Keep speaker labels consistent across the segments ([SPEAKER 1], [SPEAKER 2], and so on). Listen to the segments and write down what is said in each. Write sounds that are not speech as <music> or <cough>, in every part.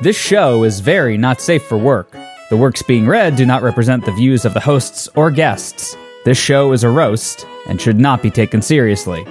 [SPEAKER 1] This show is very not safe for work. The works being read do not represent the views of the hosts or guests. This show is a roast and should not be taken seriously.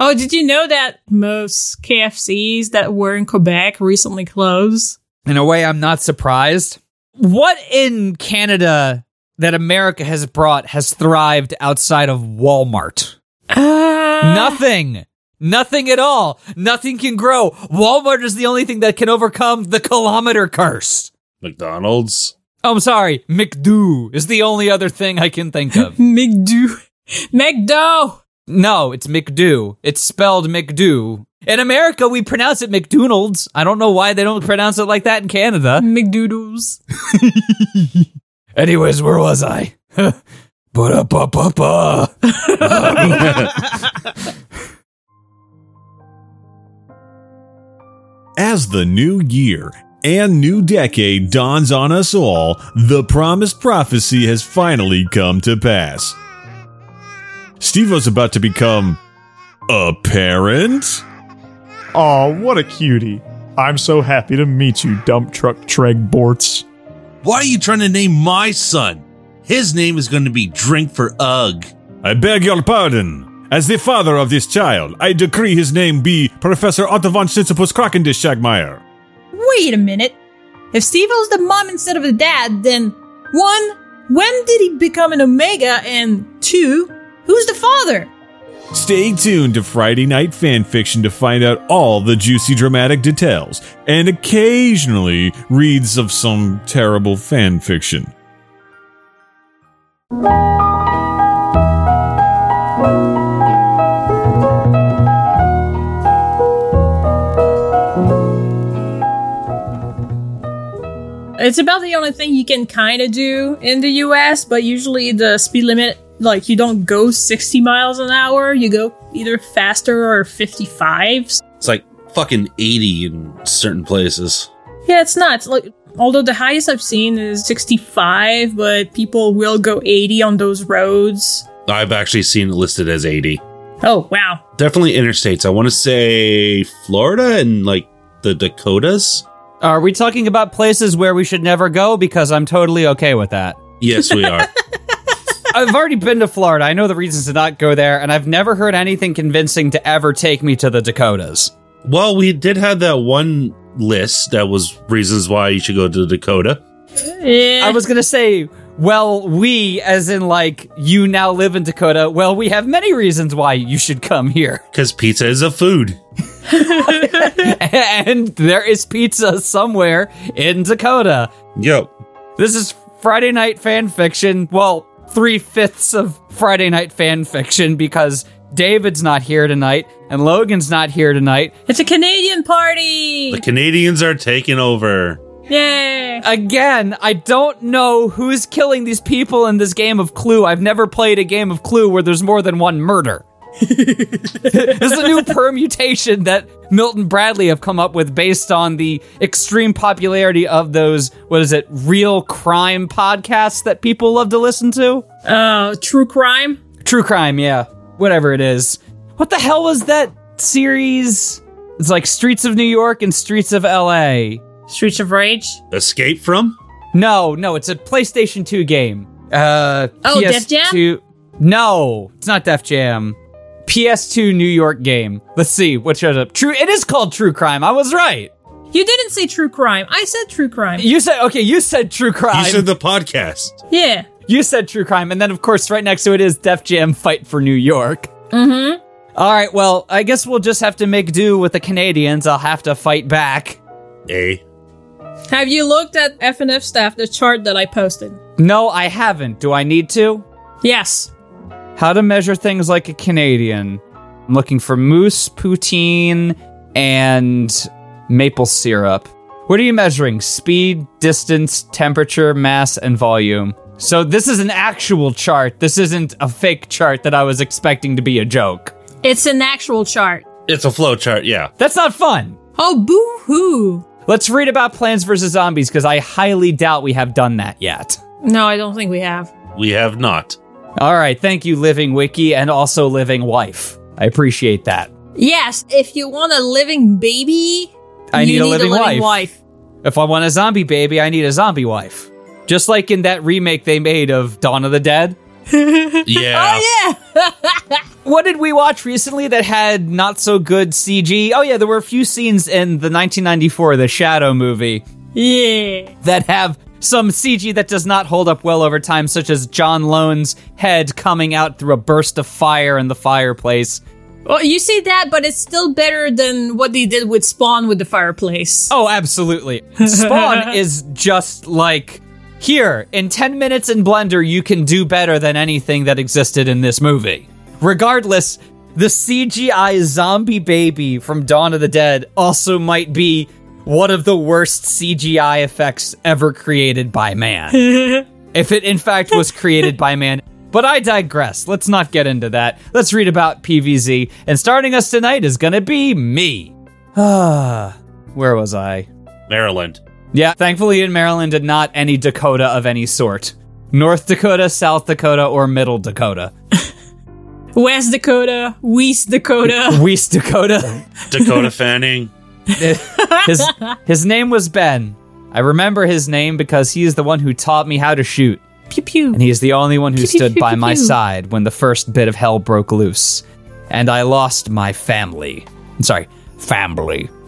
[SPEAKER 2] Oh, did you know that most KFCs that were in Quebec recently closed?
[SPEAKER 3] In a way, I'm not surprised. What in Canada that America has brought has thrived outside of Walmart?
[SPEAKER 2] Uh,
[SPEAKER 3] Nothing. Nothing at all. Nothing can grow. Walmart is the only thing that can overcome the kilometer curse.
[SPEAKER 4] McDonald's.
[SPEAKER 3] Oh, I'm sorry. McDo is the only other thing I can think of.
[SPEAKER 2] McDo. McDo.
[SPEAKER 3] no, it's McDo. It's spelled McDo. In America, we pronounce it McDonald's. I don't know why they don't pronounce it like that in Canada.
[SPEAKER 2] McDoodles.
[SPEAKER 3] Anyways, where was I? <laughs> Ba-da-ba-ba-ba.
[SPEAKER 4] As the new year and new decade dawns on us all, the promised prophecy has finally come to pass. Steve was about to become a parent?
[SPEAKER 5] Aw, what a cutie. I'm so happy to meet you, dump truck Treg Borts.
[SPEAKER 6] Why are you trying to name my son? His name is going to be Drink for Ugg.
[SPEAKER 4] I beg your pardon. As the father of this child, I decree his name be Professor Otto von Sisyphus Krakendish Shagmeyer.
[SPEAKER 2] Wait a minute. If Steve was the mom instead of the dad, then one, when did he become an Omega? And two, who's the father?
[SPEAKER 4] Stay tuned to Friday Night Fanfiction to find out all the juicy dramatic details, and occasionally reads of some terrible fanfiction.
[SPEAKER 2] It's about the only thing you can kind of do in the US, but usually the speed limit, like you don't go 60 miles an hour, you go either faster or 55.
[SPEAKER 6] It's like fucking 80 in certain places.
[SPEAKER 2] Yeah, it's nuts. Like, although the highest I've seen is 65, but people will go 80 on those roads.
[SPEAKER 6] I've actually seen it listed as 80.
[SPEAKER 2] Oh,
[SPEAKER 6] <laughs>
[SPEAKER 2] wow.
[SPEAKER 6] Definitely interstates. I want to say Florida and like the Dakotas.
[SPEAKER 3] <laughs> Are we talking about places where we should never go? Because I'm totally okay with that.
[SPEAKER 6] Yes, we are.
[SPEAKER 3] I've already been to Florida. I know the reasons to not go there, and I've never heard anything convincing to ever take me to the Dakotas.
[SPEAKER 6] well, we did have that one list that was reasons why you should go to Dakota.
[SPEAKER 2] Eh,
[SPEAKER 3] I was gonna say, well, we, as in like you now live in Dakota. Well, we have many reasons why you should come here,
[SPEAKER 6] Because pizza is a food.
[SPEAKER 3] <laughs> and there is pizza somewhere in Dakota.
[SPEAKER 6] Yo.
[SPEAKER 3] This is Friday night fan fiction. Well, three fifths of Friday night fan fiction because David's not here tonight and Logan's not here tonight.
[SPEAKER 2] it's a Canadian party!
[SPEAKER 6] The Canadians are taking over.
[SPEAKER 2] Yay!
[SPEAKER 3] Again, I don't know who's killing these people in this game of Clue. I've never played a game of Clue where there's more than one murder. it's a new permutation that Milton Bradley have come up with based on the extreme popularity of those, what is it, real crime podcasts that people love to listen to?
[SPEAKER 2] Uh, true crime?
[SPEAKER 3] True crime, yeah. Whatever it is. What the hell was that series? It's like Streets of New York and Streets of LA.
[SPEAKER 2] Streets of Rage?
[SPEAKER 6] Escape from?
[SPEAKER 3] No, no, it's a PlayStation 2 game. Uh,
[SPEAKER 2] Oh,
[SPEAKER 3] PS2.
[SPEAKER 2] Def
[SPEAKER 3] No, it's not Def Jam. PS2 New York game. Let's see what shows up. True, it is called True Crime. I was right.
[SPEAKER 2] You didn't say true crime. I said true crime.
[SPEAKER 3] You said okay. You said True Crime.
[SPEAKER 6] You said the podcast.
[SPEAKER 2] yeah.
[SPEAKER 3] You said True Crime, and then of course right next to it is Def Jam Fight for New York. Mm-hmm. right, well, I guess we'll just have to make do with the Canadians. I'll have to fight back.
[SPEAKER 6] A.
[SPEAKER 2] Have you looked at FNF staff, the chart that I posted?
[SPEAKER 3] No, I haven't. Do I need to?
[SPEAKER 2] Yes.
[SPEAKER 3] How to measure things like a Canadian. I'm looking for moose, poutine, and maple syrup. What are you measuring? Speed, distance, temperature, mass, and volume. So this is an actual chart. This isn't a fake chart that I was expecting to be a joke.
[SPEAKER 2] It's an actual chart.
[SPEAKER 6] It's a flow chart, yeah.
[SPEAKER 3] That's not fun.
[SPEAKER 2] Oh, boo hoo.
[SPEAKER 3] Let's read about Plants vs. Zombies because I highly doubt we have done that yet.
[SPEAKER 2] No, I don't think we have.
[SPEAKER 6] We have not.
[SPEAKER 3] All right, thank you, Living Wiki, and also Living Wife. I appreciate that.
[SPEAKER 2] Yes, if you want a living baby,
[SPEAKER 3] I need,
[SPEAKER 2] you
[SPEAKER 3] a living, wife.
[SPEAKER 2] wife.
[SPEAKER 3] If I want a zombie baby, I need a zombie wife. Just like in that remake they made of Dawn of the Dead.
[SPEAKER 6] Yeah.
[SPEAKER 3] What did we watch recently that had not so good CG? Oh yeah, there were a few scenes in the 1994 The Shadow movie
[SPEAKER 2] Yeah.
[SPEAKER 3] that have some CG that does not hold up well over time, such as John Lone's head coming out through a burst of fire in the fireplace.
[SPEAKER 2] Well, you see that, but it's still better than what they did with Spawn with the fireplace.
[SPEAKER 3] <laughs> Oh, absolutely. Spawn is just like here, in 10 minutes in Blender, you can do better than anything that existed in this movie. Regardless, the CGI zombie baby from Dawn of the Dead also might be one of the worst CGI effects ever created by man. if it, in fact, was created by man. But I digress. Let's not get into that. Let's read about PVZ. And starting us tonight is going to be me. <sighs> Ah, where was I?
[SPEAKER 6] Maryland.
[SPEAKER 3] Yeah, thankfully in Maryland and not any Dakota of any sort. North Dakota, South Dakota, or Middle Dakota.
[SPEAKER 2] West Dakota,
[SPEAKER 3] <laughs>
[SPEAKER 2] West Dakota.
[SPEAKER 3] West Dakota.
[SPEAKER 6] Dakota Fanning.
[SPEAKER 3] his, his name was Ben. I remember his name because he is the one who taught me how to shoot.
[SPEAKER 2] pew pew.
[SPEAKER 3] And he is the only one who stood by my
[SPEAKER 2] Pew.
[SPEAKER 3] side when the first bit of hell broke loose. And I lost my family. I'm sorry, family. <laughs>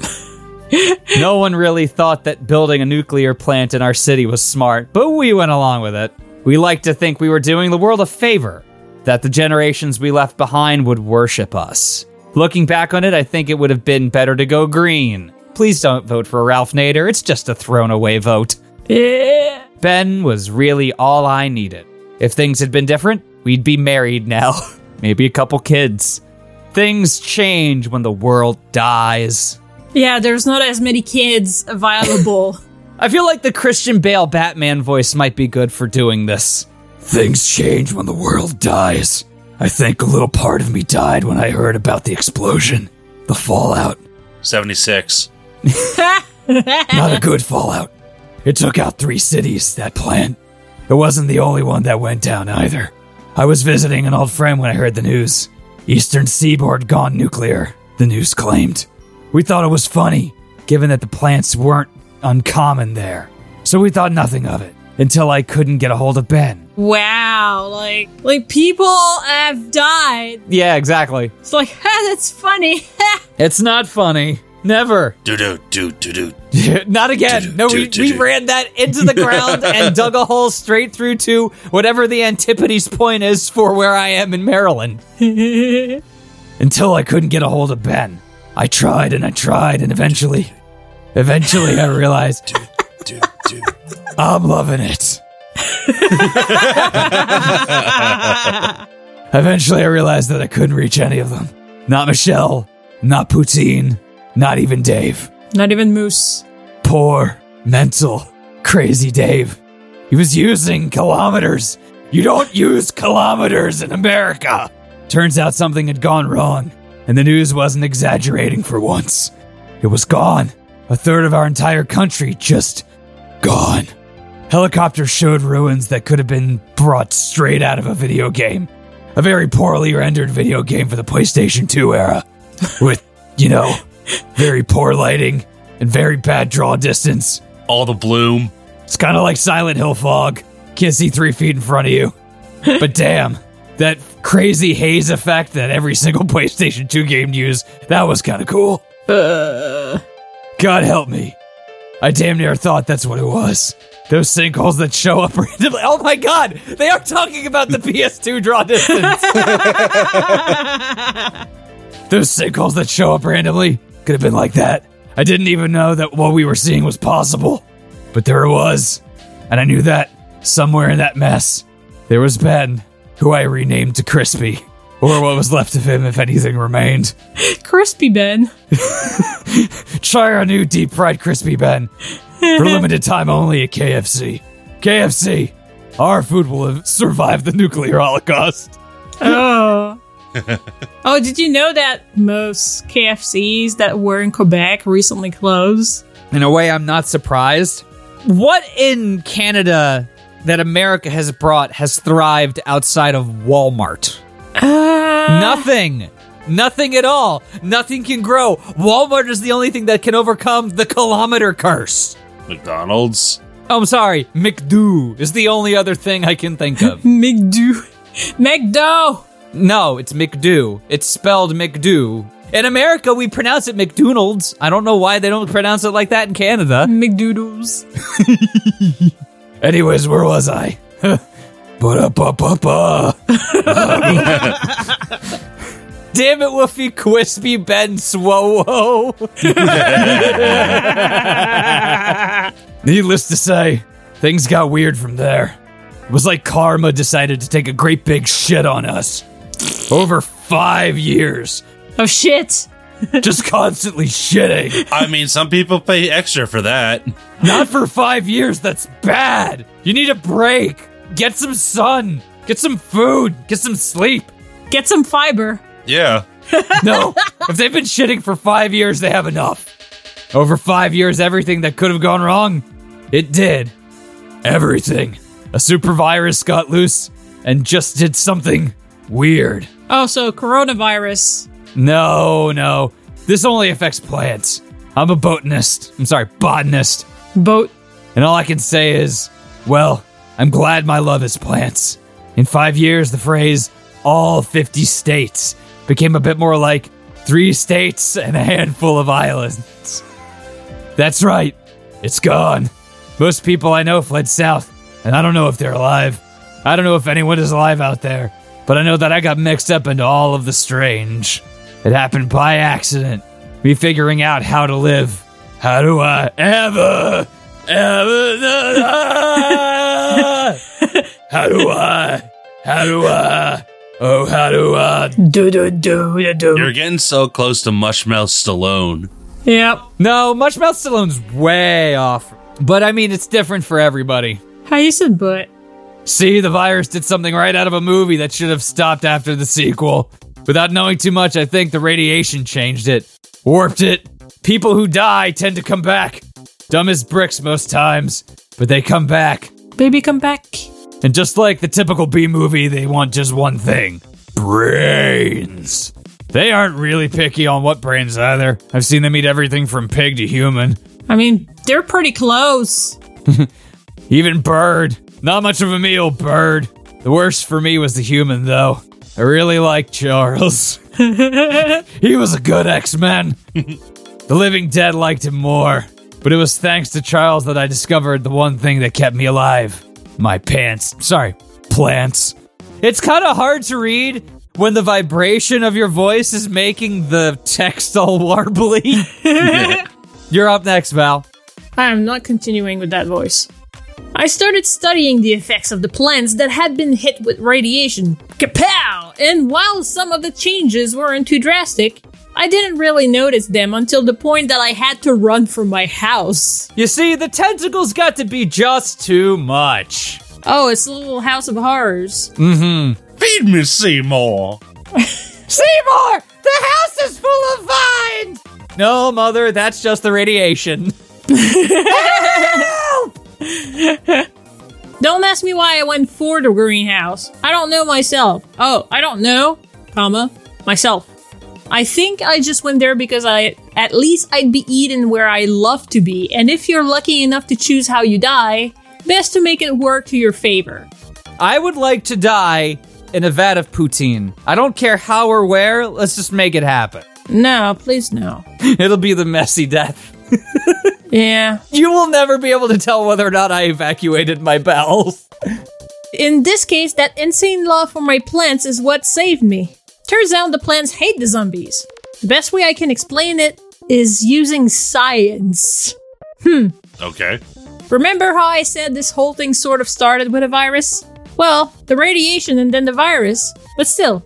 [SPEAKER 3] no one really thought that building a nuclear plant in our city was smart, but we went along with it. We liked to think we were doing the world a favor, that the generations we left behind would worship us. Looking back on it, I think it would have been better to go green. Please don't vote for Ralph Nader, it's just a thrown away vote.
[SPEAKER 2] yeah.
[SPEAKER 3] Ben was really all I needed. If things had been different, we'd be married now. <laughs> Maybe a couple kids. Things change when the world dies.
[SPEAKER 2] Yeah, there's not as many kids
[SPEAKER 3] <laughs>
[SPEAKER 2] available.
[SPEAKER 3] I feel like the Christian Bale Batman voice might be good for doing this. Things change when the world dies. I think a little part of me died when I heard about the explosion, the fallout.
[SPEAKER 6] 76.
[SPEAKER 3] Not a good fallout. It took out three cities, that plant. It wasn't the only one that went down either. I was visiting an old friend when I heard the news. Eastern seaboard gone nuclear, the news claimed. We thought it was funny, given that the plants weren't uncommon there. So we thought nothing of it until I couldn't get a hold of Ben.
[SPEAKER 2] wow, like like people have died.
[SPEAKER 3] Yeah, exactly.
[SPEAKER 2] It's like, <laughs> ha, that's funny. <laughs>
[SPEAKER 3] It's not funny. Never.
[SPEAKER 6] Do do do do do.
[SPEAKER 3] <laughs> Not again. No, we, we ran that into the ground
[SPEAKER 6] <laughs>
[SPEAKER 3] and dug a hole straight through to whatever the Antipodes point is for where I am in Maryland. <laughs> Until I couldn't get a hold of Ben. I tried and I tried, and eventually, eventually I realized
[SPEAKER 6] do, do.
[SPEAKER 3] <laughs> I'm loving it. <laughs> Eventually, I realized that I couldn't reach any of them. Not Michelle, not Poutine, not even Dave
[SPEAKER 2] not even Moose.
[SPEAKER 3] poor, mental, crazy Dave. He was using kilometers. You don't use kilometers in America. Turns out something had gone wrong, and the news wasn't exaggerating for once. It was gone. A third of our entire country just gone. Helicopters showed ruins that could have been brought straight out of a video game. A very poorly rendered video game for the PlayStation 2 era. <laughs> With, you know, very poor lighting and very bad draw distance.
[SPEAKER 6] All the bloom.
[SPEAKER 3] It's kind of like Silent Hill fog. Can't see three feet in front of you. But damn, that crazy haze effect that every single <laughs> PlayStation 2 game used, that was kind of cool. God help me. I damn near thought that's what it was. Those sinkholes that show up <laughs> randomly. Oh my god, they are talking about the <laughs> PS2 draw distance. Those sinkholes that show up randomly could have been like that. I didn't even know that what we were seeing was possible. But there it was. And I knew that somewhere in that mess, there was Ben, who I renamed to Crispy. Or what was left of him if anything remained.
[SPEAKER 2] Crispy Ben.
[SPEAKER 3] Try our new deep fried crispy Ben for limited time only at KFC. KFC, our food will have survived the nuclear holocaust.
[SPEAKER 2] Oh. <laughs> oh, did you know that most KFCs that were in Quebec recently closed?
[SPEAKER 3] In a way, I'm not surprised. What in Canada that America has brought has thrived outside of Walmart?
[SPEAKER 2] Uh,
[SPEAKER 3] Nothing. Nothing at all. Nothing can grow. Walmart is the only thing that can overcome the kilometer curse.
[SPEAKER 6] McDonald's.
[SPEAKER 3] Oh, I'm sorry. McDo is the only other thing I can think of.
[SPEAKER 2] McDo. McDo!
[SPEAKER 3] no, it's McDo. It's spelled McDo. In America, we pronounce it McDonald's. I don't know why they don't pronounce it like that in Canada.
[SPEAKER 2] McDoodles.
[SPEAKER 3] Anyways, where was I? <laughs> Ba-da-ba-ba-ba. <laughs> Damn it, Woofy Quispy Ben Swowo. <laughs> Needless to say, things got weird from there. It was like karma decided to take a great big shit on us. Over five years,
[SPEAKER 2] Oh shit!
[SPEAKER 3] just <laughs> constantly shitting.
[SPEAKER 6] I mean, some people pay extra for that.
[SPEAKER 3] Not for five years, that's bad. You need a break. Get some sun. Get some food. Get some sleep.
[SPEAKER 2] Get some fiber.
[SPEAKER 6] Yeah.
[SPEAKER 3] No, if they've been shitting for five years, they have enough. Over five years, everything that could have gone wrong, it did. Everything. A super virus got loose and just did something weird.
[SPEAKER 2] Oh, so coronavirus.
[SPEAKER 3] No, no. This only affects plants. I'm a botanist. I'm sorry, botanist.
[SPEAKER 2] Boat.
[SPEAKER 3] And all I can say is, well, I'm glad my love is plants. In five years, the phrase all 50 states became a bit more like three states and a handful of islands. That's right, it's gone. Most people I know fled south, and I don't know if they're alive. I don't know if anyone is alive out there, but I know that I got mixed up into all of the strange. It happened by accident. Me figuring out how to live. How do I ever, ever, how do I, how do I, oh, how do I?
[SPEAKER 2] Do do do do do.
[SPEAKER 6] You're getting so close to Mushmouth Stallone. <laughs>
[SPEAKER 2] Yep.
[SPEAKER 3] No, Mushmouth Stallone's way off. But I mean, it's different for everybody.
[SPEAKER 2] How you said but?
[SPEAKER 3] See, the virus did something right out of a movie that should have stopped after the sequel. Without knowing too much, I think the radiation changed it, warped it. People who die tend to come back. Dumb as bricks most times, but they come back.
[SPEAKER 2] Baby, come back.
[SPEAKER 3] And just like the typical B movie, they want just one thing brains. They aren't really picky on what brains either. I've seen them eat everything from pig to human.
[SPEAKER 2] I mean, they're pretty close.
[SPEAKER 3] Even bird. Not much of a meal, bird. The worst for me was the human, though. I really liked Charles. <laughs> he was a good X Men. <laughs> the living dead liked him more. But it was thanks to Charles that I discovered the one thing that kept me alive my pants. Sorry, plants. It's kind of hard to read when the vibration of your voice is making the text all <laughs> warbly. You're up next, Val.
[SPEAKER 2] I am not continuing with that voice. I started studying the effects of the plants that had been hit with radiation. Kapow! And while some of the changes weren't too drastic, I didn't really notice them until the point that I had to run from my house.
[SPEAKER 3] You see, the tentacles got to be just too much.
[SPEAKER 2] Oh, it's a little house of horrors.
[SPEAKER 6] Feed me Seymour.
[SPEAKER 3] Seymour! The house is full of vines! No, mother, that's just the radiation.
[SPEAKER 2] Don't ask me why I went for the greenhouse. I don't know myself. Oh, I don't know, comma, myself. I think I just went there because I at least I'd be eaten where I love to be, and if you're lucky enough to choose how you die, best to make it work to your favor.
[SPEAKER 3] I would like to die in a vat of poutine. I don't care how or where, let's just make it happen. <laughs>
[SPEAKER 2] No, please no.
[SPEAKER 3] It'll be the messy death.
[SPEAKER 2] Yeah.
[SPEAKER 3] You will never be able to tell whether or not I evacuated my bowels.
[SPEAKER 2] In this case, that insane love for my plants is what saved me. Turns out the plants hate the zombies. The best way I can explain it is using science.
[SPEAKER 6] Okay.
[SPEAKER 2] Remember how I said this whole thing sort of started with a virus? Well, the radiation and then the virus, but still,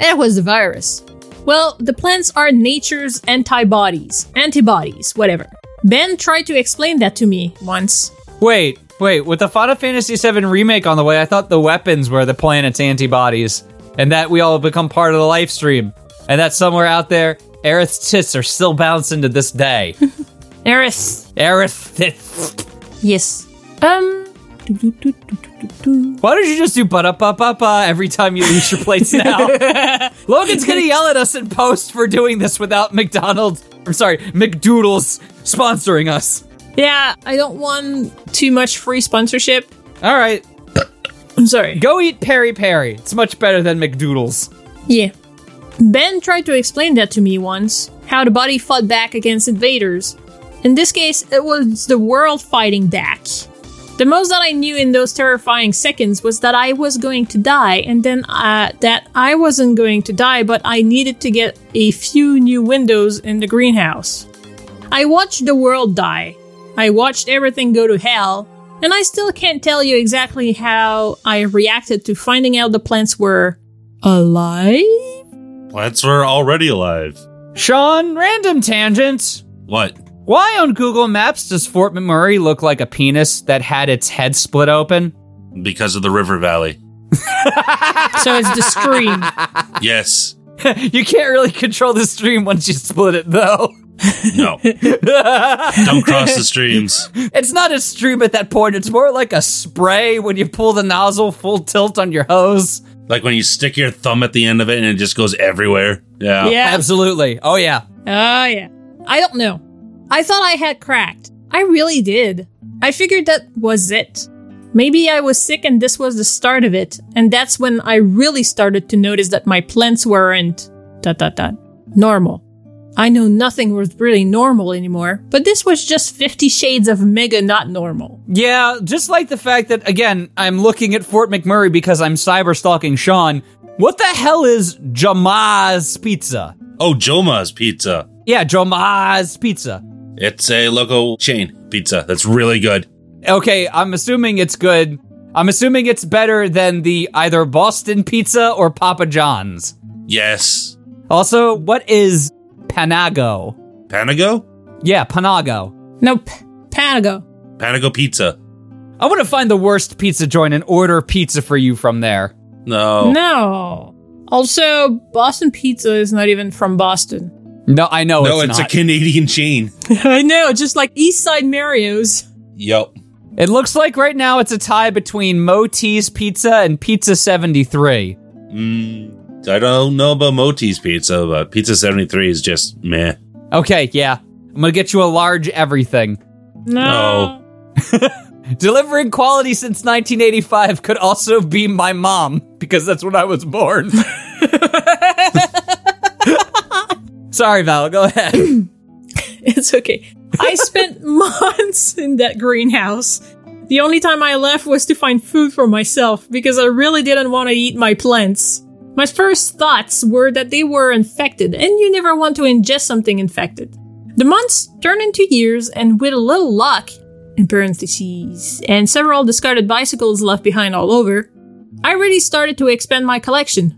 [SPEAKER 2] it was the virus. Well, the plants are nature's antibodies, antibodies, whatever. Ben tried to explain that to me once.
[SPEAKER 3] Wait, wait, with the Final Fantasy VII remake on the way, I thought the weapons were the planet's antibodies, and that we all become part of the live stream, and that somewhere out there, Aerith's tits are still bouncing to this day.
[SPEAKER 2] Eris.
[SPEAKER 3] Aerith <laughs> tits.
[SPEAKER 2] Yes. Um. doo-doo-doo-doo-doo.
[SPEAKER 3] Why don't you just do ba da ba ba ba every time you eat your plates now? Logan's gonna yell at us in post for doing this without McDonald's. I'm sorry, McDoodles sponsoring us.
[SPEAKER 2] Yeah, I don't want too much free sponsorship.
[SPEAKER 3] All right,
[SPEAKER 2] I'm sorry.
[SPEAKER 3] go eat Peri Peri. It's much better than McDoodles.
[SPEAKER 2] Yeah. Ben tried to explain that to me once how the body fought back against invaders. In this case, it was the world fighting back. The most that I knew in those terrifying seconds was that I was going to die, and then uh, that I wasn't going to die, but I needed to get a few new windows in the greenhouse. I watched the world die. I watched everything go to hell, and I still can't tell you exactly how I reacted to finding out the plants were alive?
[SPEAKER 6] Plants were already alive.
[SPEAKER 3] Sean, random tangent.
[SPEAKER 6] What?
[SPEAKER 3] Why on Google Maps does Fort McMurray look like a penis that had its head split open? <laughs>
[SPEAKER 6] Because of the river valley.
[SPEAKER 2] So it's the scream.
[SPEAKER 6] Yes.
[SPEAKER 3] you can't really control the stream once you split it, though. <laughs>
[SPEAKER 6] No. Don't cross the streams.
[SPEAKER 3] It's not a stream at that point. It's more like a spray when you pull the nozzle full tilt on your hose.
[SPEAKER 6] Like when you stick your thumb at the end of it and it just goes everywhere. Yeah.
[SPEAKER 2] Yeah.
[SPEAKER 3] Absolutely. Oh, yeah.
[SPEAKER 2] Oh, yeah. I don't know. I thought I had cracked. I really did. I figured that was it. Maybe I was sick and this was the start of it, and that's when I really started to notice that my plants weren't dot dot dot normal. I know nothing was really normal anymore, but this was just 50 shades of mega not normal.
[SPEAKER 3] Yeah, just like the fact that, again, I'm looking at Fort McMurray because I'm cyber stalking Sean. What the hell is Jama's Pizza?
[SPEAKER 6] Oh, Joma's Pizza.
[SPEAKER 3] Yeah, Jama's Pizza.
[SPEAKER 6] It's a local chain pizza that's really good.
[SPEAKER 3] Okay, I'm assuming it's good. I'm assuming it's better than the either Boston Pizza or Papa John's.
[SPEAKER 6] Yes.
[SPEAKER 3] Also, what is Panago?
[SPEAKER 6] Panago?
[SPEAKER 3] Yeah, Panago.
[SPEAKER 2] Nope. Panago.
[SPEAKER 6] Panago Pizza.
[SPEAKER 3] I want to find the worst pizza joint and order pizza for you from there.
[SPEAKER 6] No.
[SPEAKER 2] No. Also, Boston Pizza is not even from Boston.
[SPEAKER 3] No, I know
[SPEAKER 6] No,
[SPEAKER 3] it's,
[SPEAKER 6] it's,
[SPEAKER 3] not.
[SPEAKER 6] a Canadian chain.
[SPEAKER 2] <laughs> I know, just like East Side Mario's.
[SPEAKER 6] Yup.
[SPEAKER 3] it looks like right now it's a tie between Moti's Pizza and Pizza 73.
[SPEAKER 6] Mm, I don't know about Moti's Pizza, but Pizza 73 is just meh.
[SPEAKER 3] Okay, yeah. I'm going to get you a large everything.
[SPEAKER 6] No.
[SPEAKER 3] Delivering quality since 1985 could also be my mom because that's when I was born. <laughs> Sorry, Val, go ahead.
[SPEAKER 2] <laughs> It's okay. I spent months in that greenhouse. The only time I left was to find food for myself because I really didn't want to eat my plants. My first thoughts were that they were infected, and you never want to ingest something infected. The months turned into years, and with a little luck, in parentheses, and several discarded bicycles left behind all over, I really started to expand my collection.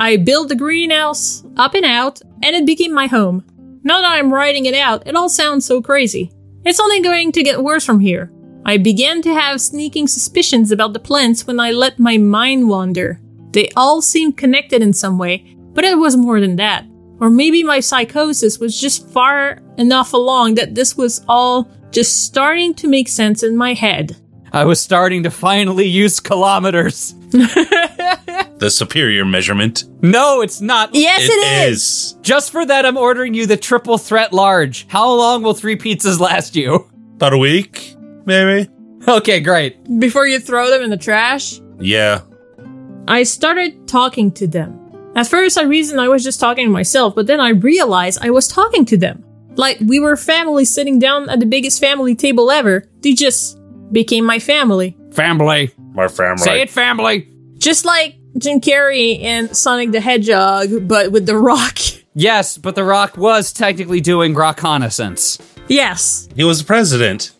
[SPEAKER 2] I built the greenhouse up and out, and it became my home. Now that I'm writing it out, it all sounds so crazy. It's only going to get worse from here. I began to have sneaking suspicions about the plants when I let my mind wander. They all seemed connected in some way, but it was more than that. Or maybe my psychosis was just far enough along that this was all just starting to make sense in my head.
[SPEAKER 3] I was starting to finally use kilometers.
[SPEAKER 6] The superior measurement.
[SPEAKER 3] No, it's not.
[SPEAKER 2] Yes, it is.
[SPEAKER 3] Just for that, I'm ordering you the triple threat large. How long will three pizzas last you? <laughs>
[SPEAKER 6] About a week, maybe?
[SPEAKER 3] Okay, great.
[SPEAKER 2] Before you throw them in the trash,
[SPEAKER 6] Yeah.
[SPEAKER 2] I started talking to them. At first, I reasoned I was just talking to myself, but then I realized I was talking to them. Like, we were family sitting down at the biggest family table ever. They just became my family.
[SPEAKER 3] Family.
[SPEAKER 6] My family.
[SPEAKER 3] Say it, family.
[SPEAKER 2] Just like Jim Carrey and Sonic the Hedgehog, but with The <laughs> Rock.
[SPEAKER 3] Yes, but The Rock was technically doing reconnaissance.
[SPEAKER 2] yes.
[SPEAKER 6] He was the president.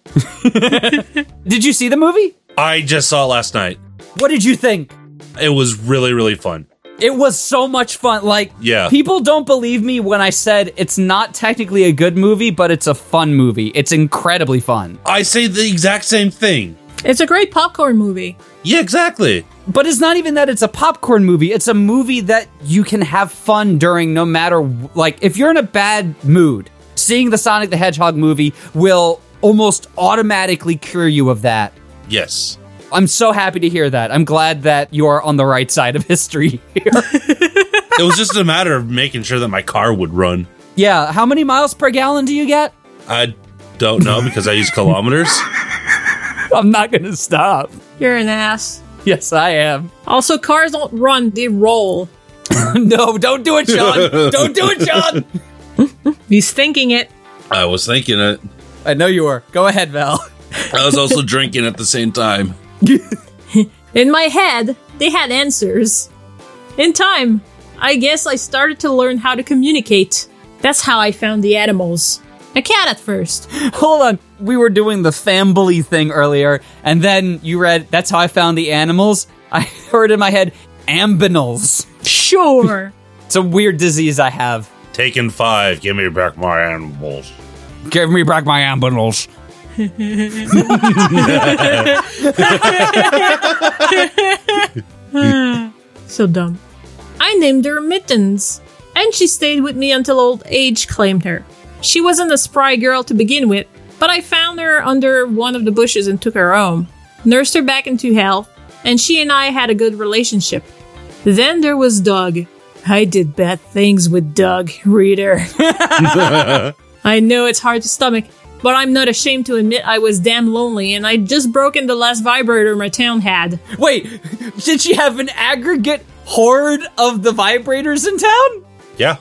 [SPEAKER 3] Did you see the movie?
[SPEAKER 6] I just saw it last night.
[SPEAKER 3] What did you think?
[SPEAKER 6] It was really, really fun.
[SPEAKER 3] It was so much fun. Like,
[SPEAKER 6] Yeah.
[SPEAKER 3] people don't believe me when I said it's not technically a good movie, but it's a fun movie. It's incredibly fun.
[SPEAKER 6] I say the exact same thing.
[SPEAKER 2] It's a great popcorn movie.
[SPEAKER 6] Yeah, exactly.
[SPEAKER 3] But it's not even that it's a popcorn movie. It's a movie that you can have fun during no matter like if you're in a bad mood, seeing the Sonic the Hedgehog movie will almost automatically cure you of that.
[SPEAKER 6] Yes.
[SPEAKER 3] I'm so happy to hear that. I'm glad that you are on the right side of <laughs> history here.
[SPEAKER 6] it was just a matter of making sure that my car would run.
[SPEAKER 3] yeah, how many miles per gallon do you get?
[SPEAKER 6] I don't know because I use kilometers.
[SPEAKER 3] I'm not going to stop.
[SPEAKER 2] You're an ass.
[SPEAKER 3] Yes, I am.
[SPEAKER 2] Also, cars don't run, they roll.
[SPEAKER 3] <laughs> no, don't do it, John. don't do it, John.
[SPEAKER 2] He's thinking it.
[SPEAKER 6] I was thinking it.
[SPEAKER 3] <laughs> I know you are. Go ahead, Val.
[SPEAKER 6] I was <laughs> also drinking at the same time.
[SPEAKER 2] In my head, they had answers. In time, I guess I started to learn how to communicate. That's how I found the animals. A cat at first.
[SPEAKER 3] <laughs> Hold on. We were doing the family thing earlier, and then you read, That's how I found the animals. I <laughs> heard in my head, ambinals.
[SPEAKER 2] Sure.
[SPEAKER 3] It's a weird disease I have.
[SPEAKER 6] Taking five, give me back my animals.
[SPEAKER 3] Give me back my ambinals.
[SPEAKER 2] so dumb. I named her Mittens, and she stayed with me until old age claimed her. She wasn't a spry girl to begin with, but I found her under one of the bushes and took her home, nursed her back into health, and she and I had a good relationship. Then there was Doug. I did bad things with Doug, reader. I know it's hard to stomach, but I'm not ashamed to admit I was damn lonely and I'd just broken the last vibrator my town had.
[SPEAKER 3] Wait, did she have an aggregate horde of the vibrators in town?
[SPEAKER 6] Yeah.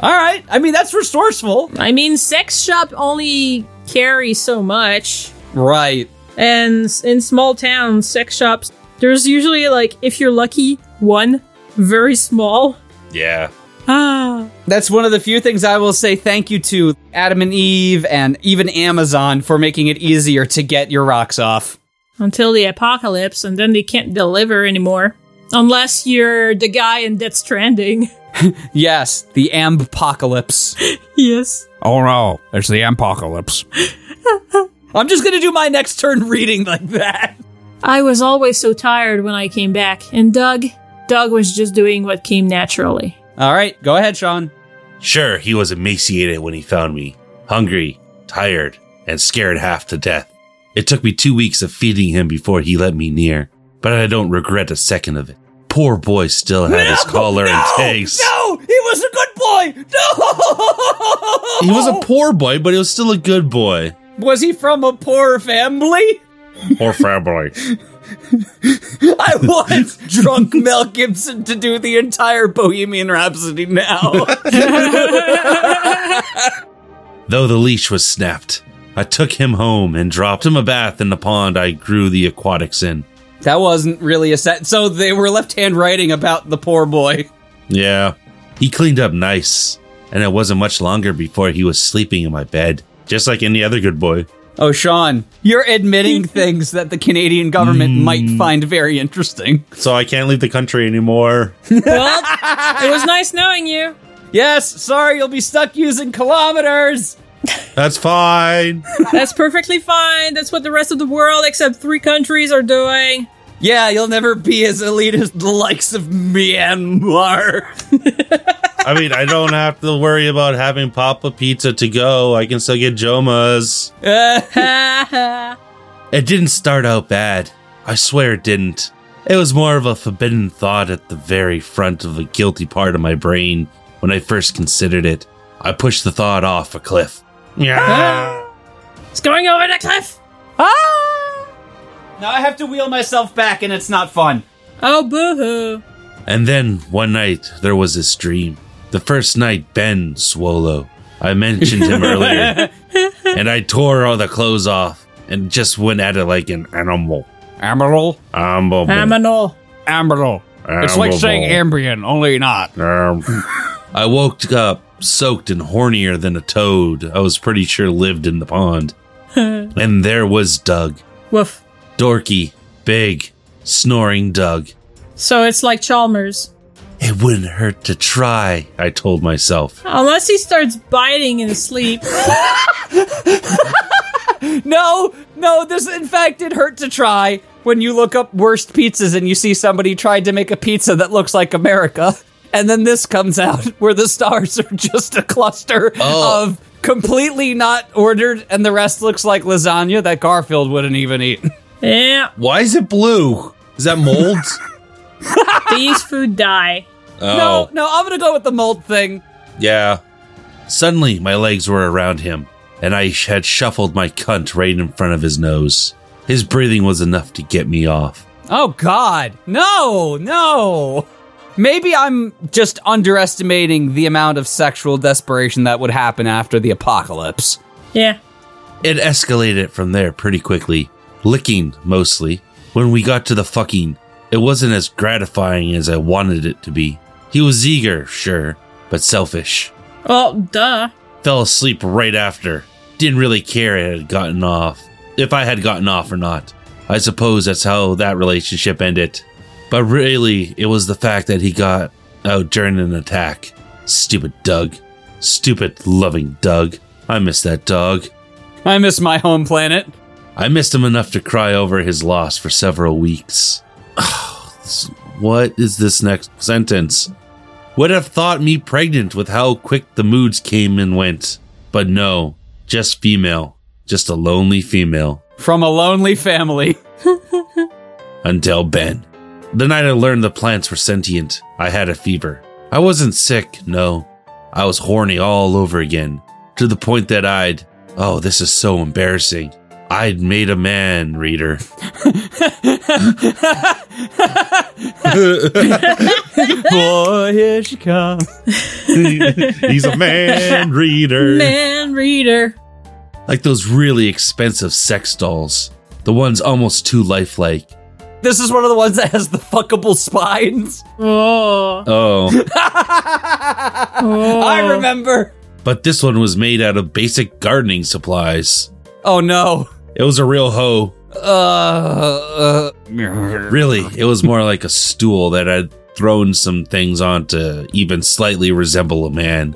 [SPEAKER 3] All right. I mean, that's resourceful.
[SPEAKER 2] I mean, sex shop only carry so much,
[SPEAKER 3] Right.
[SPEAKER 2] and s- in small towns, sex shops there's usually like, if you're lucky, one very small.
[SPEAKER 6] Yeah.
[SPEAKER 2] Ah,
[SPEAKER 3] That's one of the few things I will say thank you to Adam and Eve and even Amazon for making it easier to get your rocks off.
[SPEAKER 2] until the apocalypse, and then they can't deliver anymore, unless you're the guy in Death Stranding. <laughs>
[SPEAKER 3] Yes, the apocalypse.
[SPEAKER 2] yes.
[SPEAKER 3] <laughs> Oh no, it's the apocalypse. <laughs> I'm just gonna do my next turn reading like that.
[SPEAKER 2] I was always so tired when I came back, and Doug, Doug was just doing what came naturally.
[SPEAKER 3] All right, go ahead, Sean.
[SPEAKER 6] Sure, he was emaciated when he found me, hungry, tired, and scared half to death. It took me two weeks of feeding him before he let me near, but I don't regret a second of it. Poor boy still had his collar and taste.
[SPEAKER 3] No, he was a good boy. No, <laughs>
[SPEAKER 6] He was a poor boy, but he was still a good boy.
[SPEAKER 3] was he from a poor family?
[SPEAKER 6] <laughs>
[SPEAKER 3] <laughs>
[SPEAKER 6] Poor family.
[SPEAKER 3] I <laughs> want drunk Mel Gibson to do the entire Bohemian Rhapsody now. <laughs>
[SPEAKER 6] Though the leash was snapped, I took him home and dropped him a bath in the pond I grew the aquatics in.
[SPEAKER 3] that wasn't really a set. So they were left-hand writing about the poor boy.
[SPEAKER 6] Yeah. He cleaned up nice, and it wasn't much longer before he was sleeping in my bed, just like any other good boy.
[SPEAKER 3] Oh, Sean, you're admitting things that the Canadian government might find very interesting.
[SPEAKER 6] So I can't leave the country anymore.
[SPEAKER 2] Well, it was nice knowing you.
[SPEAKER 3] Yes, sorry, you'll be stuck using kilometers.
[SPEAKER 6] That's fine.
[SPEAKER 2] That's perfectly fine. That's what the rest of the world, except three countries, are doing.
[SPEAKER 3] Yeah, you'll never be as elite as the likes of Myanmar.
[SPEAKER 6] I mean, I don't have to worry about having Papa Pizza to go. I can still get Joma's.
[SPEAKER 2] Ha ha.
[SPEAKER 6] It didn't start out bad. I swear it didn't. It was more of a forbidden thought at the very front of a guilty part of my brain when I first considered it. I pushed the thought off a cliff. Yeah.
[SPEAKER 2] it's going over the cliff.
[SPEAKER 3] Now I have to wheel myself back, and it's not fun.
[SPEAKER 2] Oh, boo hoo.
[SPEAKER 6] And then one night there was this dream. The first night Ben Swolo. I mentioned him earlier. And I tore all the clothes off and just went at it like an animal.
[SPEAKER 7] Amaryl?
[SPEAKER 6] Animal.
[SPEAKER 2] Aminal.
[SPEAKER 7] Amaryl. It's like saying Ambien, only not.
[SPEAKER 6] Um, <laughs> I woke up soaked and hornier than a toad. I was pretty sure lived in
[SPEAKER 7] <laughs>
[SPEAKER 6] the pond. and there was Doug.
[SPEAKER 2] Woof.
[SPEAKER 6] Dorky, big, snoring Doug.
[SPEAKER 2] So it's like Chalmers.
[SPEAKER 6] It wouldn't hurt to try, I told myself.
[SPEAKER 2] Unless he starts biting in his sleep.
[SPEAKER 3] No, no, this, in fact, it hurt to try when you look up worst pizzas and you see somebody tried to make a pizza that looks like America. And then this comes out <laughs> where the stars are <laughs> just a cluster
[SPEAKER 6] Oh. <laughs>
[SPEAKER 3] of completely not ordered, and the rest looks like lasagna that Garfield wouldn't even eat.
[SPEAKER 2] Yeah,
[SPEAKER 6] Why is it blue? Is that <laughs> mold?
[SPEAKER 2] these food die.
[SPEAKER 6] oh,
[SPEAKER 3] No, no, I'm gonna go with the mold thing.
[SPEAKER 6] yeah. Suddenly, my legs were around him, and I sh- had shuffled my cunt right in front of his nose. His breathing was enough to get me off.
[SPEAKER 3] Oh God, no, no. Maybe I'm just underestimating the amount of sexual desperation that would happen after the apocalypse.
[SPEAKER 2] Yeah.
[SPEAKER 6] It escalated from there pretty quickly, licking mostly. When we got to the fucking, it wasn't as gratifying as I wanted it to be. He was eager, sure, but selfish.
[SPEAKER 2] Well, duh.
[SPEAKER 6] Fell asleep right after. Didn't really care it had gotten off. If I had gotten off or not. I suppose that's how that relationship ended. But really, it was the fact that he got out during an attack. Stupid Doug. Stupid loving Doug. I miss that dog.
[SPEAKER 3] I miss my home planet.
[SPEAKER 6] I missed him enough to cry over his loss for several weeks. <sighs> This- what is this next sentence? Would have thought me pregnant with how quick the moods came and went. But no, just female. Just a lonely female.
[SPEAKER 3] From a lonely family.
[SPEAKER 6] Until Ben. The night I learned the plants were sentient, I had a fever. I wasn't sick, no. I was horny all over again, to the point that I'd. Oh, this is so embarrassing. I'd made a man, reader.
[SPEAKER 3] Boy, here she comes.
[SPEAKER 4] <laughs> He's a man reader.
[SPEAKER 2] Man reader.
[SPEAKER 6] like those really expensive sex dolls. The ones almost too lifelike.
[SPEAKER 3] <laughs> This is one of the ones that has the fuckable spines.
[SPEAKER 2] Oh.
[SPEAKER 6] Oh.
[SPEAKER 3] I remember.
[SPEAKER 6] but this one was made out of basic gardening supplies.
[SPEAKER 3] Oh no.
[SPEAKER 6] It was a real hoe.
[SPEAKER 3] Uh, uh
[SPEAKER 6] Really, it was more like a stool that I'd thrown some things on to even slightly resemble a man.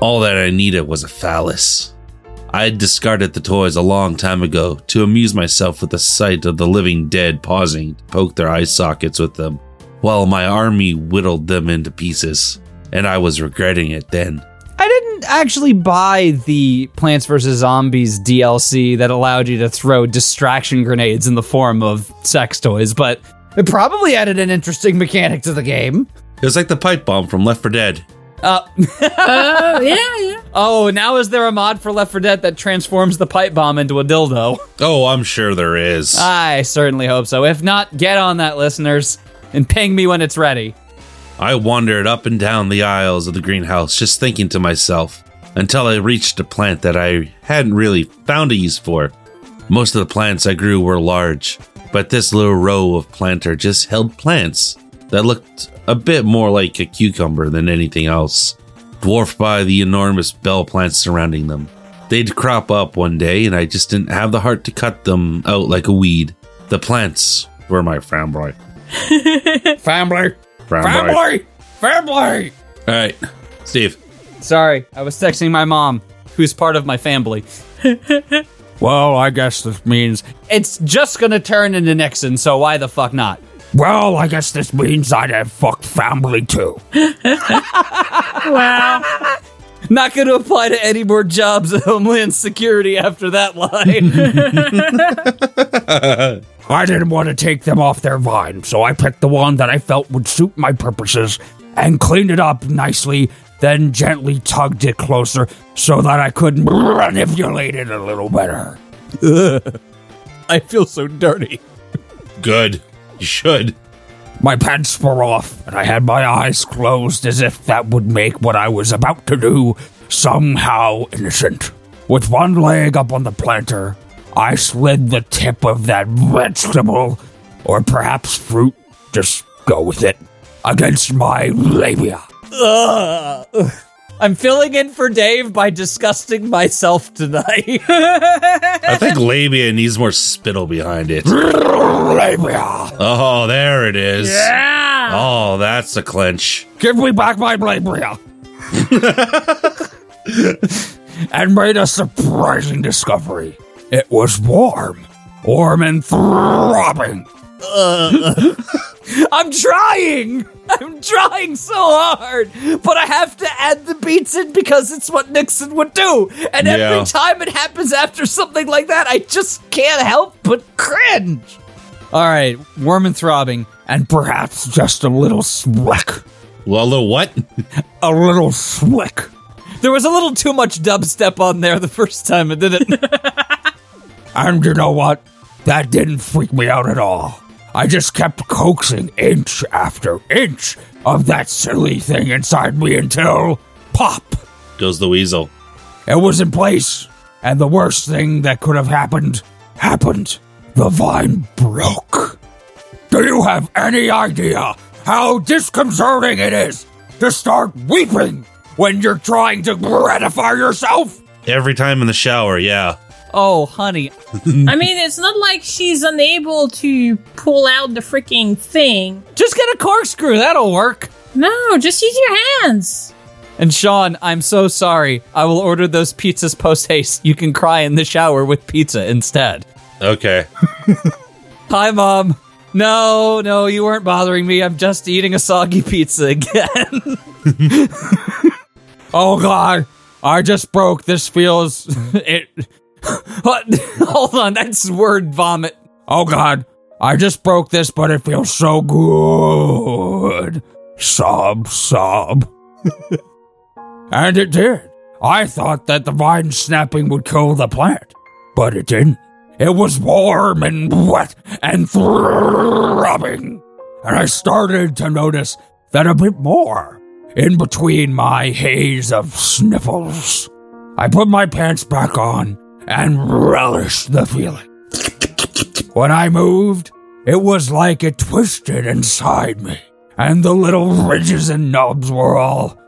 [SPEAKER 6] All that I needed was a phallus. I'd discarded the toys a long time ago to amuse myself with the sight of the living dead pausing to poke their eye sockets with them, while my army whittled them into pieces, and I was regretting it then.
[SPEAKER 3] I didn't actually buy the Plants vs. Zombies DLC that allowed you to throw distraction grenades in the form of sex toys, but it probably added an interesting mechanic to the game.
[SPEAKER 6] It was like the pipe bomb from Left 4 Dead.
[SPEAKER 3] Uh,
[SPEAKER 2] Oh, yeah, yeah.
[SPEAKER 3] oh, now is there a mod for Left 4 Dead that transforms the pipe bomb into a <laughs> dildo?
[SPEAKER 6] Oh, I'm sure there is.
[SPEAKER 3] I certainly hope so. If not, get on that, listeners, and ping me when it's ready.
[SPEAKER 6] I wandered up and down the aisles of the greenhouse just thinking to myself until I reached a plant that I hadn't really found a use for. Most of the plants I grew were large, but this little row of planter just held plants that looked a bit more like a cucumber than anything else, dwarfed by the enormous bell plants surrounding them. They'd crop up one day, and I just didn't have the heart to cut them out like a weed. The plants were my framboy.
[SPEAKER 3] Family! Family!
[SPEAKER 6] Framboy.
[SPEAKER 3] Family!
[SPEAKER 6] All right, Steve.
[SPEAKER 3] Sorry, I was texting my mom, who's part of my family.
[SPEAKER 7] <laughs> Well, I guess this means.
[SPEAKER 3] It's just gonna turn into Nixon, so why the fuck not?
[SPEAKER 7] Well, I guess this means I'd have fucked family too.
[SPEAKER 2] Wow.
[SPEAKER 3] Not gonna apply to any more jobs at Homeland Security after that
[SPEAKER 7] <laughs>
[SPEAKER 3] line.
[SPEAKER 7] I didn't want to take them off their vine, so I picked the one that I felt would suit my purposes and cleaned it up nicely, then gently tugged it closer so that I could manipulate it a little better.
[SPEAKER 3] I feel so dirty.
[SPEAKER 6] Good. You should.
[SPEAKER 7] My pants were off, and I had my eyes closed as if that would make what I was about to do somehow innocent. With one leg up on the planter, I slid the tip of that vegetable, or perhaps fruit, just go with it, against my labia.
[SPEAKER 3] Ugh. I'm filling in for Dave by disgusting myself tonight. <laughs>
[SPEAKER 6] I think labia needs more spittle behind it.
[SPEAKER 7] labia!
[SPEAKER 6] Oh, there it is.
[SPEAKER 2] Yeah.
[SPEAKER 6] Oh, that's a clench.
[SPEAKER 7] Give me back my
[SPEAKER 8] <laughs>
[SPEAKER 7] labia! and made a surprising discovery. It was warm, warm and throbbing.
[SPEAKER 3] <laughs> I'm trying! I'm trying so hard! But I have to add the beats in because it's what Nixon would do. And
[SPEAKER 9] Yeah.
[SPEAKER 3] every time it happens after something like that, I just can't help but cringe! Alright, worm and throbbing.
[SPEAKER 8] and perhaps just a little slick.
[SPEAKER 6] Well, the what?
[SPEAKER 8] A little slick.
[SPEAKER 3] There was a little too much dubstep on there the first time it did it.
[SPEAKER 8] And you know what? That didn't freak me out at all. I just kept coaxing inch after inch of that silly thing inside me until pop!
[SPEAKER 6] Goes the weasel.
[SPEAKER 8] It was in place. And the worst thing that could have happened happened. The vine broke. Do you have any idea how disconcerting it is to start weeping when you're trying to gratify yourself?
[SPEAKER 6] Every time in the shower, yeah.
[SPEAKER 3] oh, honey.
[SPEAKER 2] I mean, it's not like she's unable to pull out the freaking thing.
[SPEAKER 3] Just get a corkscrew, that'll work.
[SPEAKER 2] No, just use your hands.
[SPEAKER 3] And Sean, I'm so sorry. I will order those pizzas post haste. You can cry in the shower with pizza instead.
[SPEAKER 6] Okay. <laughs>
[SPEAKER 3] Hi, Mom. No, no, you weren't bothering me. I'm just eating a soggy pizza again. <laughs>
[SPEAKER 8] Oh god, I just broke.
[SPEAKER 3] <laughs>
[SPEAKER 8] This feels it.
[SPEAKER 3] what? Hold on, that's word vomit.
[SPEAKER 8] Oh god, I just broke this, but it feels so good. Sob, sob. and it did. I thought that the vine snapping would kill the plant, but it didn't. It was warm and wet and throbbing. And I started to notice that a bit more in between my haze of sniffles. I put my pants back on and relished the feeling. When I moved, it was like it twisted inside me, and the little ridges and knobs were all.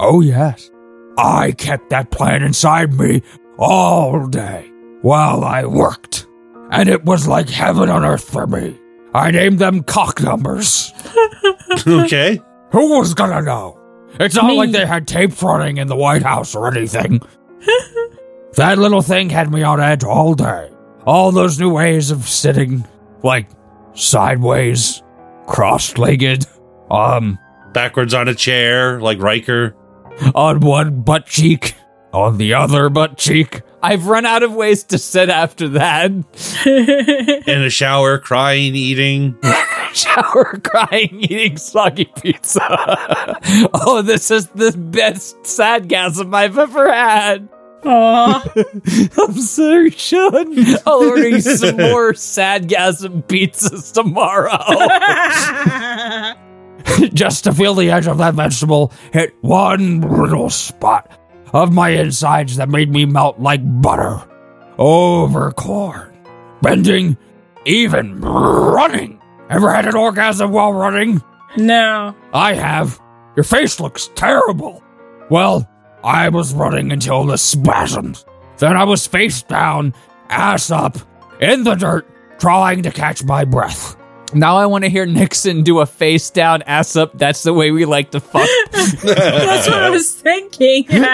[SPEAKER 8] Oh, yes. I kept that plant inside me all day while I worked, and it was like heaven on earth for me. I named them cock numbers.
[SPEAKER 6] okay.
[SPEAKER 8] Who was gonna know? It's not
[SPEAKER 2] Me.
[SPEAKER 8] like they had tapes running in the White House or anything. that little thing had me on edge all day. All those new ways of sitting, like sideways, cross legged, um,
[SPEAKER 6] Backwards on a chair, like Riker.
[SPEAKER 8] on one butt cheek, on the other butt cheek.
[SPEAKER 3] I've run out of ways to sit after that.
[SPEAKER 6] In a shower, crying, eating.
[SPEAKER 3] Shower, <laughs> crying, eating soggy pizza. <laughs> oh, this is the best sadgasm I've ever had.
[SPEAKER 2] Aw.
[SPEAKER 3] <laughs> I'm sorry, Sean. I'll order you <laughs> some more sadgasm pizzas tomorrow. <laughs>
[SPEAKER 8] Just to feel the edge of that vegetable hit one little spot of my insides that made me melt like butter over corn. Bending, even running. Ever had an orgasm while running?
[SPEAKER 2] no.
[SPEAKER 8] I have. Your face looks terrible. Well, I was running until the spasms. Then I was face down, ass up, in the dirt, trying to catch my breath.
[SPEAKER 3] Now I want to hear Nixon do a face down, ass up. That's the way we like to fuck.
[SPEAKER 2] That's what I was thinking.
[SPEAKER 3] <laughs>
[SPEAKER 2] <laughs>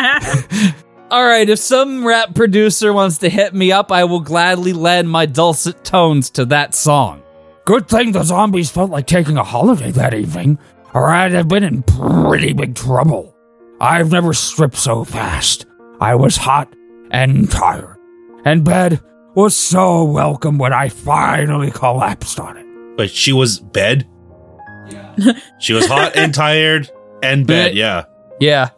[SPEAKER 3] All right, if some rap producer wants to hit me up, I will gladly lend my dulcet tones to that song.
[SPEAKER 8] Good thing the zombies felt like taking a holiday that evening, or I'd have been in pretty big trouble. I've never stripped so fast. I was hot and tired, and bed was so welcome when I finally collapsed on it.
[SPEAKER 6] But she was bed. she was hot and tired and bed.
[SPEAKER 3] Bed.
[SPEAKER 6] Yeah.
[SPEAKER 3] Yeah.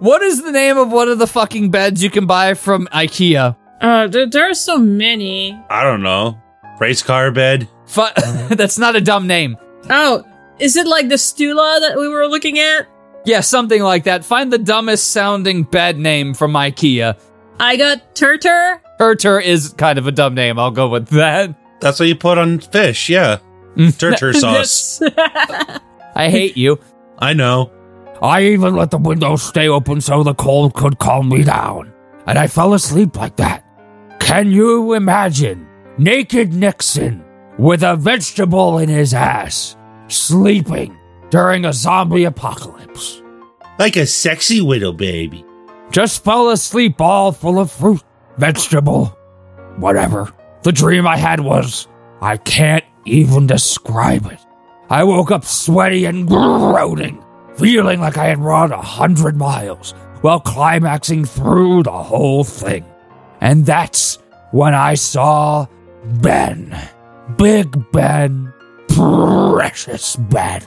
[SPEAKER 3] What is the name of one of the fucking beds you can buy from IKEA?
[SPEAKER 2] uh, there, there are so many.
[SPEAKER 6] I don't know. Race car bed.
[SPEAKER 3] Fu- <laughs> That's not a dumb name.
[SPEAKER 2] Oh, is it like the Stula that we were looking at?
[SPEAKER 3] Yeah, something like that. Find the dumbest sounding bed name from IKEA.
[SPEAKER 2] I got Turtur.
[SPEAKER 3] Herter is kind of a dumb name. I'll go with that.
[SPEAKER 6] That's what you put on fish. Yeah. Tartar sauce.
[SPEAKER 3] I hate you.
[SPEAKER 6] I know.
[SPEAKER 8] I even let the windows stay open so the cold could calm me down, and I fell asleep like that. Can you imagine naked Nixon with a vegetable in his ass sleeping during a zombie apocalypse?
[SPEAKER 6] Like a sexy widow baby.
[SPEAKER 8] Just fell asleep all full of fruit, vegetable, whatever. The dream I had was I can't even describe it. I woke up sweaty and groaning, feeling like I had run a hundred miles while climaxing through the whole thing. And that's when I saw Ben. Big Ben. Precious Ben.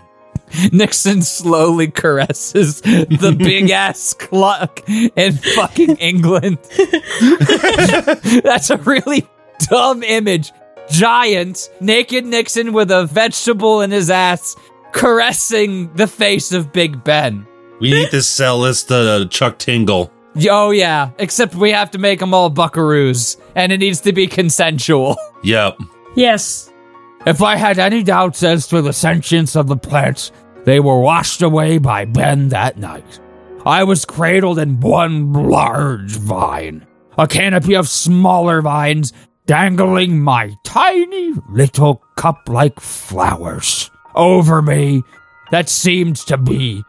[SPEAKER 3] Nixon slowly caresses the
[SPEAKER 8] <laughs>
[SPEAKER 3] big ass clock in fucking England. <laughs> That's a really dumb image. Giant, naked Nixon with a vegetable in his ass, caressing the face of Big Ben.
[SPEAKER 6] We need to sell this to Chuck Tingle.
[SPEAKER 3] Y- Oh, yeah, except we have to make them all buckaroos, and it needs to be consensual. <laughs>
[SPEAKER 6] Yep.
[SPEAKER 2] Yes.
[SPEAKER 8] If I had any doubts as to the sentience of the plants, they were washed away by Ben that night. I was cradled in one large vine, a canopy of smaller vines dangling my tiny little cup like flowers over me that seemed to be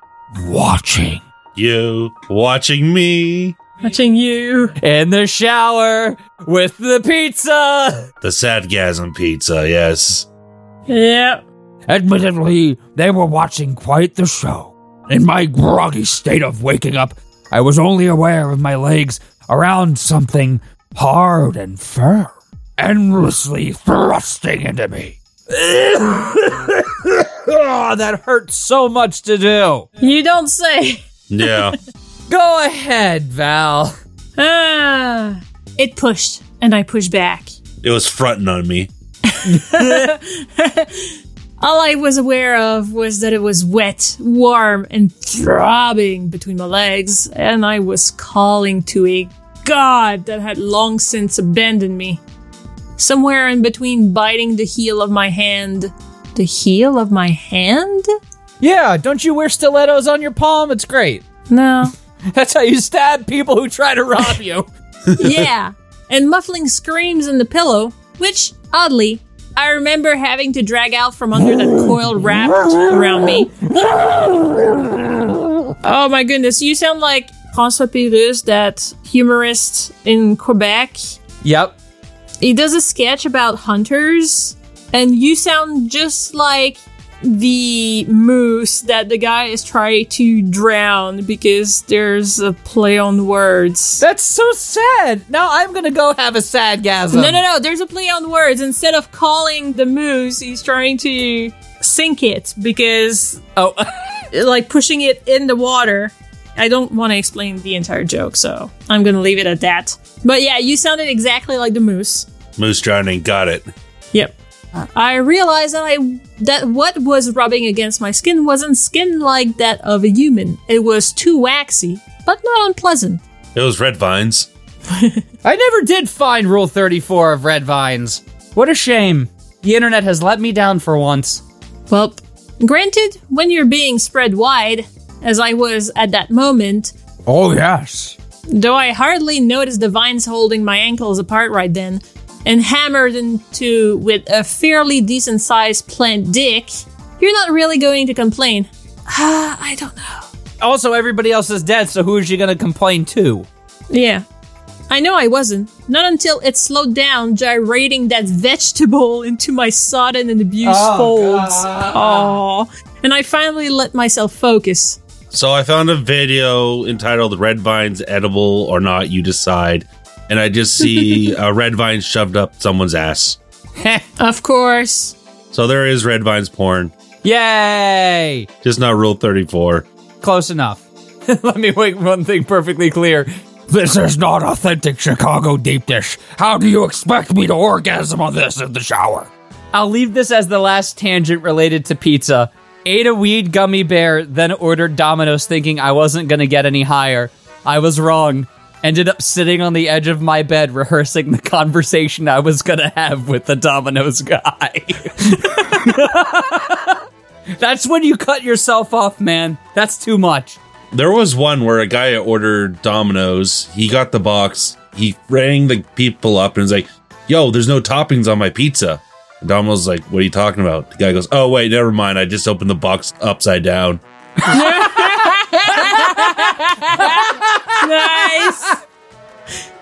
[SPEAKER 8] watching.
[SPEAKER 6] You watching me?
[SPEAKER 2] Watching you.
[SPEAKER 3] In the shower with the pizza.
[SPEAKER 6] The Sadgasm pizza, yes.
[SPEAKER 2] Yeah.
[SPEAKER 8] Admittedly, they were watching quite the show. In my groggy state of waking up, I was only aware of my legs around something hard and firm, endlessly thrusting into me.
[SPEAKER 3] Oh, that hurts so much to do.
[SPEAKER 2] You don't say.
[SPEAKER 6] <laughs> Yeah.
[SPEAKER 3] Go ahead, Val.
[SPEAKER 2] Ah. It pushed, and I pushed back.
[SPEAKER 6] it was fronting on me.
[SPEAKER 2] All I was aware of was that it was wet, warm, and throbbing between my legs, and I was calling to a god that had long since abandoned me. Somewhere in between biting the heel of my hand. The heel of my hand?
[SPEAKER 3] Yeah, don't you wear stilettos on your palm? It's great.
[SPEAKER 2] No.
[SPEAKER 3] That's how you stab people who try to rob
[SPEAKER 2] <laughs>
[SPEAKER 3] you.
[SPEAKER 2] yeah, and muffling screams in the pillow, which, oddly, I remember having to drag out from under that coiled wrap around me. oh my goodness, you sound like François Pérus, that humorist in Quebec.
[SPEAKER 3] yep.
[SPEAKER 2] He does a sketch about hunters, and you sound just like the moose that the guy is trying to drown because there's a play on words.
[SPEAKER 3] That's so sad. Now I'm gonna go have a sad gasm.
[SPEAKER 2] No, no, no. There's a play on words. Instead of calling the moose, he's trying to sink it because,
[SPEAKER 3] Oh, <laughs>
[SPEAKER 2] like, pushing it in the water. I don't want to explain the entire joke, so I'm going to leave it at that. But yeah, you sounded exactly like the moose.
[SPEAKER 6] Moose drowning, got it.
[SPEAKER 2] Yep. I realized that I that what was rubbing against my skin wasn't skin like that of a human. It was too waxy, but not unpleasant.
[SPEAKER 6] It was red vines.
[SPEAKER 3] I never did find Rule 34 of Red Vines. What a shame. The internet has let me down for once.
[SPEAKER 2] Well, granted, when you're being spread wide, as I was at that moment,
[SPEAKER 8] Oh, yes.
[SPEAKER 2] though I hardly noticed the vines holding my ankles apart right then, and hammered into with a fairly decent sized plant dick, you're not really going to complain. <sighs> Ah, I don't know.
[SPEAKER 3] Also, everybody else is dead, so who is she gonna complain to?
[SPEAKER 2] Yeah. I know I wasn't. Not until it slowed down, gyrating that vegetable into my sodden and abused folds. Aww. And I finally let myself focus.
[SPEAKER 6] So I found a video entitled Red Vines Edible or Not, You Decide. And I just <laughs> see a red vine shoved up someone's ass.
[SPEAKER 2] Of course.
[SPEAKER 6] So there is red vines porn,
[SPEAKER 3] Yay!
[SPEAKER 6] just not Rule 34.
[SPEAKER 3] Close enough. <laughs> let me make one thing perfectly clear.
[SPEAKER 8] This is not authentic Chicago deep dish. How do you expect me to orgasm on this in the shower?
[SPEAKER 3] I'll leave this as the last tangent related to pizza. Ate a weed gummy bear, then ordered Domino's thinking I wasn't going to get any higher. I was wrong. Ended up sitting on the edge of my bed rehearsing the conversation I was going to have with the Domino's guy. <laughs> That's when you cut yourself off, man. That's too much.
[SPEAKER 6] There was one where a guy ordered Domino's. He got the box. He rang the people up and was like, "Yo, there's no toppings on my pizza." And Domino's was like, "What are you talking about?" The guy goes, "Oh wait, never mind. I just opened the box upside down."
[SPEAKER 2] nice.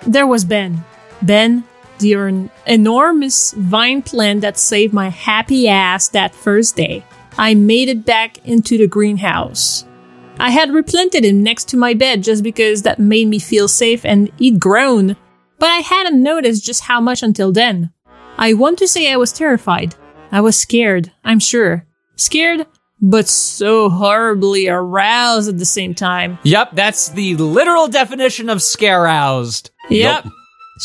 [SPEAKER 2] There was Ben. Ben, the en- enormous vine plant that saved my happy ass that first day. I made it back into the greenhouse. I had replanted him next to my bed just because that made me feel safe and he'd grown, but I hadn't noticed just how much until then. I want to say I was terrified. I was scared, I'm sure. Scared, but so horribly aroused at the same time.
[SPEAKER 3] Yep, that's the literal definition of scaroused.
[SPEAKER 2] Yep.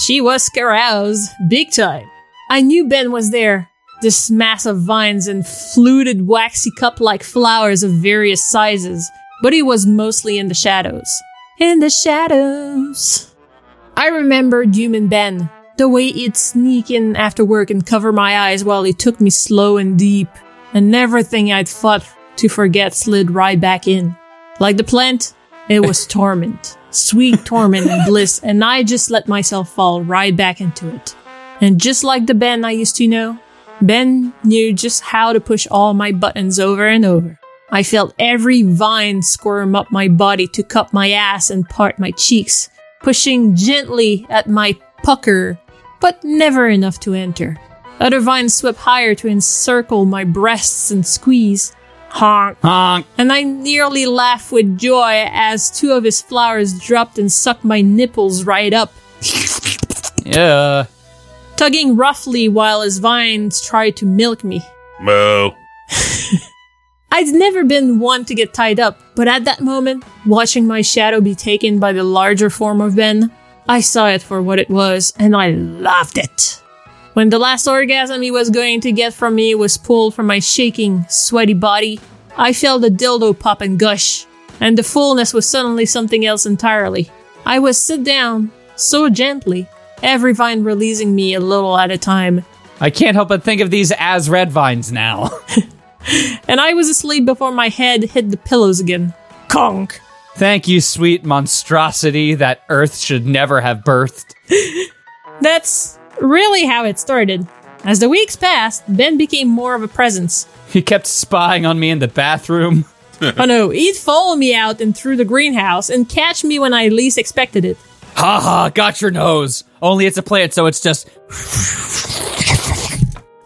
[SPEAKER 2] She was scaroused big time. I knew Ben was there. This mass of vines and fluted, waxy cup like flowers of various sizes, but he was mostly in the shadows. In the shadows. I remembered human Ben, the way he'd sneak in after work and cover my eyes while he took me slow and deep, and everything I'd fought to forget slid right back in. Like the plant, it was torment, sweet torment and bliss, and I just let myself fall right back into it. And just like the Ben I used to know, Ben knew just how to push all my buttons over and over. I felt every vine squirm up my body to cup my ass and part my cheeks, pushing gently at my pucker, but never enough to enter. Other vines swept higher to encircle my breasts and squeeze. Honk,
[SPEAKER 3] Honk.
[SPEAKER 2] and I nearly laughed with joy as two of his flowers dropped and sucked my nipples right up,
[SPEAKER 3] Yeah.
[SPEAKER 2] tugging roughly while his vines tried to milk me.
[SPEAKER 6] Moo.
[SPEAKER 2] I'd never been one to get tied up, but at that moment, watching my shadow be taken by the larger form of Ben, I saw it for what it was, and I loved it. When the last orgasm he was going to get from me was pulled from my shaking, sweaty body, I felt the dildo pop and gush, and the fullness was suddenly something else entirely. I was sit down, so gently, every vine releasing me a little at a time,
[SPEAKER 3] I can't help but think of these as red vines now. <laughs>
[SPEAKER 2] and I was asleep before my head hit the pillows again. Conk!
[SPEAKER 3] Thank you, sweet monstrosity that Earth should never have birthed.
[SPEAKER 2] That's really how it started. As the weeks passed, Ben became more of a presence.
[SPEAKER 3] He kept spying on me in the bathroom. <laughs>
[SPEAKER 2] oh no, he'd follow me out and through the greenhouse and catch me when I least expected it.
[SPEAKER 3] Ha ha! got your nose. Only it's a plant, so it's just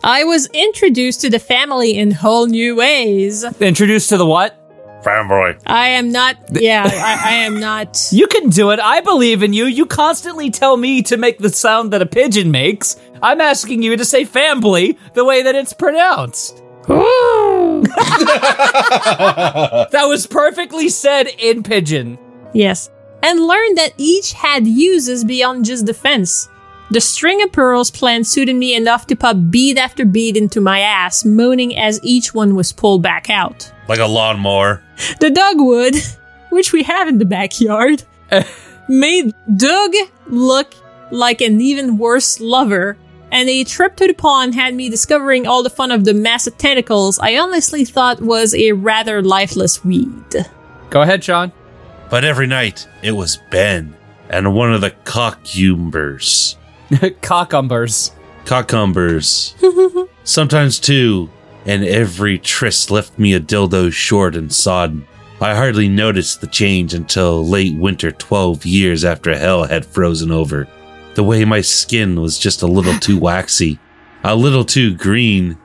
[SPEAKER 2] I was introduced to the family in whole new ways.
[SPEAKER 3] introduced to the what?
[SPEAKER 6] Fanboy.
[SPEAKER 2] I am not, yeah, I, I am not.
[SPEAKER 3] You can do it. I believe in you. You constantly tell me to make the sound that a pigeon makes. I'm asking you to say family the way that it's pronounced. that was perfectly said in pigeon.
[SPEAKER 2] Yes. And learned that each had uses beyond just defense. The string of pearls plan suited me enough to pop bead after bead into my ass, moaning as each one was pulled back out.
[SPEAKER 6] Like a lawnmower.
[SPEAKER 2] The dogwood, <laughs> which we have in the <laughs> backyard, made Doug look like an even worse lover, and a trip to the pond had me discovering all the fun of the mass of tentacles I honestly thought was a rather lifeless weed.
[SPEAKER 3] Go ahead, Sean. <laughs>
[SPEAKER 6] But every night, it was Ben and one of the cockcumbers.
[SPEAKER 3] Cockumbers.
[SPEAKER 6] Cockcumbers. <laughs> Sometimes two, and every tryst left me a dildo short and sodden. I hardly noticed the change until late winter, 12 years after hell had frozen over. The way my skin was just a little too waxy, a little too green.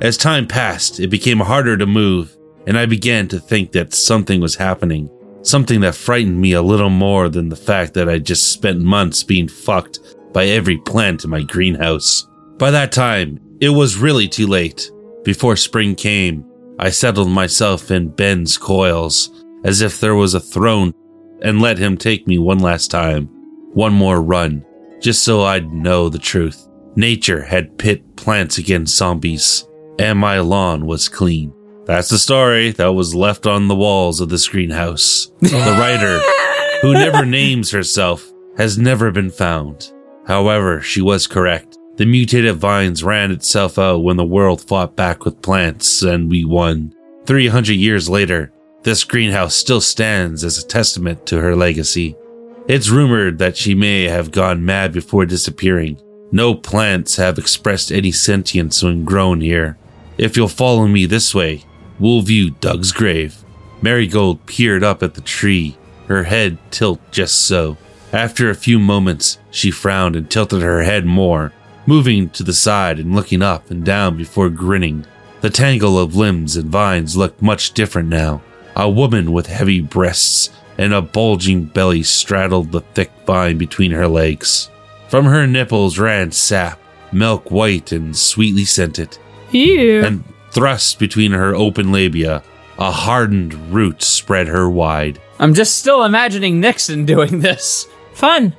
[SPEAKER 6] As time passed, it became harder to move, and I began to think that something was happening. Something that frightened me a little more than the fact that I just spent months being fucked by every plant in my greenhouse. By that time, it was really too late. Before spring came, I settled myself in Ben's coils, as if there was a throne, and let him take me one last time, one more run, just so I'd know the truth. Nature had pit plants against zombies, and my lawn was clean. That's the story that was left on the walls of this greenhouse. The writer, who never names herself, has never been found. However, she was correct. The mutated vines ran itself out when the world fought back with plants, and we won. 300 years later, this greenhouse still stands as a testament to her legacy. It's rumored that she may have gone mad before disappearing. No plants have expressed any sentience when grown here. If you'll follow me this way, we'll view Doug's grave. Marigold peered up at the tree, her head tilt just so. After a few moments, she frowned and tilted her head more, moving to the side and looking up and down before grinning. The tangle of limbs and vines looked much different now. A woman with heavy breasts and a bulging belly straddled the thick vine between her legs. From her nipples ran sap, milk white and sweetly scented,
[SPEAKER 2] Ew.
[SPEAKER 6] and thrust between her open labia, a hardened root spread her wide.
[SPEAKER 3] I'm just still imagining Nixon doing this.
[SPEAKER 2] Fun.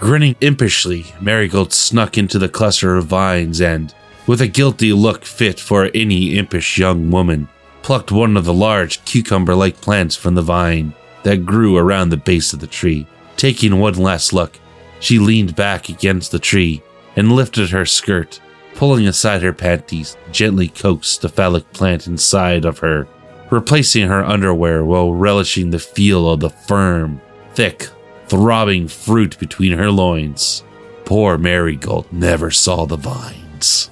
[SPEAKER 6] Grinning impishly, Marigold snuck into the cluster of vines and, with a guilty look fit for any impish young woman, plucked one of the large cucumber like plants from the vine that grew around the base of the tree. Taking one last look, she leaned back against the tree and lifted her skirt, pulling aside her panties, gently coaxed the phallic plant inside of her, replacing her underwear while relishing the feel of the firm, thick, throbbing fruit between her loins. Poor Marigold never saw the vines.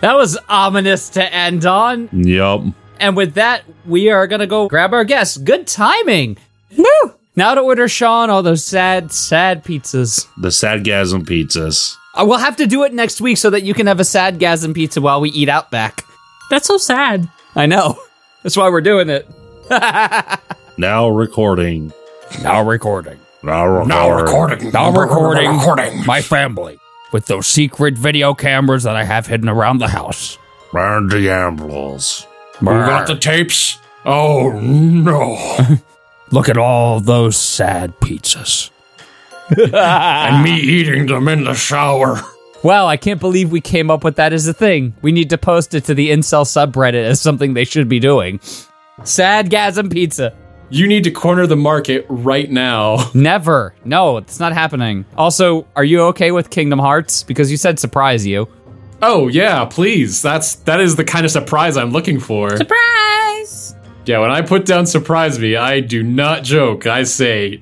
[SPEAKER 3] That was ominous to end on.
[SPEAKER 6] Yup.
[SPEAKER 3] And with that, we are going to go grab our guests. Good timing. Woo! Now to order Sean all those sad, sad pizzas.
[SPEAKER 6] The Sadgasm pizzas.
[SPEAKER 3] I will have to do it next week so that you can have a sad gasm pizza while we eat out back.
[SPEAKER 2] That's so sad.
[SPEAKER 3] I know. That's why we're doing it.
[SPEAKER 6] Now recording.
[SPEAKER 7] Now recording.
[SPEAKER 6] Now recording.
[SPEAKER 7] Now recording. Now recording. Recording. My family with those secret video cameras that I have hidden around the house.
[SPEAKER 6] Burn the ambules.
[SPEAKER 7] You got the tapes? Oh no. <laughs> Look at all those sad pizzas. <laughs> and me eating them in the shower.
[SPEAKER 3] Wow, I can't believe we came up with that as a thing. We need to post it to the incel subreddit as something they should be doing. Sad gasm pizza.
[SPEAKER 10] You need to corner the market right now. <laughs>
[SPEAKER 3] Never. No, it's not happening. Also, are you okay with Kingdom Hearts? Because you said surprise you.
[SPEAKER 10] Oh yeah, please. That's that is the kind of surprise I'm looking for.
[SPEAKER 2] Surprise!
[SPEAKER 10] Yeah, when I put down surprise me, I do not joke. I say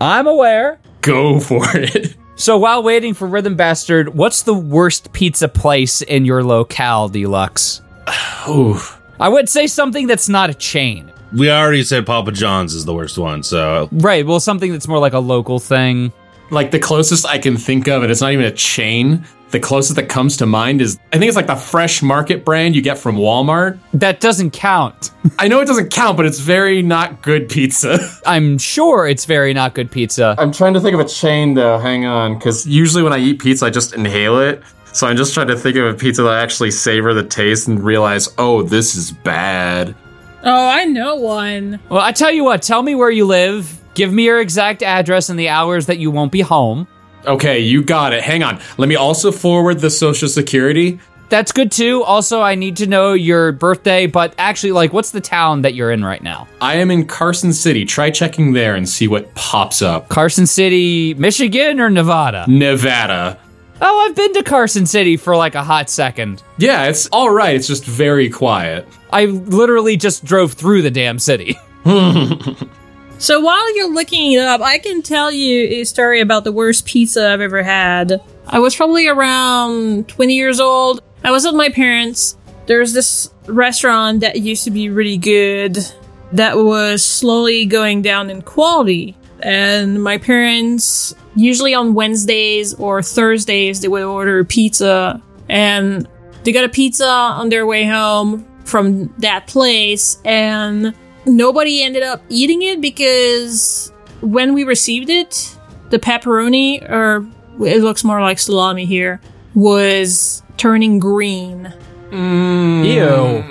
[SPEAKER 3] I'm aware.
[SPEAKER 10] go for it.
[SPEAKER 3] So while waiting for Rhythm Bastard, what's the worst pizza place in your locale, Deluxe?
[SPEAKER 10] Oof.
[SPEAKER 3] I would say something that's not a chain.
[SPEAKER 6] We already said Papa John's is the worst one, so
[SPEAKER 3] Right, well, something that's more like a local thing.
[SPEAKER 10] Like the closest I can think of, and it's not even a chain. The closest that comes to mind is I think it's like the fresh market brand you get from Walmart.
[SPEAKER 3] That doesn't count.
[SPEAKER 10] I know it doesn't count, but it's very not good pizza. <laughs>
[SPEAKER 3] I'm sure it's very not good pizza.
[SPEAKER 10] I'm trying to think of a chain though. Hang on, because usually when I eat pizza, I just inhale it. So I'm just trying to think of a pizza that I actually savor the taste and realize, oh, this is bad.
[SPEAKER 2] Oh, I know one.
[SPEAKER 3] Well, I tell you what, tell me where you live. Give me your exact address and the hours that you won't be home.
[SPEAKER 10] Okay, you got it. Hang on. Let me also forward the social security.
[SPEAKER 3] That's good too. Also, I need to know your birthday, but actually, like, what's the town that you're in right now?
[SPEAKER 10] I am in Carson City. Try checking there and see what pops up.
[SPEAKER 3] Carson City, Michigan, or Nevada?
[SPEAKER 10] Nevada.
[SPEAKER 3] Oh, I've been to Carson City for like a hot second.
[SPEAKER 10] Yeah, it's all right. It's just very quiet.
[SPEAKER 3] I literally just drove through the damn city.
[SPEAKER 2] So while you're looking it up, I can tell you a story about the worst pizza I've ever had. I was probably around 20 years old. I was with my parents. There's this restaurant that used to be really good that was slowly going down in quality. And my parents, usually on Wednesdays or Thursdays, they would order pizza. And they got a pizza on their way home from that place. And nobody ended up eating it because when we received it, the pepperoni, or it looks more like salami here, was turning green.
[SPEAKER 3] <laughs> Ew.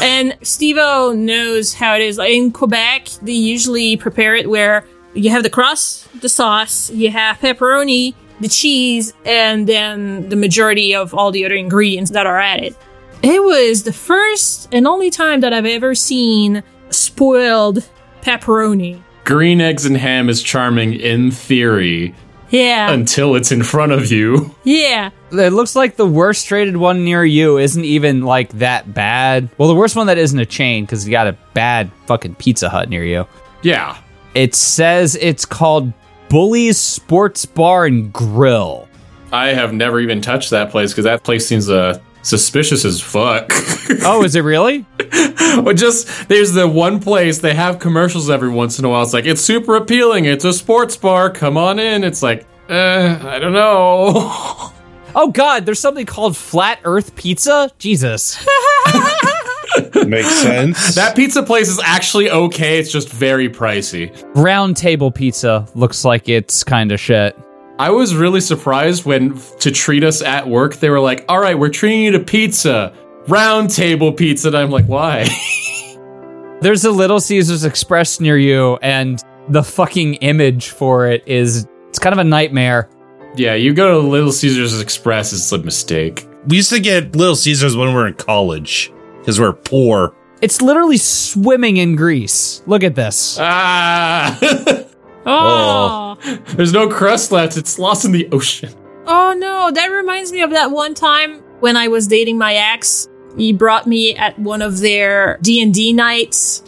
[SPEAKER 2] And Stevo knows how it is. In Quebec, they usually prepare it where you have the crust, the sauce, you have pepperoni, the cheese, and then the majority of all the other ingredients that are added. It was the first and only time that I've ever seen spoiled pepperoni.
[SPEAKER 10] Green eggs and ham is charming in theory
[SPEAKER 2] Yeah.
[SPEAKER 10] until it's in front of you. <laughs>
[SPEAKER 2] yeah.
[SPEAKER 3] It looks like the worst traded one near you isn't even like that bad. Well, the worst one that isn't a chain because you got a bad fucking Pizza Hut near you.
[SPEAKER 10] Yeah.
[SPEAKER 3] It says it's called Bully's Sports Bar and Grill.
[SPEAKER 10] I have never even touched that place because that place seems uh, suspicious as fuck. <laughs>
[SPEAKER 3] Oh, <laughs> is it really?
[SPEAKER 10] But just there's the one place they have commercials every once in a while. It's like it's super appealing. It's a sports bar. Come on in. It's like uh, I don't eh, know. <laughs>
[SPEAKER 3] Oh God, there's something called flat Earth pizza. <laughs> Jesus.
[SPEAKER 11] Makes sense.
[SPEAKER 10] That pizza place is actually okay. It's just very pricey.
[SPEAKER 3] Round table pizza looks like it's kind of shit.
[SPEAKER 10] I was really surprised when to treat us at work, they were like, "All right, we're treating you to pizza, round table pizza." And I'm like, "Why?" <laughs>
[SPEAKER 3] There's a Little Caesars Express near you, and the fucking image for it is it's kind of a nightmare.
[SPEAKER 10] yeah, you go to Little Caesars Express. It's a mistake.
[SPEAKER 6] We used to get Little Caesars when we were in college because we are poor.
[SPEAKER 3] It's literally swimming in grease. Look at
[SPEAKER 10] Uh.
[SPEAKER 3] this.
[SPEAKER 10] Ah, <laughs>
[SPEAKER 2] Oh.
[SPEAKER 10] there's no crust left. It's lost in the ocean.
[SPEAKER 2] Oh no, that reminds me of that one time when I was dating my ex. He brought me at one of their D&D nights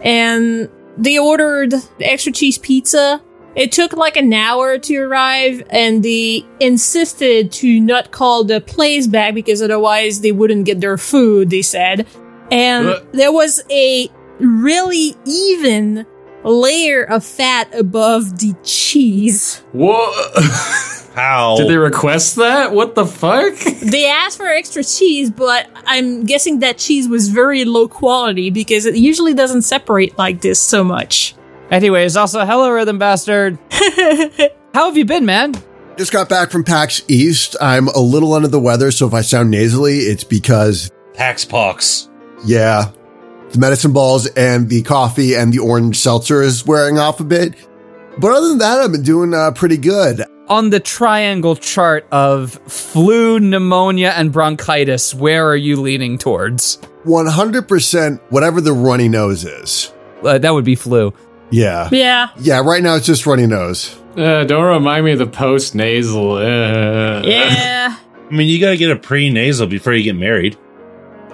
[SPEAKER 2] and they ordered the extra cheese pizza. It took like an hour to arrive and they insisted to not call the place back because otherwise they wouldn't get their food, they said. And
[SPEAKER 10] Ugh.
[SPEAKER 2] there was a really even layer of fat above the cheese.
[SPEAKER 10] Whoa!
[SPEAKER 11] How?
[SPEAKER 10] <laughs>
[SPEAKER 8] Oh.
[SPEAKER 10] Did they request that? What the fuck? <laughs>
[SPEAKER 2] They asked for extra cheese, but I'm guessing that cheese was very low quality because it usually doesn't separate like this so much.
[SPEAKER 3] Anyways, also hello, rhythm bastard. How have you been, man?
[SPEAKER 8] Just got back from PAX East. I'm a little under the weather, so if I sound nasally, it's because,
[SPEAKER 6] Pax Pox.
[SPEAKER 8] yeah, the medicine balls and the coffee and the orange seltzer is wearing off a bit. But other than that, I've been doing uh, pretty good.
[SPEAKER 3] On the triangle chart of flu, pneumonia, and bronchitis, where are you leaning towards?
[SPEAKER 8] 100% whatever the runny nose is.
[SPEAKER 3] Uh, that would be flu.
[SPEAKER 8] Yeah.
[SPEAKER 2] Yeah.
[SPEAKER 8] Yeah, right now it's just runny nose.
[SPEAKER 10] Uh, don't remind me of the uh, post nasal.
[SPEAKER 2] Yeah.
[SPEAKER 6] I mean, you got to get a pre-nasal before you get married.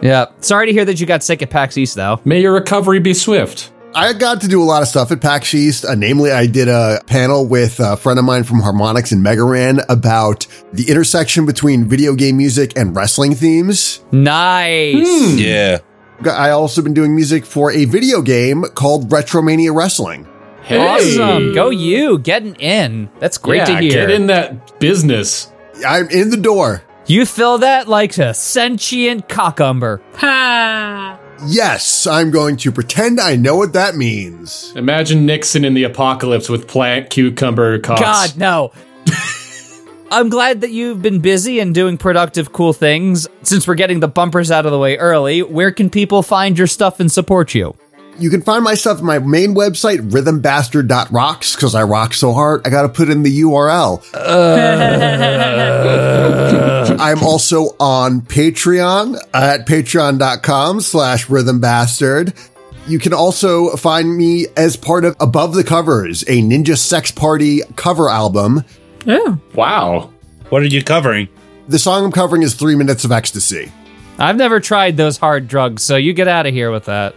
[SPEAKER 3] Yeah. Sorry to hear that you got sick at PAX East, though.
[SPEAKER 10] May your recovery be swift.
[SPEAKER 8] I got to do a lot of stuff at PAX East. Uh, namely, I did a panel with a friend of mine from Harmonix and Megaran about the intersection between video game music and wrestling themes.
[SPEAKER 3] Nice.
[SPEAKER 8] Hmm.
[SPEAKER 6] Yeah.
[SPEAKER 8] I also been doing music for a video game called Retromania Wrestling.
[SPEAKER 10] Hey.
[SPEAKER 3] Hmm. Awesome. Go you. Getting in. That's great
[SPEAKER 10] yeah,
[SPEAKER 3] to hear.
[SPEAKER 10] Get in that business.
[SPEAKER 8] I'm in the door.
[SPEAKER 3] You feel that like a sentient cockumber.
[SPEAKER 2] Ha.
[SPEAKER 8] Yes, I'm going to pretend I know what that means.
[SPEAKER 10] Imagine Nixon in the apocalypse with plant cucumber cocks.
[SPEAKER 3] God, no. <laughs> I'm glad that you've been busy and doing productive, cool things. Since we're getting the bumpers out of the way early, where can people find your stuff and support you?
[SPEAKER 8] You can find my stuff at my main website, rhythmbastard.rocks, because I rock so hard, I gotta put in the URL.
[SPEAKER 2] <laughs>
[SPEAKER 8] I'm also on Patreon at patreon.com slash rhythmbastard. You can also find me as part of Above the Covers, a Ninja Sex Party cover album.
[SPEAKER 10] Wow.
[SPEAKER 6] What are you covering?
[SPEAKER 8] The song I'm covering is Three Minutes of Ecstasy.
[SPEAKER 3] I've never tried those hard drugs, so you get out of here with that.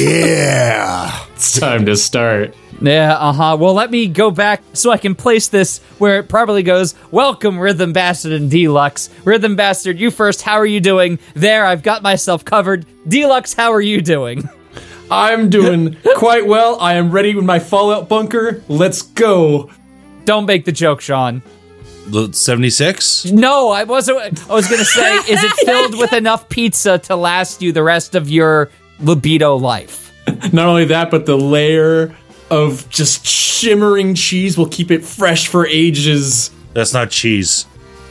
[SPEAKER 8] Yeah.
[SPEAKER 10] It's time to start.
[SPEAKER 3] Yeah, uh huh. Well, let me go back so I can place this where it properly goes. Welcome, Rhythm Bastard and Deluxe. Rhythm Bastard, you first. How are you doing? There, I've got myself covered. Deluxe, how are you doing? <laughs>
[SPEAKER 10] I'm doing quite well. I am ready with my Fallout bunker. Let's go.
[SPEAKER 3] Don't make the joke, Sean.
[SPEAKER 6] The 76?
[SPEAKER 3] No, I wasn't. I was gonna say, is it filled with enough pizza to last you the rest of your libido life?
[SPEAKER 10] Not only that, but the layer of just shimmering cheese will keep it fresh for ages.
[SPEAKER 6] That's not cheese.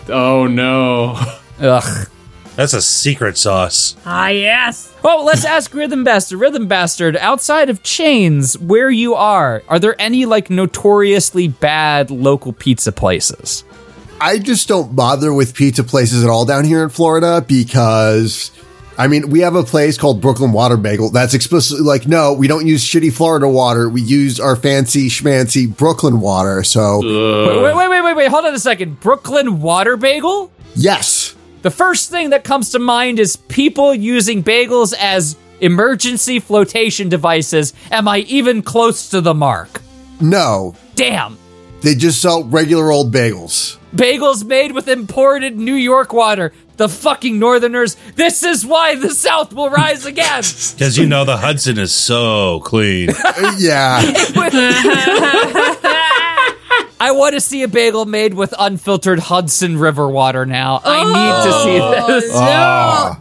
[SPEAKER 10] Oh no. <laughs>
[SPEAKER 3] Ugh.
[SPEAKER 6] That's a secret sauce.
[SPEAKER 2] Ah, yes.
[SPEAKER 3] Oh, let's ask Rhythm Bastard. Rhythm Bastard, outside of chains, where you are, are there any like notoriously bad local pizza places?
[SPEAKER 8] I just don't bother with pizza places at all down here in Florida because, I mean, we have a place called Brooklyn Water Bagel that's explicitly like, no, we don't use shitty Florida water. We use our fancy schmancy Brooklyn water. So,
[SPEAKER 3] Wait, wait, wait, wait, wait, wait. Hold on a second. Brooklyn water bagel?
[SPEAKER 8] yes,
[SPEAKER 3] The first thing that comes to mind is people using bagels as emergency flotation devices. Am I even close to the mark?
[SPEAKER 8] no,
[SPEAKER 3] Damn.
[SPEAKER 8] they just sell regular old
[SPEAKER 10] <laughs>
[SPEAKER 8] bagels.
[SPEAKER 3] Bagels made with imported New York water. The fucking Northerners. This is why the South will rise again.
[SPEAKER 6] Because you know the Hudson is so clean.
[SPEAKER 8] yeah.
[SPEAKER 3] I want to see a bagel made with unfiltered Hudson River water now. I need to see this.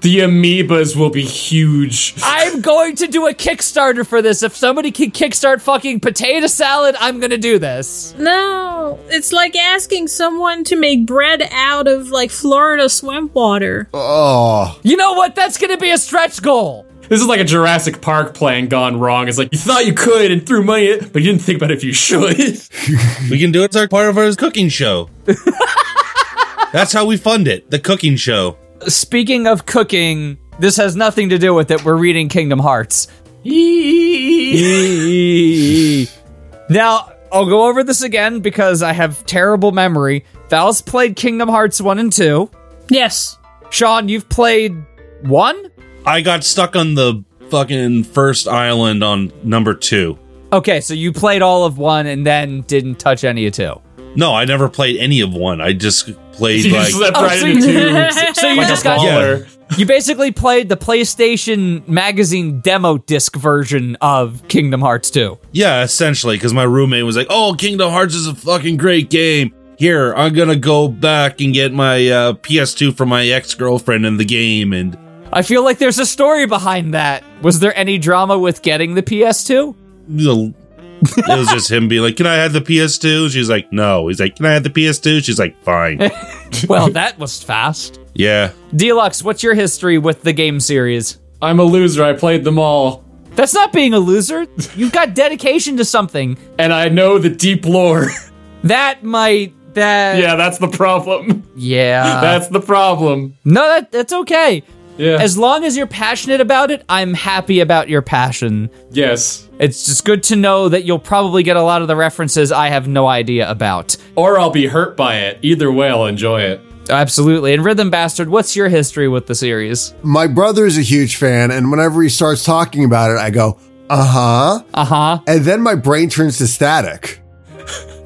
[SPEAKER 10] The amoebas will be huge.
[SPEAKER 3] I'm going to do a Kickstarter for this. If somebody can kickstart fucking potato salad, I'm going to do this.
[SPEAKER 2] No, it's like asking someone to make bread out of like Florida swamp water.
[SPEAKER 8] Oh,
[SPEAKER 3] You know what? That's going to be a stretch goal.
[SPEAKER 10] This is like a Jurassic Park plan gone wrong. It's like you thought you could and threw money at it, but you didn't think about if you should.
[SPEAKER 6] We can do it as our part of our cooking
[SPEAKER 10] <laughs>
[SPEAKER 6] show. That's how we fund it. The cooking show.
[SPEAKER 3] Speaking of cooking, this has nothing to do with it. We're reading Kingdom Hearts. <laughs> now, I'll go over this again because I have terrible memory. Val's played Kingdom Hearts 1 and 2.
[SPEAKER 2] Yes.
[SPEAKER 3] Sean, you've played 1?
[SPEAKER 6] I got stuck on the fucking first island on number two.
[SPEAKER 3] Okay, so you played all of 1 and then didn't touch any of 2.
[SPEAKER 6] No, I never played any of one. I just played
[SPEAKER 10] You
[SPEAKER 6] like
[SPEAKER 10] just slept
[SPEAKER 3] Oh,
[SPEAKER 10] right
[SPEAKER 3] so
[SPEAKER 10] into
[SPEAKER 2] you-
[SPEAKER 3] <laughs>
[SPEAKER 10] tubes.
[SPEAKER 3] So you
[SPEAKER 10] like
[SPEAKER 3] just
[SPEAKER 10] a
[SPEAKER 3] got-
[SPEAKER 10] baller.
[SPEAKER 3] You basically played the PlayStation Magazine demo disc version of Kingdom Hearts 2.
[SPEAKER 6] Yeah, essentially, because my roommate was like, "Oh, Kingdom Hearts is a fucking great game." Here, I'm gonna go back and get my uh, PS2 from my ex girlfriend in the game, and
[SPEAKER 3] I feel like there's a story behind that. Was there any drama with getting the
[SPEAKER 10] <laughs>
[SPEAKER 3] PS2?
[SPEAKER 6] the- <laughs> it was just him being like, "Can I have the PS2?" She's like, "No." He's like, "Can I have the PS2?" She's like,
[SPEAKER 10] <laughs>
[SPEAKER 6] "Fine."
[SPEAKER 3] Well, that was fast.
[SPEAKER 6] yeah,
[SPEAKER 3] Deluxe, what's your history with the game series?
[SPEAKER 10] I'm a loser. I played them all,
[SPEAKER 3] That's not being a loser. You've got dedication to something.
[SPEAKER 10] and I know the deep lore. <laughs>
[SPEAKER 3] That might that
[SPEAKER 10] yeah, that's the problem. <laughs>
[SPEAKER 8] Uh.
[SPEAKER 3] yeah.
[SPEAKER 10] That's the problem.
[SPEAKER 3] no, that that's okay.
[SPEAKER 10] Yeah.
[SPEAKER 3] As long as you're passionate about it, I'm happy about your passion.
[SPEAKER 10] yes.
[SPEAKER 3] It's just good to know that you'll probably get a lot of the references I have no idea about.
[SPEAKER 10] Or I'll be hurt by it. Either way, I'll enjoy it.
[SPEAKER 3] Absolutely. And Rhythm Bastard, what's your history with the series?
[SPEAKER 8] my brother's a huge fan, and whenever he starts talking about it, I go, uh huh.
[SPEAKER 3] Uh
[SPEAKER 10] Uh-huh.
[SPEAKER 3] huh.
[SPEAKER 8] And then my brain turns to static.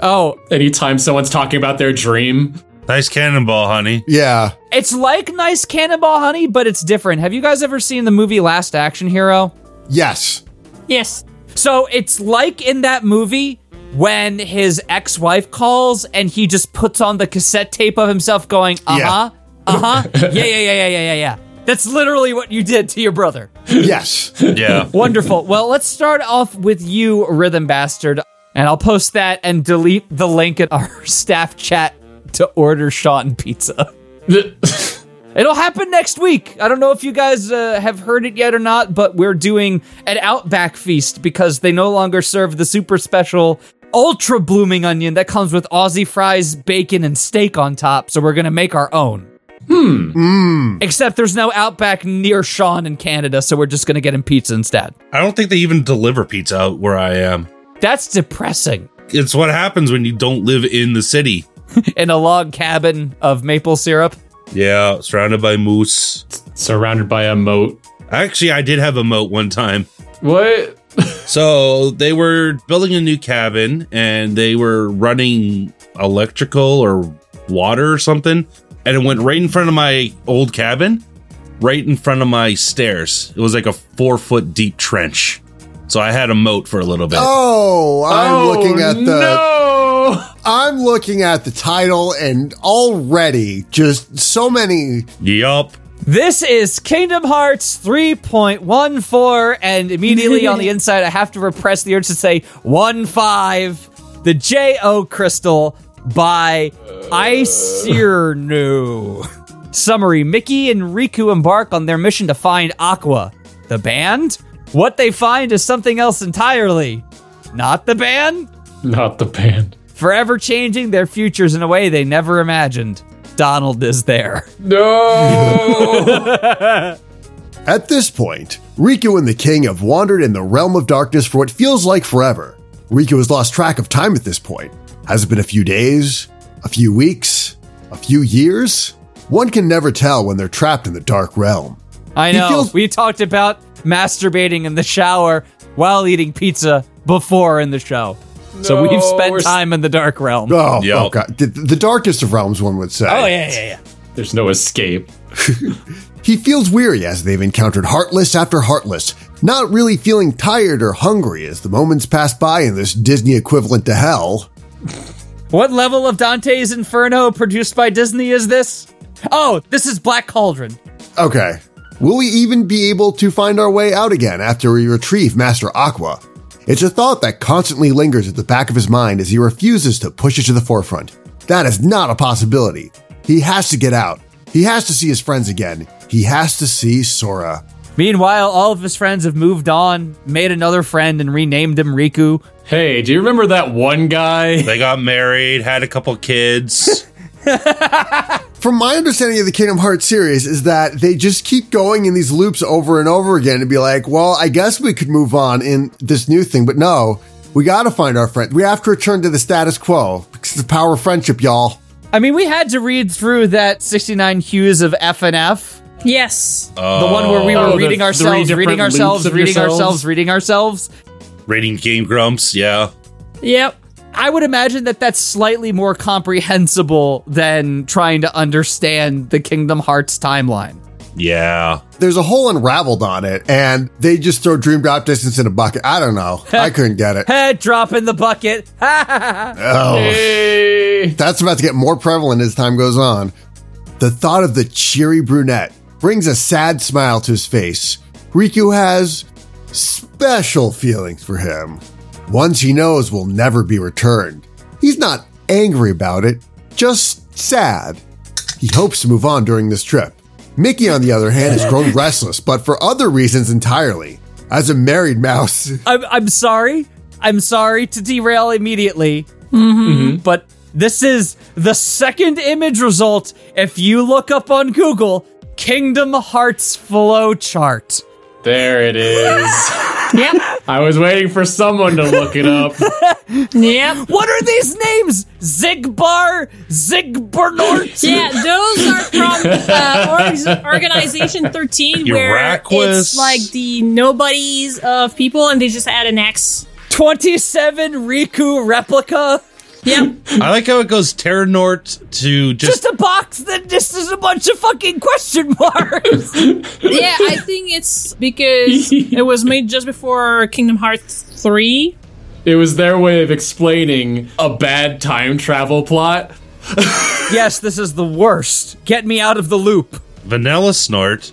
[SPEAKER 3] Oh,
[SPEAKER 10] Anytime someone's talking about their dream,
[SPEAKER 6] nice cannonball, honey.
[SPEAKER 8] Yeah.
[SPEAKER 3] It's like Nice Cannonball Honey, but it's different. Have you guys ever seen the movie Last Action Hero?
[SPEAKER 8] Yes.
[SPEAKER 2] Yes.
[SPEAKER 3] So it's like in that movie when his ex wife calls and he just puts on the cassette tape of himself going, uh huh, uh huh, yeah, yeah, yeah, yeah, yeah, yeah, yeah. That's literally what you did to your brother.
[SPEAKER 8] Yes.
[SPEAKER 6] <laughs> Yeah,
[SPEAKER 3] Wonderful. well, let's start off with you, Rhythm Bastard, and I'll post that and delete the link in our <laughs> staff chat to order Sean pizza. It'll happen next week. I don't know if you guys uh, have heard it yet or not, but we're doing an Outback feast because they no longer serve the super special ultra blooming onion that comes with Aussie fries, bacon, and steak on top. So we're going to make our own. Hmm. Except there's no Outback near Sean in Canada, so we're just going to get him pizza instead.
[SPEAKER 6] I don't think they even deliver pizza out where I am.
[SPEAKER 3] That's depressing.
[SPEAKER 6] It's what happens when you don't live in the city.
[SPEAKER 3] In a log cabin of maple syrup.
[SPEAKER 6] Yeah, surrounded by moose.
[SPEAKER 10] <laughs> surrounded by a moat.
[SPEAKER 6] Actually, I did have a moat one time.
[SPEAKER 10] What?
[SPEAKER 6] So they were building a new cabin and they were running electrical or water or something. And it went right in front of my old cabin, right in front of my stairs. It was like a four foot deep trench. So I had a moat for a little bit.
[SPEAKER 8] Oh, I'm looking at the
[SPEAKER 10] no.
[SPEAKER 8] I'm looking at the title and already just so many
[SPEAKER 6] Yup.
[SPEAKER 3] This is Kingdom Hearts 3.14, and immediately on the inside, I have to repress the urge to say 1.5, the J.O. Crystal by Icernu. Summary Mickey and Riku embark on their mission to find Aqua, the band. What they find is something else entirely. Not the band,
[SPEAKER 10] Not the band.
[SPEAKER 3] forever changing their futures in a way they never imagined. Donald is there.
[SPEAKER 10] No.
[SPEAKER 8] At this point, Riku and the King have wandered in the realm of darkness for what feels like forever. Riku has lost track of time at this point. Has it been a few days? A few weeks? A few years? One can never tell when they're trapped in the dark realm.
[SPEAKER 3] I
[SPEAKER 8] He
[SPEAKER 3] know.
[SPEAKER 8] feels-
[SPEAKER 3] we talked about masturbating in the shower while eating pizza before in the show. so
[SPEAKER 10] No,
[SPEAKER 3] we've
[SPEAKER 10] we're
[SPEAKER 3] spent
[SPEAKER 10] s-
[SPEAKER 3] time in the dark realm.
[SPEAKER 8] Oh,
[SPEAKER 6] Yeah.
[SPEAKER 8] oh God. The, the darkest of realms, one would say.
[SPEAKER 3] Oh yeah, yeah, yeah.
[SPEAKER 10] There's no escape.
[SPEAKER 8] He feels weary as they've encountered Heartless after Heartless, not really feeling tired or hungry as the moments pass by in this Disney equivalent to hell.
[SPEAKER 3] What level of Dante's Inferno produced by Disney is this? Oh, this is Black Cauldron.
[SPEAKER 8] Okay. Will we even be able to find our way out again after we retrieve Master Aqua? It's a thought that constantly lingers at the back of his mind as he refuses to push it to the forefront. That is not a possibility. He has to get out. He has to see his friends again. He has to see Sora.
[SPEAKER 3] Meanwhile, all of his friends have moved on, made another friend, and renamed him Riku.
[SPEAKER 10] Hey, do you remember that one guy?
[SPEAKER 6] They got married, had a couple <laughs> kids.
[SPEAKER 8] From my understanding of the Kingdom Hearts series, is that they just keep going in these loops over and over again and be like, well, I guess we could move on in this new thing, but no, we gotta find our friend. We have to return to the status quo because it's the power of friendship, y'all.
[SPEAKER 3] I mean, we had to read through that 69 hues of F and F.
[SPEAKER 2] Yes.
[SPEAKER 3] The one where we were
[SPEAKER 10] Oh, the
[SPEAKER 3] reading
[SPEAKER 10] three
[SPEAKER 3] ourselves,
[SPEAKER 10] different
[SPEAKER 3] reading
[SPEAKER 10] loops
[SPEAKER 3] ourselves,
[SPEAKER 10] of
[SPEAKER 3] reading
[SPEAKER 10] yourselves?
[SPEAKER 3] ourselves, reading ourselves.
[SPEAKER 6] Rating Game Grumps, yeah.
[SPEAKER 2] Yep.
[SPEAKER 3] I would imagine that that's slightly more comprehensible than trying to understand the Kingdom Hearts timeline.
[SPEAKER 6] Yeah.
[SPEAKER 8] There's a whole unraveled on it, and they just throw Dream Drop Distance in a bucket. I don't know. I couldn't get it.
[SPEAKER 3] Head drop in the bucket. <laughs>
[SPEAKER 8] Oh,
[SPEAKER 10] Hey.
[SPEAKER 8] that's about to get more prevalent as time goes on. The thought of the cheery brunette brings a sad smile to his face. Riku has special feelings for him, ones he knows will never be returned. He's not angry about it, just sad. He hopes to move on during this trip. Mickey, on the other hand, has grown <laughs> restless, but for other reasons entirely. As a married mouse,
[SPEAKER 3] I'm, I'm sorry. I'm sorry to derail immediately.
[SPEAKER 10] Mm-hmm.
[SPEAKER 3] Mm-hmm. But this is the second image result. If you look up on Google, Kingdom Hearts flowchart.
[SPEAKER 10] <laughs> There it is.
[SPEAKER 2] Yep.
[SPEAKER 10] I was waiting for someone to look it up.
[SPEAKER 2] yep.
[SPEAKER 3] What are these names? Zigbar, Zigbernort.
[SPEAKER 2] Yeah, those are from <laughs> uh, org- Organization 13, where
[SPEAKER 6] Iraquis.
[SPEAKER 2] it's like the nobodies of people, and they just add an X.
[SPEAKER 3] 27 Riku replica.
[SPEAKER 2] Yep.
[SPEAKER 6] I like how it goes Terra Nort to just,
[SPEAKER 3] Just a box that just is a bunch of fucking question marks.
[SPEAKER 2] yeah, I think it's <laughs> because it was made just before Kingdom Hearts 3.
[SPEAKER 10] It was their way of explaining a bad time travel plot.
[SPEAKER 3] <laughs> yes, this is the worst. Get me out of the loop.
[SPEAKER 6] Vanilla Snort.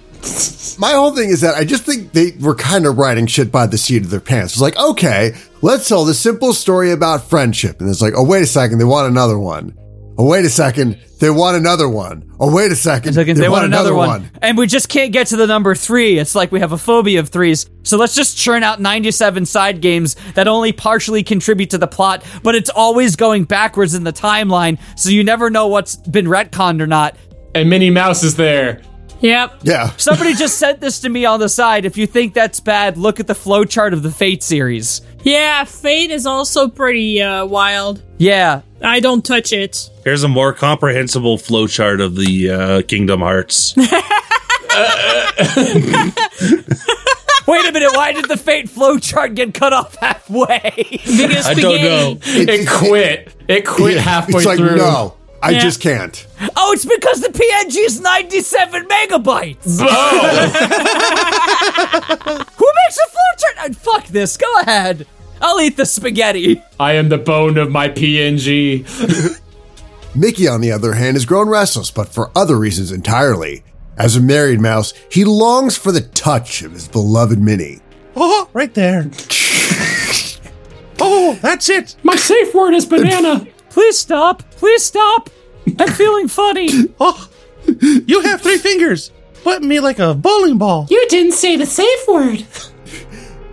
[SPEAKER 8] My whole thing is that I just think they were kind of writing shit by the seat of their pants. It's like, okay, let's tell the simple story about friendship. And it's like, oh, wait a second, they want another one. Oh, wait a second, they want another one. Oh, wait a second,
[SPEAKER 3] Second, they, want, another, one. And we just can't get to the number three. It's like we have a phobia of threes. So let's just churn out 97 side games that only partially contribute to the plot, but it's always going backwards in the timeline, so you never know what's been retconned or not.
[SPEAKER 10] And Minnie Mouse is there.
[SPEAKER 2] Yep.
[SPEAKER 8] Yeah.
[SPEAKER 3] Somebody <laughs> just sent this to me on the side. If you think that's bad, look at the flowchart of the Fate series.
[SPEAKER 2] Yeah, Fate is also pretty uh, wild.
[SPEAKER 3] Yeah.
[SPEAKER 2] I don't touch it.
[SPEAKER 6] Here's a more comprehensible flowchart of the uh, Kingdom Hearts.
[SPEAKER 3] Wait a minute, why did the Fate flowchart get cut off halfway?
[SPEAKER 2] Because
[SPEAKER 6] <laughs> I don't know.
[SPEAKER 10] It quit. It quit
[SPEAKER 8] Yeah,
[SPEAKER 10] halfway
[SPEAKER 8] It's like,
[SPEAKER 10] through.
[SPEAKER 8] no, I
[SPEAKER 2] Yeah.
[SPEAKER 8] just can't.
[SPEAKER 3] Oh, it's because the PNG is 97 megabytes. <laughs> Who makes a flowchart? Uh, Fuck this. Go ahead. I'll eat the spaghetti.
[SPEAKER 10] I am the bone of my PNG.
[SPEAKER 8] Mickey, on the other hand, has grown restless, but for other reasons entirely. As a married mouse, he longs for the touch of his beloved Minnie.
[SPEAKER 6] oh,
[SPEAKER 5] <laughs>
[SPEAKER 6] right there. oh, that's it.
[SPEAKER 10] My safe word is banana.
[SPEAKER 3] Please stop. Please stop. I'm feeling funny.
[SPEAKER 6] Oh, you have three fingers. Put me like a bowling ball.
[SPEAKER 12] You didn't say the safe word.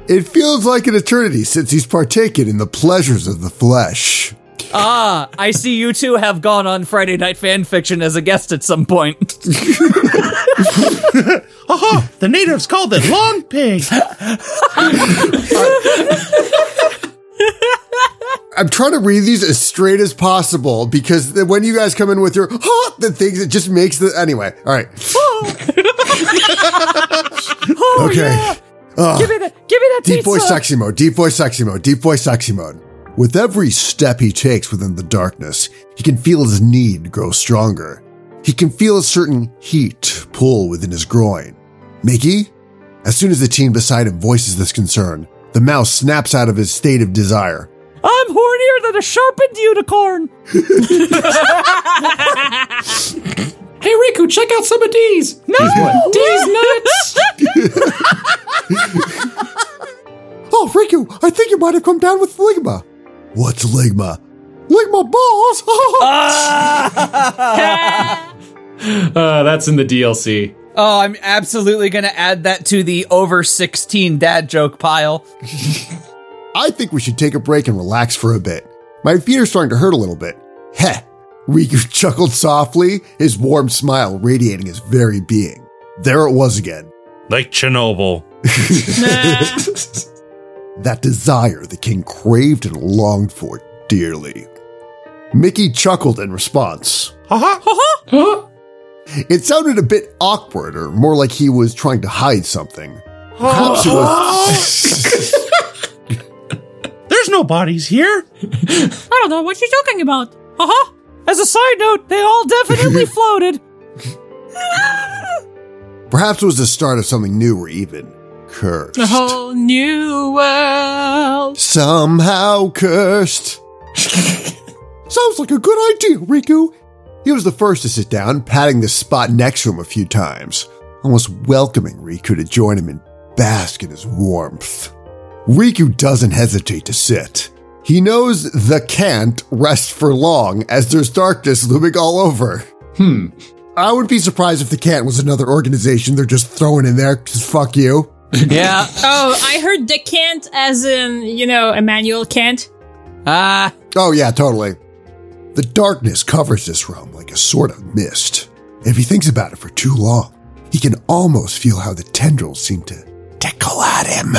[SPEAKER 8] It feels like an eternity since he's partaken in the pleasures of the flesh.
[SPEAKER 3] Ah, I see you two have gone on Friday Night Fan Fiction as a guest at some
[SPEAKER 8] <laughs>
[SPEAKER 3] point.
[SPEAKER 6] Oh, the natives called it long pig.
[SPEAKER 8] I'm trying to read these as straight as possible because the- when you guys come in with your huh, the things, it just makes the anyway. All right.
[SPEAKER 3] <laughs> Oh,
[SPEAKER 8] Okay. Ugh.
[SPEAKER 3] Give me that, give me that
[SPEAKER 8] deep
[SPEAKER 3] pizza.
[SPEAKER 8] voice sexy mode. Deep voice sexy mode. Deep voice sexy mode. With every step he takes within the darkness, he can feel his need grow stronger. He can feel a certain heat pull within his groin. Mickey? As soon as the teen beside him voices this concern, the mouse snaps out of his state of desire.
[SPEAKER 3] I'm hornier than a sharpened unicorn.
[SPEAKER 12] Hey Riku, check out some of these. No, these nuts.
[SPEAKER 8] Oh, Riku, I think you might have come down with Ligma. What's Ligma? Ligma balls!
[SPEAKER 10] Uh, that's in the DLC.
[SPEAKER 3] Oh, I'm absolutely going to add that to the over 16 dad joke pile.
[SPEAKER 8] I think we should take a break and relax for a bit. My feet are starting to hurt a little bit. Heh. Riku <laughs> chuckled softly, his warm smile radiating his very being. There it was again.
[SPEAKER 6] Like Chernobyl.
[SPEAKER 8] That desire the king craved and longed for dearly. Mickey chuckled in response.
[SPEAKER 11] Ha ha ha ha.
[SPEAKER 8] It sounded a bit awkward or more like he was trying to hide something. Perhaps it was.
[SPEAKER 6] There's no bodies here.
[SPEAKER 2] I don't know what you're talking about. Uh huh.
[SPEAKER 3] As a side note, they all definitely floated.
[SPEAKER 8] Perhaps it was the start of something new or even cursed.
[SPEAKER 2] A whole new world. <laughs>
[SPEAKER 8] Somehow cursed. Sounds like a good idea, Riku. He was the first to sit down, patting the spot next to him a few times, almost welcoming Riku to join him and bask in his warmth. Riku doesn't hesitate to sit. He knows the can't rest for long as there's darkness looming all over.
[SPEAKER 10] Hmm.
[SPEAKER 8] I would be surprised if the can't was another organization they're just throwing in there because fuck you.
[SPEAKER 3] Yeah.
[SPEAKER 2] Oh, I heard the Kant as in, you know, Emmanuel Kant.
[SPEAKER 3] Ah.
[SPEAKER 8] Oh, yeah, totally. The darkness covers this room like a sort of mist. If he thinks about it for too long, he can almost feel how the tendrils seem to tickle at him,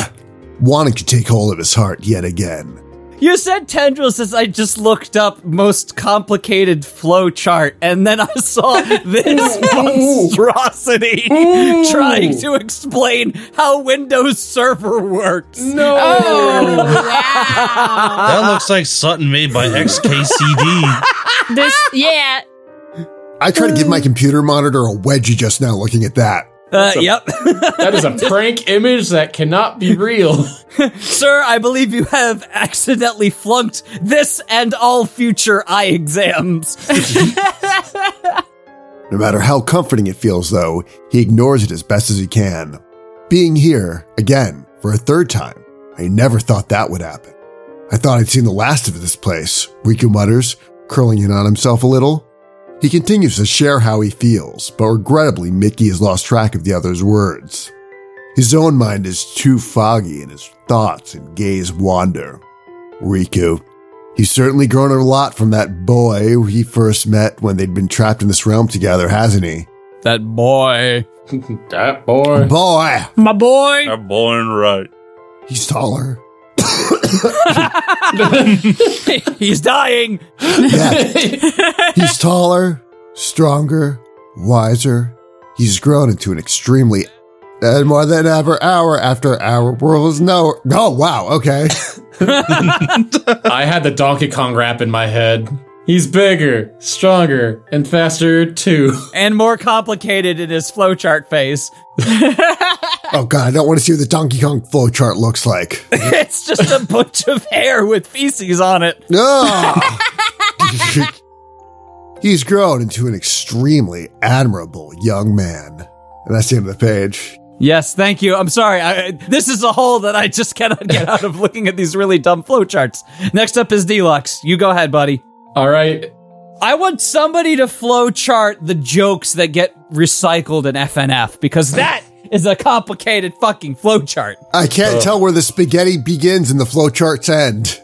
[SPEAKER 8] wanting to take hold of his heart yet again.
[SPEAKER 3] You said tendrils as I just looked up most complicated flow chart, and then I saw this monstrosity trying to explain how Windows Server works. Uh, No.
[SPEAKER 6] That looks like something made by XKCD.
[SPEAKER 12] <laughs>
[SPEAKER 2] This, yeah.
[SPEAKER 8] I tried to give my computer monitor a wedgie just now looking at that.
[SPEAKER 3] Uh, yep. <laughs>
[SPEAKER 10] That is a prank <laughs> image that cannot be real. <laughs>
[SPEAKER 3] Sir, I believe you have accidentally flunked this and all future eye exams.
[SPEAKER 8] No matter how comforting it feels, though, he ignores it as best as he can. Being here, again, for a third time, I never thought that would happen. I thought I'd seen the last of this place, Riku mutters, curling in on himself a little. He continues to share how he feels, but regrettably, Mickey has lost track of the other's words. His own mind is too foggy, and his thoughts and gaze wander. Riku. He's certainly grown a lot from that boy he first met when they'd been trapped in this realm together, hasn't he?
[SPEAKER 3] that boy.
[SPEAKER 10] that boy.
[SPEAKER 8] Boy!
[SPEAKER 2] My boy.
[SPEAKER 6] Are born right.
[SPEAKER 8] Oh, He's taller.
[SPEAKER 3] He's dying.
[SPEAKER 8] Yeah. He's taller, stronger, wiser. He's grown into an extremely and more than ever, hour after hour, world is no. Oh, wow. Okay.
[SPEAKER 10] I had the Donkey Kong rap in my head. He's bigger, stronger, and faster too. <laughs>
[SPEAKER 3] And more complicated in his flowchart face. <laughs>
[SPEAKER 8] Oh, God. I don't want to see what the Donkey Kong flow chart looks like.
[SPEAKER 3] It's just a bunch of hair with feces on it.
[SPEAKER 8] Ah! <laughs> He's grown into an extremely admirable young man. And that's the end of the page.
[SPEAKER 3] Yes, thank you. I'm sorry. I, this is a hole that I just cannot get out of looking at these really dumb flowcharts. Next up is Deluxe. You go ahead, buddy.
[SPEAKER 10] All right. <laughs>
[SPEAKER 3] I want somebody to flowchart the jokes that get recycled in FNF because that is a complicated fucking flowchart.
[SPEAKER 8] I can't tell where the spaghetti begins and the flowcharts end.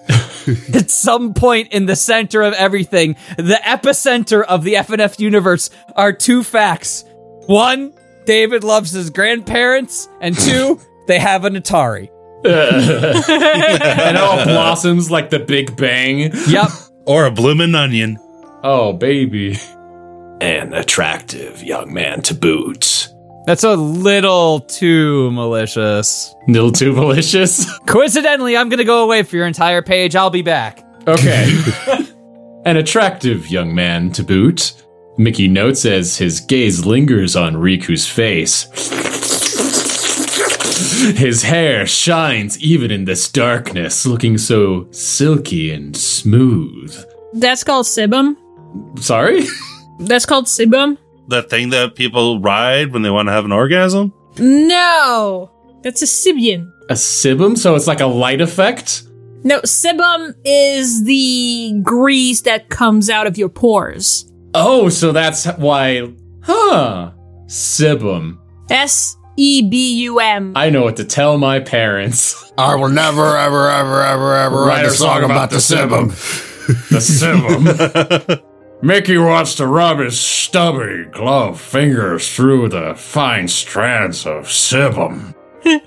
[SPEAKER 3] At some point in the center of everything, the epicenter of the FNF universe are two facts. One, David loves his grandparents, and <laughs> two, they have an Atari.
[SPEAKER 10] And
[SPEAKER 8] <laughs>
[SPEAKER 10] it all blossoms like the Big Bang.
[SPEAKER 3] Yep.
[SPEAKER 6] Or a bloomin' onion.
[SPEAKER 10] Oh, baby.
[SPEAKER 13] An attractive young man to boot.
[SPEAKER 3] That's a little too malicious.
[SPEAKER 10] Little
[SPEAKER 13] <laughs>
[SPEAKER 10] too malicious.
[SPEAKER 3] Coincidentally, I'm going to go away for your entire page. I'll be back.
[SPEAKER 13] <laughs>
[SPEAKER 10] Okay. An attractive young man to boot. Mickey notes as his gaze lingers on Riku's face.
[SPEAKER 14] His hair shines even in this darkness, looking so silky and smooth.
[SPEAKER 2] That's called Sibum.
[SPEAKER 14] Sorry?
[SPEAKER 2] That's called Sibum.
[SPEAKER 6] The thing that people ride when they want to have an orgasm?
[SPEAKER 2] No, that's a Sibian.
[SPEAKER 14] A sibum, so it's like a light effect?
[SPEAKER 2] No, Sibum is the grease that comes out of your pores.
[SPEAKER 14] Oh, so that's why. Huh. Sibum.
[SPEAKER 2] S E B U M.
[SPEAKER 14] I know what to tell my parents.
[SPEAKER 8] I will never, ever, ever, ever, ever write a song about the Sibum.
[SPEAKER 10] The
[SPEAKER 14] <laughs>
[SPEAKER 10] Sibum. Mickey wants to rub his stubby glove fingers through the fine strands of Sibum.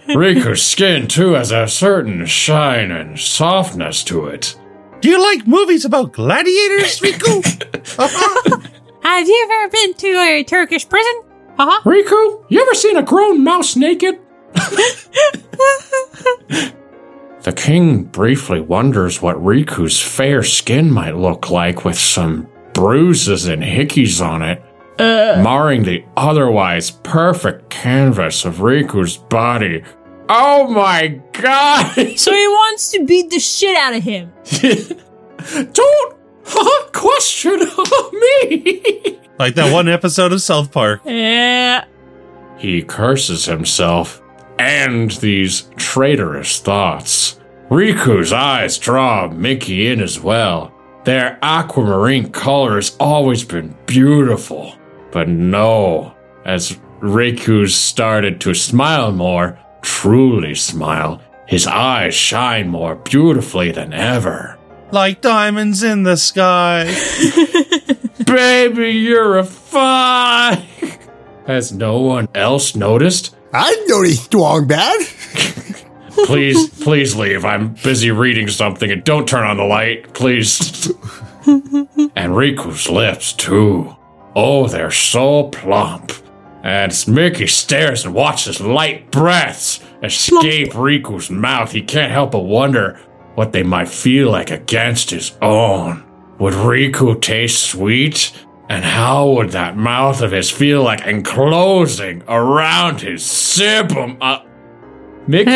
[SPEAKER 10] Riku's skin, too, has a certain shine and softness to it.
[SPEAKER 6] Do you like movies about gladiators, Riku? Uh-huh.
[SPEAKER 2] Have you ever been to a Turkish prison? Uh huh.
[SPEAKER 15] Riku, you ever seen a grown mouse naked?
[SPEAKER 10] The king briefly wonders what Riku's fair skin might look like with some bruises and hickeys on it, marring the otherwise perfect canvas of Riku's body. Oh my god! <laughs>
[SPEAKER 2] So he wants to beat the shit out of him.
[SPEAKER 15] Don't
[SPEAKER 10] <laughs>
[SPEAKER 15] question me!
[SPEAKER 6] like that one episode of South Park.
[SPEAKER 2] Yeah.
[SPEAKER 10] He curses himself and these traitorous thoughts. Riku's eyes draw Mickey in as well. Their aquamarine color has always been beautiful. But no, as Riku started to smile more, truly smile, his eyes shine more beautifully than ever.
[SPEAKER 6] Like diamonds in the sky.
[SPEAKER 10] Baby, you're a fine. Has no one else noticed?
[SPEAKER 8] I noticed, Wongbad.
[SPEAKER 10] please, please leave. I'm busy reading something and don't turn on the light, please. and Riku's lips, too. Oh, they're so plump. And Mickey stares and watches light breaths escape Riku's mouth. He can't help but wonder what they might feel like against his own. Would Riku taste sweet? And how would that mouth of his feel like enclosing around his sibum? Uh, Mickey,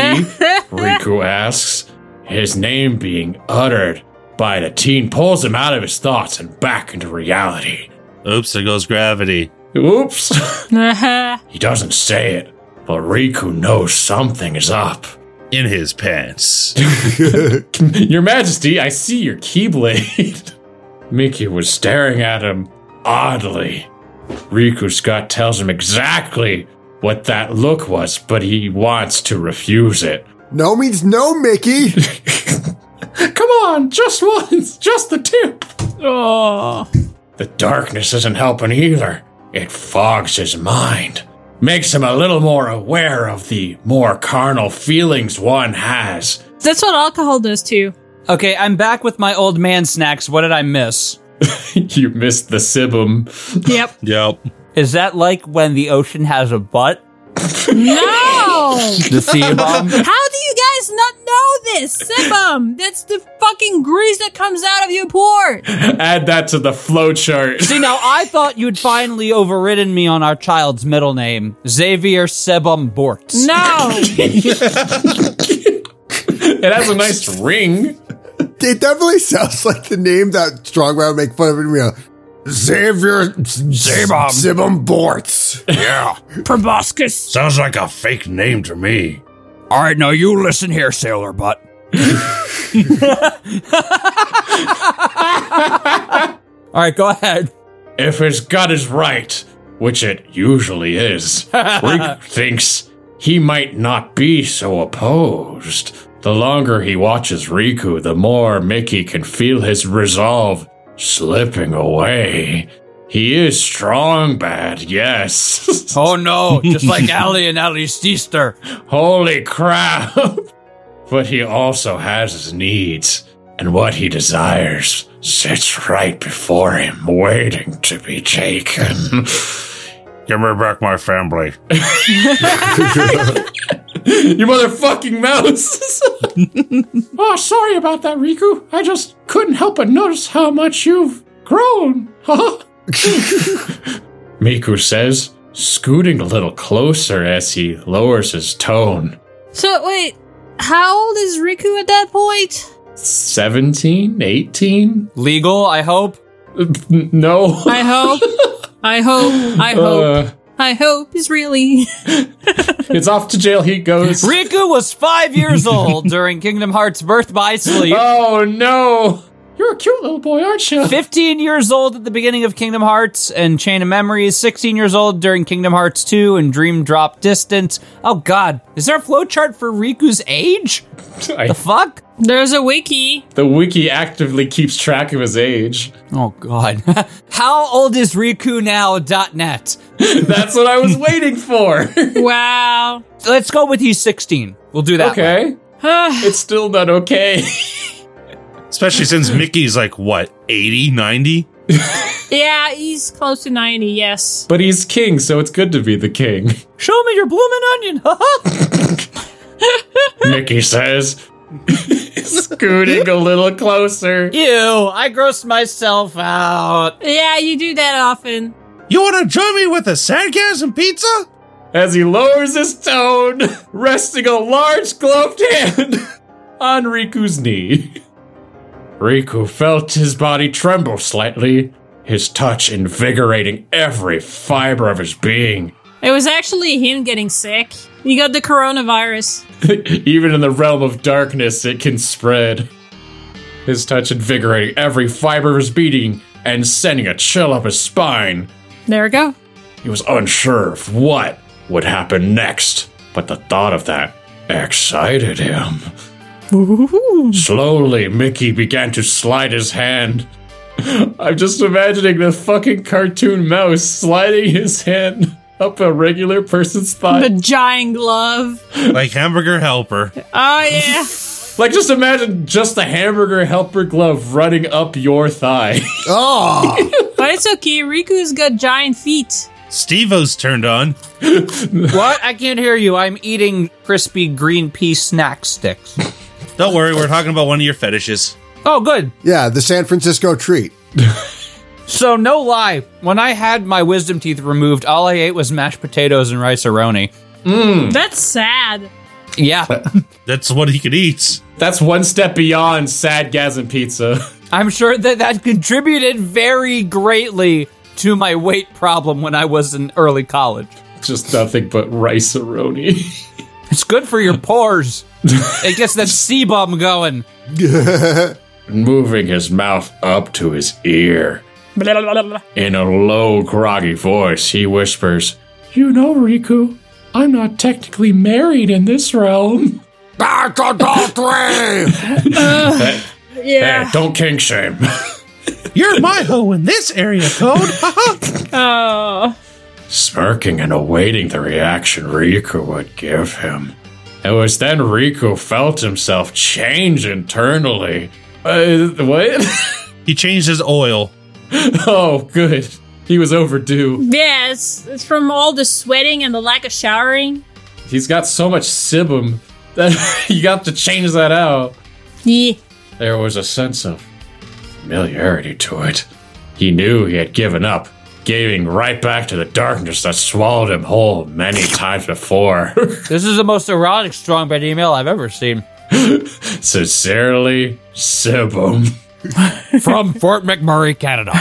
[SPEAKER 10] Riku asks, his name being uttered by the teen pulls him out of his thoughts and back into reality.
[SPEAKER 6] Oops, there goes gravity.
[SPEAKER 10] Oops.
[SPEAKER 2] Uh-huh.
[SPEAKER 10] he doesn't say it, but Riku knows something is up.
[SPEAKER 6] In his pants.
[SPEAKER 10] your Majesty, I see your Keyblade. <laughs> Mickey was staring at him oddly. Riku Scott tells him exactly what that look was, but he wants to refuse it.
[SPEAKER 8] No means no,
[SPEAKER 10] <laughs>
[SPEAKER 8] Mickey.
[SPEAKER 15] Come on, just once, just the tip.
[SPEAKER 2] Oh.
[SPEAKER 10] The darkness isn't helping either. It fogs his mind, makes him a little more aware of the more carnal feelings one has.
[SPEAKER 2] That's what alcohol does too.
[SPEAKER 3] Okay, I'm back with my old man snacks. What did I miss?
[SPEAKER 10] <laughs> you missed the Sibum.
[SPEAKER 2] Yep.
[SPEAKER 6] Yep.
[SPEAKER 3] Is that like when the ocean has a <laughs> butt?
[SPEAKER 2] No!
[SPEAKER 3] The sea bomb?
[SPEAKER 2] How do you guys not know this? Sibum, that's the fucking grease that comes out of your port.
[SPEAKER 10] Add that to the flowchart. <laughs>
[SPEAKER 3] See, now I thought you'd finally overridden me on our child's middle name, Xavier Sebum Bortz.
[SPEAKER 2] No!
[SPEAKER 10] It has a nice ring.
[SPEAKER 8] It definitely sounds like the name that Strongman would make fun of in real. Xavier Zibum Zibum Bortz.
[SPEAKER 5] Yeah.
[SPEAKER 2] Proboscis.
[SPEAKER 5] Sounds like a fake name to me.
[SPEAKER 16] All right, now you listen here, sailor butt.
[SPEAKER 3] All right, go ahead.
[SPEAKER 10] If his gut is right, which it usually is, Rick thinks he might not be so opposed. The longer he watches Riku, the more Mickey can feel his resolve slipping away. He is strong bad, yes. <laughs>
[SPEAKER 16] Oh no, just like Ali and Ali's sister.
[SPEAKER 10] Holy crap! <laughs> but he also has his needs, and what he desires sits right before him, waiting to be taken. <laughs>
[SPEAKER 5] Give me back my family.
[SPEAKER 10] you motherfucking mouse! <laughs>
[SPEAKER 15] Oh, sorry about that, Riku. I just couldn't help but notice how much you've grown.
[SPEAKER 10] <laughs>
[SPEAKER 15] Huh?
[SPEAKER 10] Miku says, scooting a little closer as he lowers his tone.
[SPEAKER 2] So wait, how old is Riku at that point?
[SPEAKER 10] 17, 18?
[SPEAKER 3] Legal, I hope.
[SPEAKER 10] <laughs> No.
[SPEAKER 2] I <laughs> hope. I hope. I hope.
[SPEAKER 10] Uh.
[SPEAKER 2] I hope is really. <laughs>
[SPEAKER 10] It's off to jail he goes.
[SPEAKER 3] Riku was five years old during Kingdom Hearts Birth by Sleep.
[SPEAKER 10] Oh no!
[SPEAKER 12] You're a cute little boy, aren't you?
[SPEAKER 3] 15 years old at the beginning of Kingdom Hearts and Chain of Memories, 16 years old during Kingdom Hearts 2 and Dream Drop Distance. Oh god, is there a flowchart for Riku's age?
[SPEAKER 10] <laughs>
[SPEAKER 3] the fuck?
[SPEAKER 2] There's a wiki.
[SPEAKER 10] The wiki actively keeps track of his age. <laughs>
[SPEAKER 3] Oh god. <laughs> How old is Riku now.net?
[SPEAKER 10] That's what I was waiting for. <laughs>
[SPEAKER 2] wow.
[SPEAKER 3] Let's go with he's 16. We'll do that.
[SPEAKER 10] <sighs> Okay. it's still not okay. <laughs>
[SPEAKER 11] Especially since Mickey's like, what, 80, 90?
[SPEAKER 2] Yeah, he's close to ninety. Yes.
[SPEAKER 10] But he's king, so it's good to be the <laughs> king.
[SPEAKER 3] Show me your blooming onion. <laughs>
[SPEAKER 13] Mickey says,
[SPEAKER 10] <laughs> Scooting a little closer.
[SPEAKER 3] Ew, I grossed myself out.
[SPEAKER 2] Yeah, you do that often.
[SPEAKER 11] You want to join me with a sarcasm pizza?
[SPEAKER 10] As he lowers his tone, resting a large gloved hand on Riku's knee.
[SPEAKER 13] Riku felt his body tremble slightly, his touch invigorating every fiber of his being.
[SPEAKER 2] It was actually him getting sick. He got the coronavirus.
[SPEAKER 10] Even in the realm of darkness, it can spread. His touch invigorating every fiber of his beating and sending a chill up his spine.
[SPEAKER 2] There we go.
[SPEAKER 13] He was unsure of what would happen next, but the thought of that excited him. Slowly, Mickey began to slide his hand.
[SPEAKER 10] I'm just imagining the fucking cartoon mouse sliding his hand up a regular person's thigh.
[SPEAKER 2] The giant glove.
[SPEAKER 11] Like hamburger helper.
[SPEAKER 2] Oh yeah.
[SPEAKER 10] Like, just imagine just the hamburger helper glove running up your thigh. <laughs>
[SPEAKER 8] Oh!
[SPEAKER 2] but it's okay. Riku's got giant feet.
[SPEAKER 11] Stevo's turned on.
[SPEAKER 3] what? I can't hear you. I'm eating crispy green pea snack sticks.
[SPEAKER 11] Don't worry, we're talking about one of your fetishes.
[SPEAKER 3] Oh, good.
[SPEAKER 8] Yeah, the San Francisco treat.
[SPEAKER 3] So, no lie, when I had my wisdom teeth removed, all I ate was mashed potatoes and rice aroni.
[SPEAKER 2] That's sad.
[SPEAKER 3] Yeah,
[SPEAKER 11] That's what he could eat.
[SPEAKER 10] That's one step beyond Sadgasm Pizza. <laughs>
[SPEAKER 3] I'm sure that that contributed very greatly to my weight problem when I was in early college.
[SPEAKER 10] Just nothing but rice aroni. <laughs>
[SPEAKER 3] It's good for your pores. it gets that sebum going.
[SPEAKER 13] moving his mouth up to his ear. In a low, groggy voice, he whispers,
[SPEAKER 12] You know, Riku, I'm not technically married in this realm.
[SPEAKER 7] <laughs> Back
[SPEAKER 13] <laughs>
[SPEAKER 7] to adultery!
[SPEAKER 2] Yeah.
[SPEAKER 13] "Eh, Don't kink shame. <laughs>
[SPEAKER 11] You're my hoe in this area code.
[SPEAKER 2] Oh.
[SPEAKER 13] Smirking and awaiting the reaction Riku would give him. It was then Riku felt himself change internally. <laughs>
[SPEAKER 10] Uh, what?
[SPEAKER 11] he changed his oil.
[SPEAKER 10] oh, good. He was overdue.
[SPEAKER 2] Yeah, it's, it's from all the sweating and the lack of showering.
[SPEAKER 10] He's got so much sibum that
[SPEAKER 13] <laughs>
[SPEAKER 10] you got to change that out.
[SPEAKER 2] Yeah.
[SPEAKER 13] There was a sense of familiarity to it. He knew he had given up, giving right back to the darkness that swallowed him whole many times before. <laughs>
[SPEAKER 3] This is the most erotic strong bed email I've ever seen.
[SPEAKER 13] Sincerely, Sibum.
[SPEAKER 7] From Fort McMurray, Canada.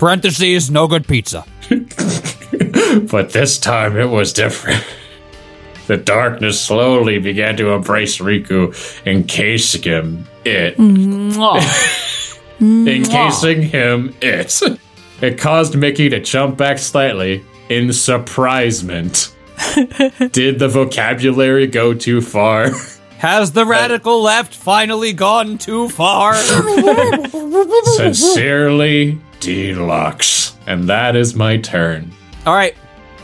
[SPEAKER 7] Parentheses, no good pizza.
[SPEAKER 13] But this time it was different. <laughs> The darkness slowly began to embrace Riku, encasing him it. <laughs> encasing him it. It caused Mickey to jump back slightly in surprisement. Did the vocabulary go too far?
[SPEAKER 3] Has the radical left finally gone too far?
[SPEAKER 13] Sincerely, Deluxe. And that is my turn.
[SPEAKER 3] All right.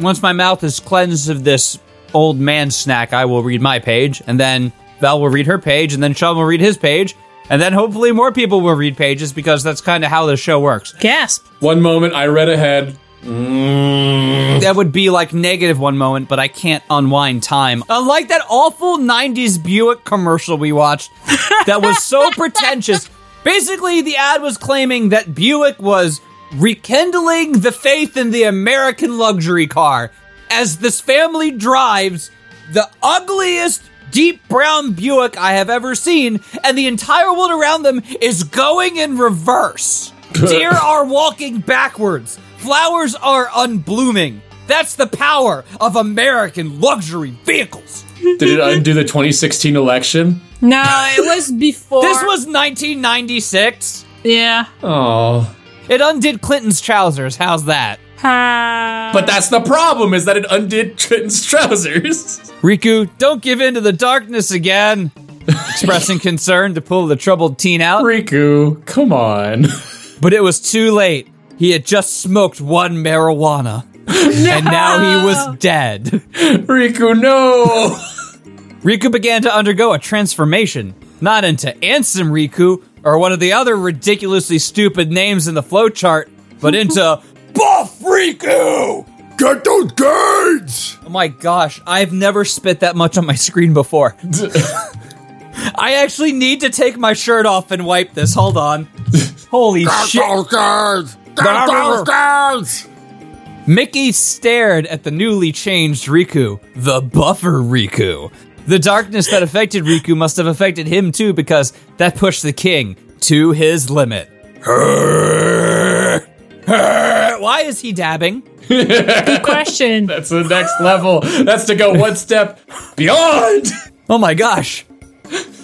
[SPEAKER 3] Once my mouth is cleansed of this old man snack, I will read my page, and then Val will read her page, and then Sean will read his page, and then hopefully more people will read pages because that's kind of how this show works.
[SPEAKER 2] Gasp.
[SPEAKER 10] One moment, I read ahead.
[SPEAKER 13] Mm.
[SPEAKER 3] That would be like negative one moment, but I can't unwind time. Unlike that awful 90s Buick commercial we watched that was so pretentious. Basically, the ad was claiming that Buick was rekindling the faith in the American luxury car as this family drives the ugliest, deep brown Buick I have ever seen, and the entire world around them is going in reverse. Deer are walking backwards. Flowers are unblooming. That's the power of American luxury vehicles.
[SPEAKER 10] Did it undo the 2016 election?
[SPEAKER 2] No, it was before.
[SPEAKER 3] this was 1996.
[SPEAKER 2] Yeah.
[SPEAKER 10] Oh.
[SPEAKER 3] It undid Clinton's trousers. How's that?
[SPEAKER 2] Uh,
[SPEAKER 10] But that's the problem is that it undid Trenton's trousers. <laughs>
[SPEAKER 3] Riku, don't give in to the darkness again. Expressing concern to pull the troubled teen out.
[SPEAKER 10] Riku, come on. <laughs>
[SPEAKER 3] But it was too late. He had just smoked one marijuana. And now he was dead.
[SPEAKER 10] Riku, no! <laughs>
[SPEAKER 3] Riku began to undergo a transformation, not into Ansem Riku or one of the other ridiculously stupid names in the flowchart, but into Buff Riku!
[SPEAKER 8] Get those gains!
[SPEAKER 3] Oh my gosh, I've never spit that much on my screen
[SPEAKER 8] <laughs>
[SPEAKER 3] before. I actually need to take my shirt off and wipe this. Hold on. Holy shit. Mickey stared at the newly changed Riku, the buffer Riku. The darkness that affected Riku must have affected him too because that pushed the king to his limit. <laughs> Why is he dabbing?
[SPEAKER 2] Good question.
[SPEAKER 10] That's the next level. That's to go one step beyond. <laughs>
[SPEAKER 3] Oh my gosh.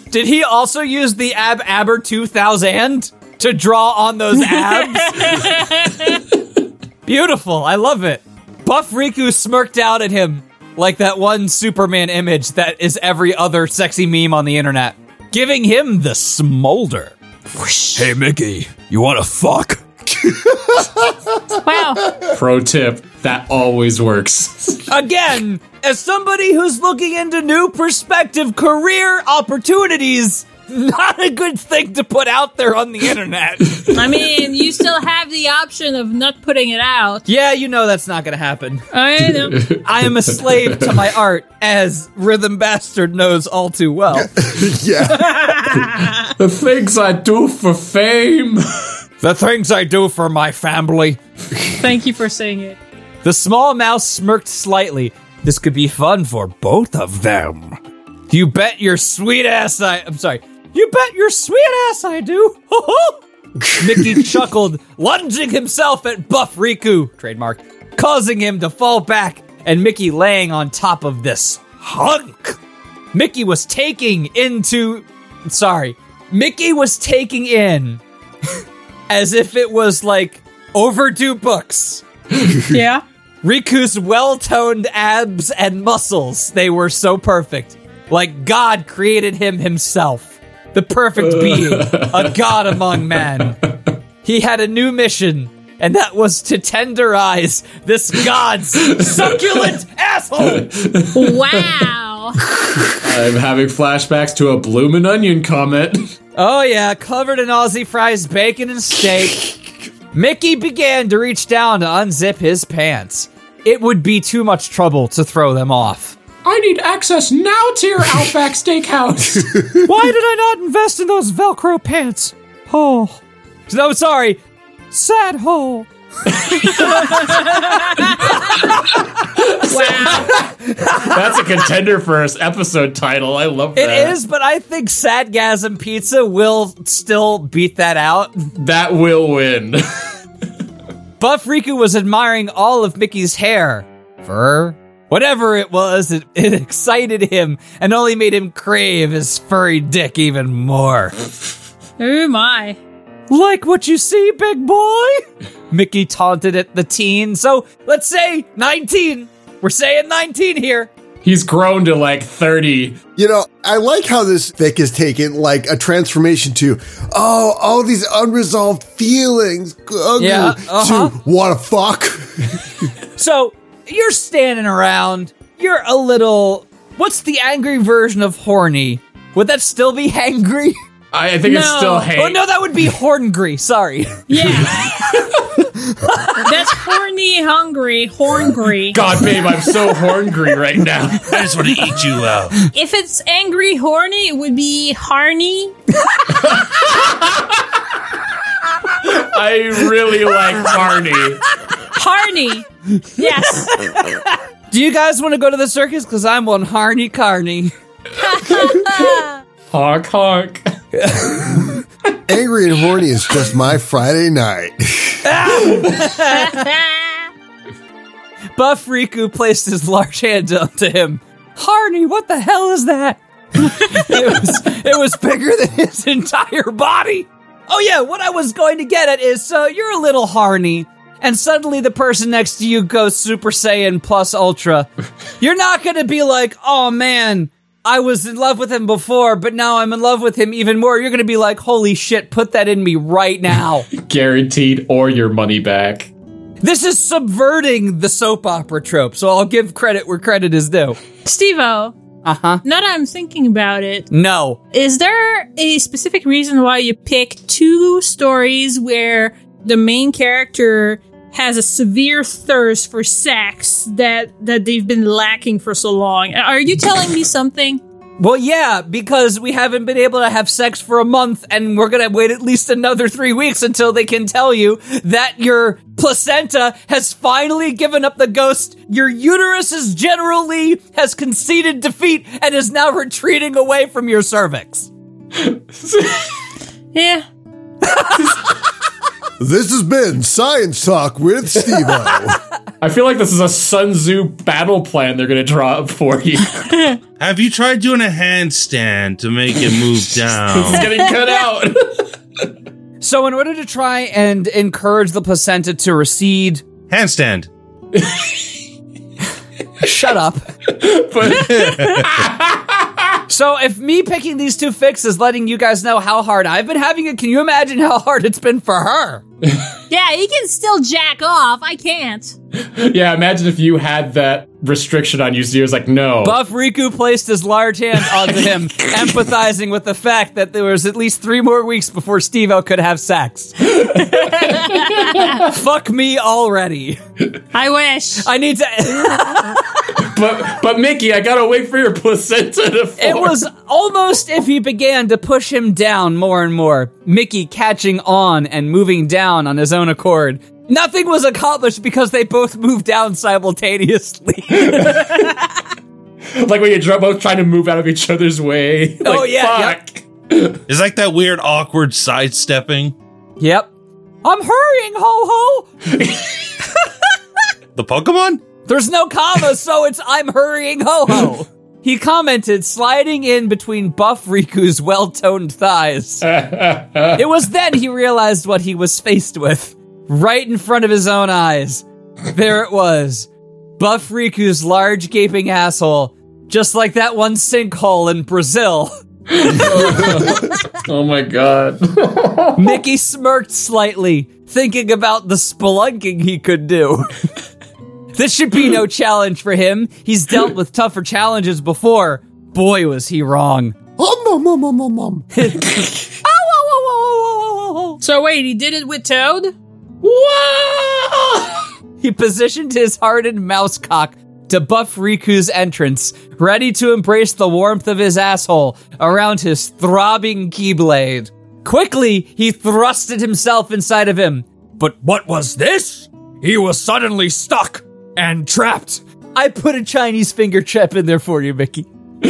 [SPEAKER 3] Did he also use the Ab Aber 2000 to draw on <laughs> those abs? Beautiful. I love it. Buff Riku smirked out at him like that one Superman image that is every other sexy meme on the internet, giving him the smolder.
[SPEAKER 7] Hey, Mickey, you want to fuck?
[SPEAKER 2] wow.
[SPEAKER 10] Pro tip that always works. <laughs>
[SPEAKER 3] Again, as somebody who's looking into new perspective career opportunities, not a good thing to put out there on the internet.
[SPEAKER 2] I mean, you still have the option of not putting it out.
[SPEAKER 3] <laughs> Yeah, you know that's not going to happen.
[SPEAKER 2] I know.
[SPEAKER 3] I am a slave to my art, as Rhythm Bastard knows all too well.
[SPEAKER 10] the things I do for fame. <laughs>
[SPEAKER 3] The things I do for my family.
[SPEAKER 2] Thank you for saying it.
[SPEAKER 3] The small mouse smirked slightly. This could be fun for both of them. You bet your sweet ass I. I'm sorry. You bet your sweet ass I do. <laughs> Mickey chuckled, lunging himself at Buff Riku, trademark, causing him to fall back, and Mickey laying on top of this hunk. Mickey was taking into. Sorry. Mickey was taking in <laughs> as if it was like overdue books.
[SPEAKER 2] yeah.
[SPEAKER 3] Riku's well toned abs and muscles, they were so perfect. Like God created him himself. The perfect being, a god among men. He had a new mission, and that was to tenderize this god's succulent asshole.
[SPEAKER 2] Wow.
[SPEAKER 10] I'm having flashbacks to a bloomin' onion <laughs> comment.
[SPEAKER 3] Oh, yeah, covered in Aussie fries, bacon, and steak. Mickey began to reach down to unzip his pants. It would be too much trouble to throw them off.
[SPEAKER 12] I need access now to your
[SPEAKER 3] <laughs>
[SPEAKER 12] Outback Steakhouse.
[SPEAKER 3] Why did I not invest in those Velcro pants? Oh. No, sorry. Sad hole.
[SPEAKER 10] That's a contender for us episode title. I love
[SPEAKER 3] It
[SPEAKER 10] that.
[SPEAKER 3] is, but I think Sadgasm Pizza will still beat that out.
[SPEAKER 10] That will win. <laughs>
[SPEAKER 3] Buff Riku was admiring all of Mickey's hair, fur, whatever it was. It, it excited him and only made him crave his furry dick even more.
[SPEAKER 2] Oh my.
[SPEAKER 3] Like what you see, big boy? Mickey taunted at the teen. So let's say 19. We're saying 19 here.
[SPEAKER 10] He's grown to like 30.
[SPEAKER 8] You know, I like how this fic is taken like a transformation to, oh, all these unresolved feelings ugh,
[SPEAKER 3] Yeah, uh-huh.
[SPEAKER 8] to what a fuck.
[SPEAKER 3] So you're standing around. You're a little. What's the angry version of horny? Would that still be <laughs> hangry?
[SPEAKER 10] I, I think it's still hate.
[SPEAKER 3] Oh no, that would be horngry.
[SPEAKER 10] <laughs>
[SPEAKER 3] Sorry.
[SPEAKER 2] That's horny, hungry, horngry.
[SPEAKER 10] God, babe, I'm so horngry right now.
[SPEAKER 3] <laughs>
[SPEAKER 11] I just want to eat you out.
[SPEAKER 2] If it's angry, horny, it would be harny.
[SPEAKER 10] I really like Barney.
[SPEAKER 2] <laughs> Harney. Yes.
[SPEAKER 3] Do you guys want to go to the circus? Because I'm one harny carny.
[SPEAKER 10] honk, honk.
[SPEAKER 8] Angry and horny is just my Friday night.
[SPEAKER 3] Buff Riku placed his large hand up to him. Harney, what the hell is that? <laughs> it was it was bigger than his entire body. Oh yeah, what I was going to get at is so you're a little Harney, and suddenly the person next to you goes Super Saiyan plus Ultra. You're not gonna be like, oh man, I was in love with him before, but now I'm in love with him even more. You're gonna be like, holy shit, put that in me right now.
[SPEAKER 10] Guaranteed or your money back.
[SPEAKER 3] This is subverting the soap opera trope, so I'll give credit where credit is due.
[SPEAKER 2] Stevo.
[SPEAKER 3] Uh huh.
[SPEAKER 2] Now that I'm thinking about it,
[SPEAKER 3] No.
[SPEAKER 2] is there a specific reason why you pick two stories where the main character has a severe thirst for sex that that they've been lacking for so long? Are you telling me something?
[SPEAKER 3] Well, yeah, because we haven't been able to have sex for a month, and we're gonna wait at least another three weeks until they can tell you that your placenta has finally given up the ghost. Your uterus is generally has conceded defeat and is now retreating away from your cervix.
[SPEAKER 2] Yeah.
[SPEAKER 8] This has been Science Talk with Steve
[SPEAKER 10] I feel like this is a Sun Tzu battle plan they're going to draw up for you.
[SPEAKER 11] Have you tried doing a handstand to make it move down?
[SPEAKER 10] It's getting
[SPEAKER 3] <laughs>
[SPEAKER 10] cut out. <laughs>
[SPEAKER 3] So, in order to try and encourage the placenta to recede,
[SPEAKER 11] handstand.
[SPEAKER 3] <laughs> Shut up. so if me picking these two fixes is letting you guys know how hard I've been having it, can you imagine how hard it's been for her?
[SPEAKER 2] Yeah, he can still jack off. I can't.
[SPEAKER 10] yeah, imagine if you had that restriction on you. So was like, no.
[SPEAKER 3] Buff Riku placed his large hand onto him, empathizing with the fact that there was at least three more weeks before Steve O could have sex. Fuck me already.
[SPEAKER 2] I wish.
[SPEAKER 3] I need to <laughs>
[SPEAKER 10] but but Mickey, I gotta wait for your placenta to form.
[SPEAKER 3] It was almost if he began to push him down more and more, Mickey catching on and moving down on his own accord. Nothing was accomplished because they both moved down simultaneously. <laughs>
[SPEAKER 10] like when you're both trying to move out of each other's way. Like,
[SPEAKER 3] Oh, yeah,
[SPEAKER 10] fuck.
[SPEAKER 11] It's like that weird, awkward sidestepping.
[SPEAKER 3] yep. I'm hurrying, ho ho!
[SPEAKER 11] The Pokemon?
[SPEAKER 3] There's no comma, <laughs> so it's I'm hurrying, ho ho! He commented, sliding in between Buff Riku's well toned thighs. it was then he realized what he was faced with. Right in front of his own eyes. There it was. Buff Riku's large gaping asshole. Just like that one sinkhole in Brazil. <laughs>
[SPEAKER 10] Oh my god.
[SPEAKER 3] <laughs> Mickey smirked slightly, thinking about the spelunking he could do. <laughs> this should be no challenge for him. He's dealt with tougher challenges before. Boy, was he wrong.
[SPEAKER 8] O.
[SPEAKER 2] So wait, he did it with Toad?
[SPEAKER 3] He positioned his hardened mouse cock to buff Riku's entrance, ready to embrace the warmth of his asshole around his throbbing keyblade. Quickly, he thrusted himself inside of him.
[SPEAKER 7] But what was this? He was suddenly stuck and trapped.
[SPEAKER 3] I put a Chinese finger trap in there for you,
[SPEAKER 8] <laughs>
[SPEAKER 3] Mickey.
[SPEAKER 8] We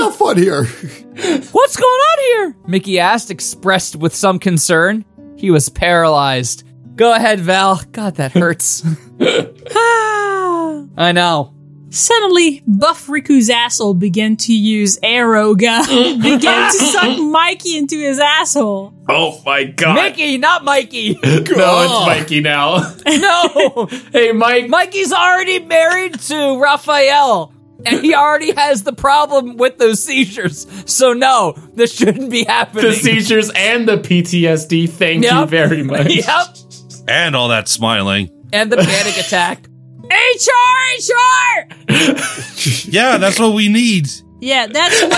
[SPEAKER 8] have fun here.
[SPEAKER 3] What's going on here? Mickey asked, expressed with some concern. He was paralyzed. Go ahead, Val. God, that
[SPEAKER 10] <laughs>
[SPEAKER 3] hurts. I know.
[SPEAKER 2] Suddenly, Buff Riku's asshole began to use arrow gun, <laughs> began to suck Mikey into his asshole.
[SPEAKER 10] Oh my god.
[SPEAKER 3] Mickey, not Mikey.
[SPEAKER 10] <laughs> No, it's Mikey now.
[SPEAKER 3] <laughs>
[SPEAKER 10] <laughs>
[SPEAKER 3] no.
[SPEAKER 10] hey, Mike.
[SPEAKER 3] Mikey's already married to Raphael, and he already has the problem with those seizures. So, no, this shouldn't be happening.
[SPEAKER 10] The seizures and the PTSD. Thank you
[SPEAKER 3] Yep.
[SPEAKER 10] very much.
[SPEAKER 3] <laughs> Yep.
[SPEAKER 11] And all that smiling.
[SPEAKER 3] And the panic attack.
[SPEAKER 2] HR, HR!
[SPEAKER 11] Yeah, that's what we need.
[SPEAKER 2] Yeah, that's what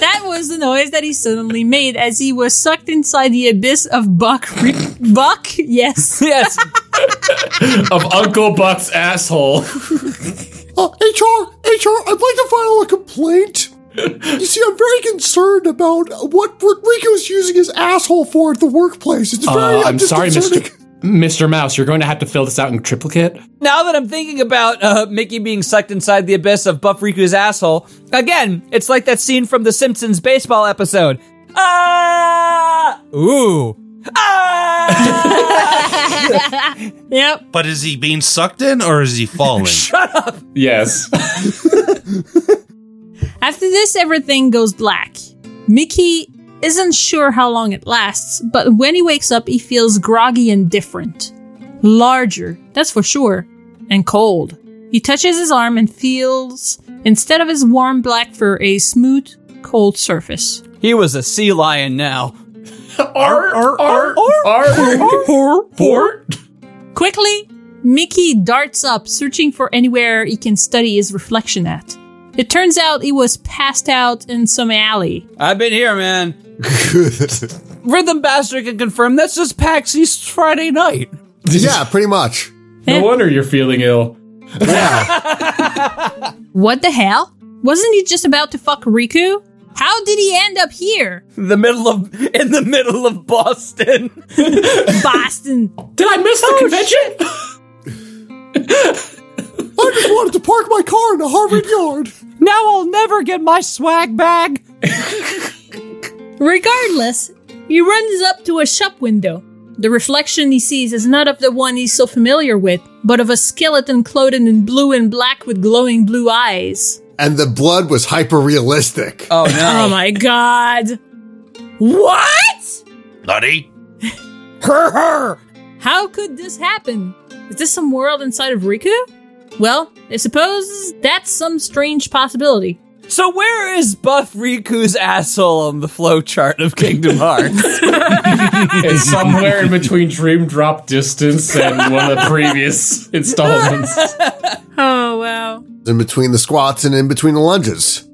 [SPEAKER 2] that was the noise that he suddenly made as he was sucked inside the abyss of Buck. Ri- Buck, yes.
[SPEAKER 3] Yes.
[SPEAKER 10] Of Uncle
[SPEAKER 17] <laughs>
[SPEAKER 10] Buck's asshole.
[SPEAKER 8] Uh, HR, HR, I'd like to file a complaint. You see, I'm very concerned about what Rico's using his asshole for at the workplace. It's very.
[SPEAKER 10] Uh, I'm sorry,
[SPEAKER 8] concerning.
[SPEAKER 10] Mr.
[SPEAKER 17] Mr. Mouse, you're going to have to fill this out in triplicate.
[SPEAKER 3] Now that I'm thinking about uh, Mickey being sucked inside the abyss of Buff Riku's asshole, again, it's like that scene from The Simpsons baseball episode. Ah! Ooh. Ah!
[SPEAKER 2] yep.
[SPEAKER 11] But is he being sucked in or is he falling?
[SPEAKER 3] Shut up. <laughs>
[SPEAKER 11] Yes.
[SPEAKER 2] After this, everything goes black. Mickey isn't sure how long it lasts, but when he wakes up, he feels groggy and different. Larger, that's for sure, and cold. He touches his arm and feels, instead of his warm black fur, a smooth, cold surface.
[SPEAKER 3] <laughs> He was a sea lion now.
[SPEAKER 2] Art, art, art, Quickly, Mickey darts up, searching for anywhere he can study his reflection at. It turns out he was passed out in some alley.
[SPEAKER 3] I've been here, man. Rhythm Bastard can confirm that's just PAX East Friday night.
[SPEAKER 8] yeah, pretty much.
[SPEAKER 3] Eh.
[SPEAKER 17] No wonder you're feeling ill.
[SPEAKER 2] What the hell? Wasn't he just about to fuck Riku? How did he end up here?
[SPEAKER 3] The middle of in the middle of Boston.
[SPEAKER 2] Boston.
[SPEAKER 12] Did I miss the
[SPEAKER 3] Oh,
[SPEAKER 12] convention?
[SPEAKER 10] <laughs>
[SPEAKER 8] I just wanted to park my car in the Harvard yard.
[SPEAKER 3] <laughs> Now I'll never get my swag bag.
[SPEAKER 2] Regardless, he runs up to a shop window. The reflection he sees is not of the one he's so familiar with, but of a skeleton clothed in blue and black with glowing blue eyes.
[SPEAKER 8] And the blood was hyper realistic.
[SPEAKER 3] <laughs> Oh
[SPEAKER 2] Oh my god. What?
[SPEAKER 11] Nutty.
[SPEAKER 3] Her, her.
[SPEAKER 2] How could this happen? Is this some world inside of Riku? Well, I suppose that's some strange possibility.
[SPEAKER 3] So where is Buff Riku's asshole on the flowchart of <laughs> Kingdom Hearts?
[SPEAKER 17] It's somewhere in between Dream Drop Distance and one of the
[SPEAKER 3] <laughs>
[SPEAKER 17] previous installments.
[SPEAKER 2] Oh wow.
[SPEAKER 8] In between the squats and in between the lunges.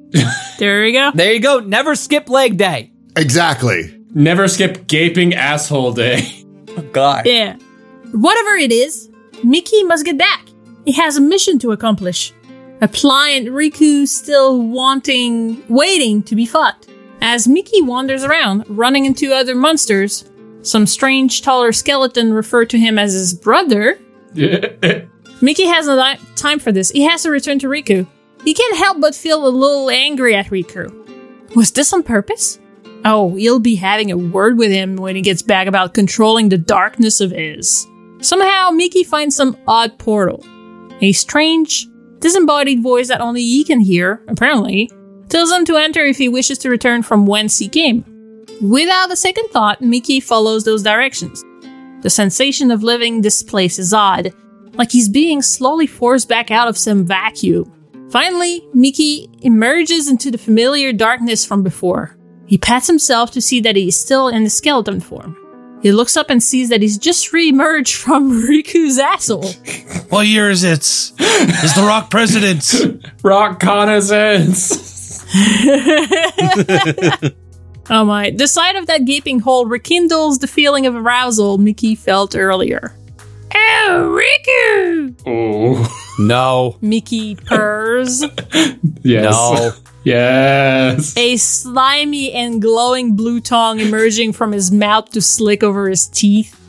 [SPEAKER 2] There you go.
[SPEAKER 3] There you go. Never skip leg day.
[SPEAKER 8] Exactly.
[SPEAKER 17] Never skip gaping asshole
[SPEAKER 10] <laughs>
[SPEAKER 17] day.
[SPEAKER 3] Oh, God.
[SPEAKER 2] Yeah. Whatever it is, Mickey must get back. He has a mission to accomplish. A pliant Riku still wanting, waiting to be fought. As Mickey wanders around, running into other monsters, some strange taller skeleton refer to him as his brother. Mickey has no li- time for this. He has to return to Riku. He can't help but feel a little angry at Riku. Was this on purpose? Oh, he'll be having a word with him when he gets back about controlling the darkness of his. Somehow, Mickey finds some odd portal. A strange, disembodied voice that only he can hear, apparently, tells him to enter if he wishes to return from whence he came. Without a second thought, Mickey follows those directions. The sensation of living this place is odd, like he's being slowly forced back out of some vacuum. Finally, Mickey emerges into the familiar darkness from before. He pats himself to see that he is still in the skeleton form. He looks up and sees that he's just re-emerged from <laughs> Riku's asshole.
[SPEAKER 11] What year is it? Is the Rock President?
[SPEAKER 17] Rock Connaissance.
[SPEAKER 2] Oh my. The sight of that gaping hole rekindles the feeling of arousal Mickey felt earlier. Oh, Riku!
[SPEAKER 17] Oh.
[SPEAKER 3] No.
[SPEAKER 2] Mickey purrs.
[SPEAKER 17] Yes.
[SPEAKER 3] No.
[SPEAKER 17] yes.
[SPEAKER 2] a slimy and glowing blue tongue emerging from his mouth to slick over his teeth.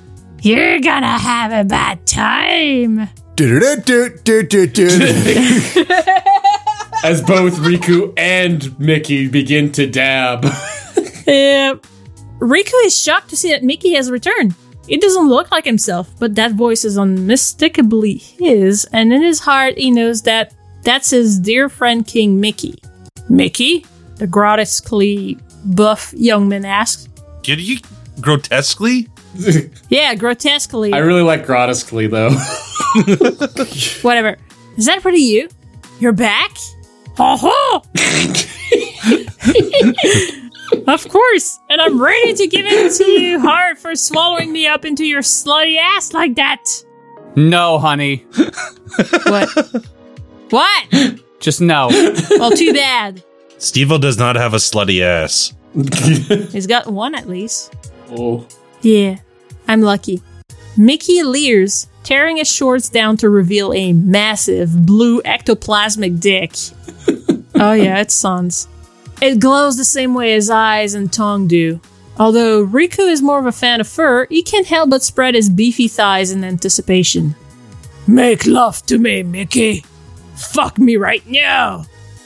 [SPEAKER 2] You're gonna have a bad time.
[SPEAKER 17] As both Riku and Mickey begin to dab.
[SPEAKER 2] Yep. Riku is shocked to see that Mickey has returned. It doesn't look like himself, but that voice is unmistakably his, and in his heart, he knows that that's his dear friend King Mickey. Mickey? The grotesquely buff young man asks.
[SPEAKER 11] Did you grotesquely?
[SPEAKER 2] Yeah, grotesquely.
[SPEAKER 17] I really like grotesquely <laughs> though.
[SPEAKER 2] Whatever. Is that pretty you? You're back? Ho ho! of course! And I'm ready to give it to you hard for swallowing me up into your slutty ass like that!
[SPEAKER 3] No, honey.
[SPEAKER 2] What?
[SPEAKER 3] Just no.
[SPEAKER 2] Well, too bad.
[SPEAKER 11] Steve does not have a slutty ass.
[SPEAKER 2] He's got one at least.
[SPEAKER 17] oh.
[SPEAKER 2] Yeah, I'm lucky. Mickey leers, tearing his shorts down to reveal a massive blue ectoplasmic <laughs> dick. oh yeah, it's Sans. It glows the same way his eyes and tongue do. Although Riku is more of a fan of fur, he can't help but spread his beefy thighs in anticipation. Make love to me, Mickey. Fuck me right now.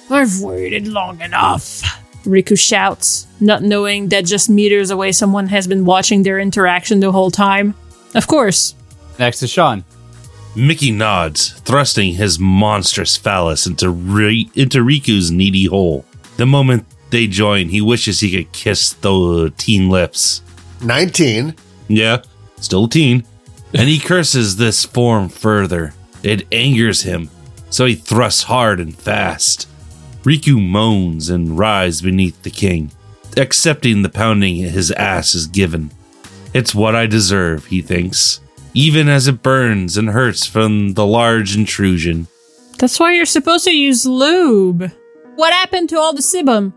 [SPEAKER 2] I've waited long enough. Riku shouts, not knowing that just meters away someone has been watching their interaction the whole time. Of course.
[SPEAKER 3] Next is Sean.
[SPEAKER 6] Mickey nods, thrusting his monstrous phallus into, Ri- into Riku's needy hole. The moment they join, he wishes he could kiss the teen lips.
[SPEAKER 8] 19.
[SPEAKER 6] Yeah, still a teen. And he curses this form further. It angers him, so he thrusts hard and fast. Riku moans and writhes beneath the king, accepting the pounding his ass is given. It's what I deserve, he thinks, even as it burns and hurts from the large intrusion.
[SPEAKER 2] That's why you're supposed to use lube. What happened to all the sibum?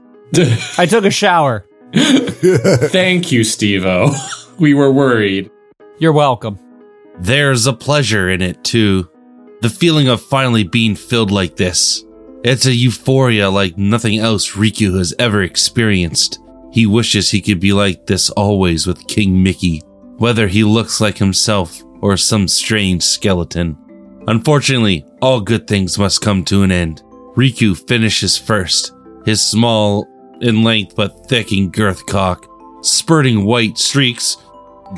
[SPEAKER 3] I took a shower.
[SPEAKER 17] Thank you, Steve O. We were worried.
[SPEAKER 3] You're welcome.
[SPEAKER 6] There's a pleasure in it, too. The feeling of finally being filled like this. It's a euphoria like nothing else Riku has ever experienced. He wishes he could be like this always with King Mickey, whether he looks like himself or some strange skeleton. Unfortunately, all good things must come to an end. Riku finishes first, his small in length but thick in girth cock, spurting white streaks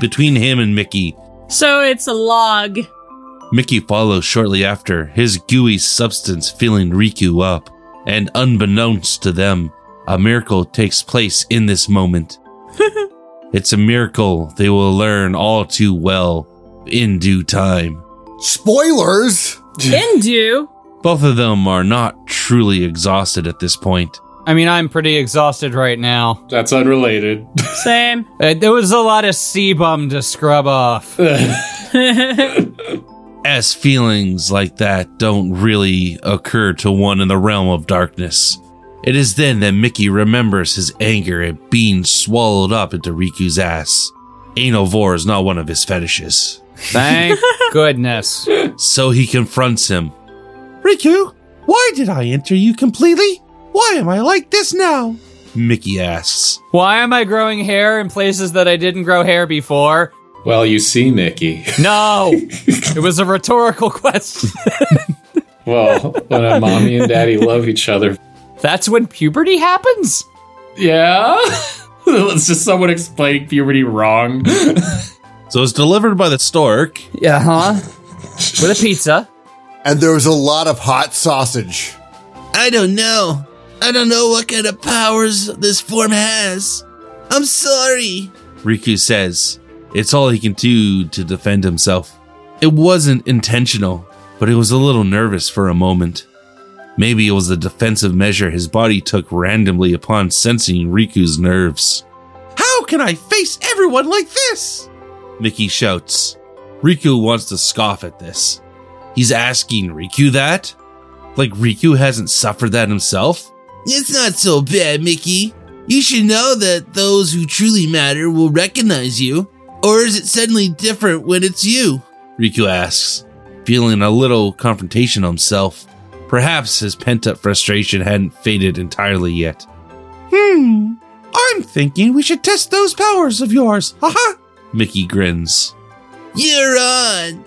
[SPEAKER 6] between him and Mickey.
[SPEAKER 2] So it's a log.
[SPEAKER 6] Mickey follows shortly after, his gooey substance filling Riku up, and unbeknownst to them, a miracle takes place in this moment. it's a miracle they will learn all too well in due time.
[SPEAKER 8] Spoilers!
[SPEAKER 2] In due?
[SPEAKER 6] Both of them are not truly exhausted at this point.
[SPEAKER 3] I mean, I'm pretty exhausted right now.
[SPEAKER 17] That's unrelated.
[SPEAKER 2] Same.
[SPEAKER 3] Uh, there was a lot of sebum to scrub off.
[SPEAKER 6] As feelings like that don't really occur to one in the realm of darkness. It is then that Mickey remembers his anger at being swallowed up into Riku's ass. Anal vor is not one of his fetishes.
[SPEAKER 3] <laughs> Thank goodness.
[SPEAKER 6] So he confronts him.
[SPEAKER 18] Riku, why did I enter you completely? Why am I like this now?
[SPEAKER 6] Mickey asks.
[SPEAKER 3] Why am I growing hair in places that I didn't grow hair before?
[SPEAKER 17] Well, you see, Mickey.
[SPEAKER 3] No! it was a rhetorical <laughs> question.
[SPEAKER 17] Well, when a mommy and daddy love each other.
[SPEAKER 3] That's when puberty happens?
[SPEAKER 17] Yeah? <laughs> it's just someone explaining puberty wrong.
[SPEAKER 6] So it's delivered by the stork.
[SPEAKER 3] Yeah, huh? With a pizza.
[SPEAKER 8] And there was a lot of hot sausage.
[SPEAKER 18] I don't know. I don't know what kind of powers this form has. I'm sorry.
[SPEAKER 6] Riku says. It's all he can do to defend himself. It wasn't intentional, but he was a little nervous for a moment. Maybe it was the defensive measure his body took randomly upon sensing Riku's nerves.
[SPEAKER 18] How can I face everyone like this?
[SPEAKER 6] Mickey shouts. Riku wants to scoff at this. He's asking Riku that? Like Riku hasn't suffered that himself?
[SPEAKER 18] It's not so bad, Mickey. You should know that those who truly matter will recognize you. Or is it suddenly different when it's you?
[SPEAKER 6] Riku asks, feeling a little confrontation himself. Perhaps his pent up frustration hadn't faded entirely yet.
[SPEAKER 18] Hmm. I'm thinking we should test those powers of yours. Haha.
[SPEAKER 6] Mickey grins.
[SPEAKER 18] You're on.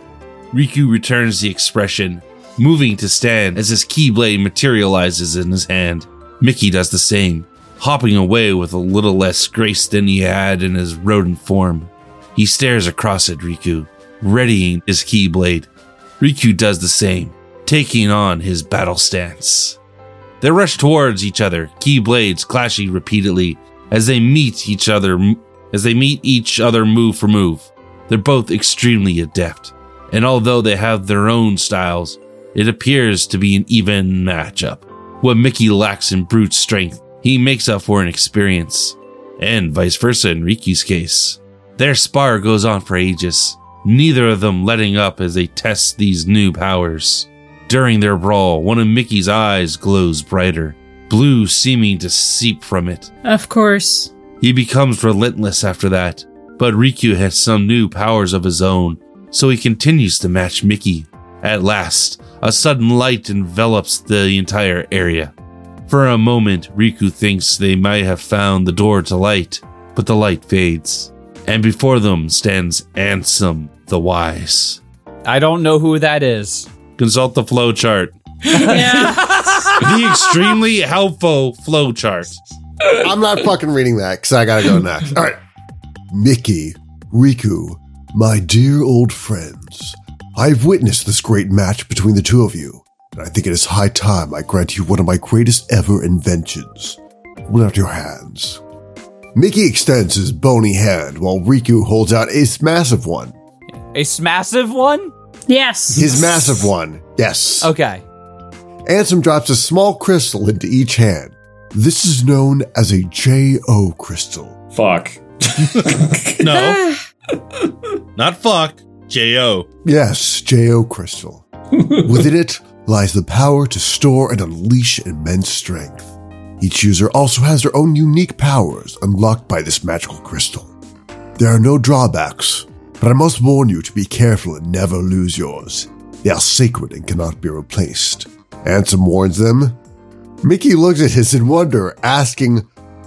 [SPEAKER 6] Riku returns the expression, moving to stand as his keyblade materializes in his hand. Mickey does the same, hopping away with a little less grace than he had in his rodent form. He stares across at Riku, readying his keyblade. Riku does the same, taking on his battle stance. They rush towards each other, keyblades clashing repeatedly as they meet each other as they meet each other move for move. They're both extremely adept, and although they have their own styles, it appears to be an even matchup. What Mickey lacks in brute strength, he makes up for in experience, and vice versa in Riku's case. Their spar goes on for ages, neither of them letting up as they test these new powers. During their brawl, one of Mickey's eyes glows brighter, blue seeming to seep from it.
[SPEAKER 2] Of course.
[SPEAKER 6] He becomes relentless after that, but Riku has some new powers of his own, so he continues to match Mickey. At last, a sudden light envelops the entire area. For a moment, Riku thinks they might have found the door to light, but the light fades, and before them stands Ansem the Wise.
[SPEAKER 3] I don't know who that is.
[SPEAKER 6] Consult the flowchart. <laughs> the extremely helpful flowchart.
[SPEAKER 8] I'm not fucking reading that because I gotta go next. All right. Mickey, Riku, my dear old friends, I have witnessed this great match between the two of you, and I think it is high time I grant you one of my greatest ever inventions. Hold out your hands. Mickey extends his bony hand while Riku holds out a massive one.
[SPEAKER 3] A massive one?
[SPEAKER 2] Yes.
[SPEAKER 8] His massive one, yes.
[SPEAKER 3] Okay.
[SPEAKER 8] Ansem drops a small crystal into each hand. This is known as a J.O. crystal.
[SPEAKER 17] Fuck.
[SPEAKER 11] no. Not fuck. J.O.
[SPEAKER 8] Yes, J.O. crystal. Within it lies the power to store and unleash immense strength. Each user also has their own unique powers unlocked by this magical crystal. There are no drawbacks, but I must warn you to be careful and never lose yours. They are sacred and cannot be replaced. Ansem warns them. Mickey looks at his in wonder, asking,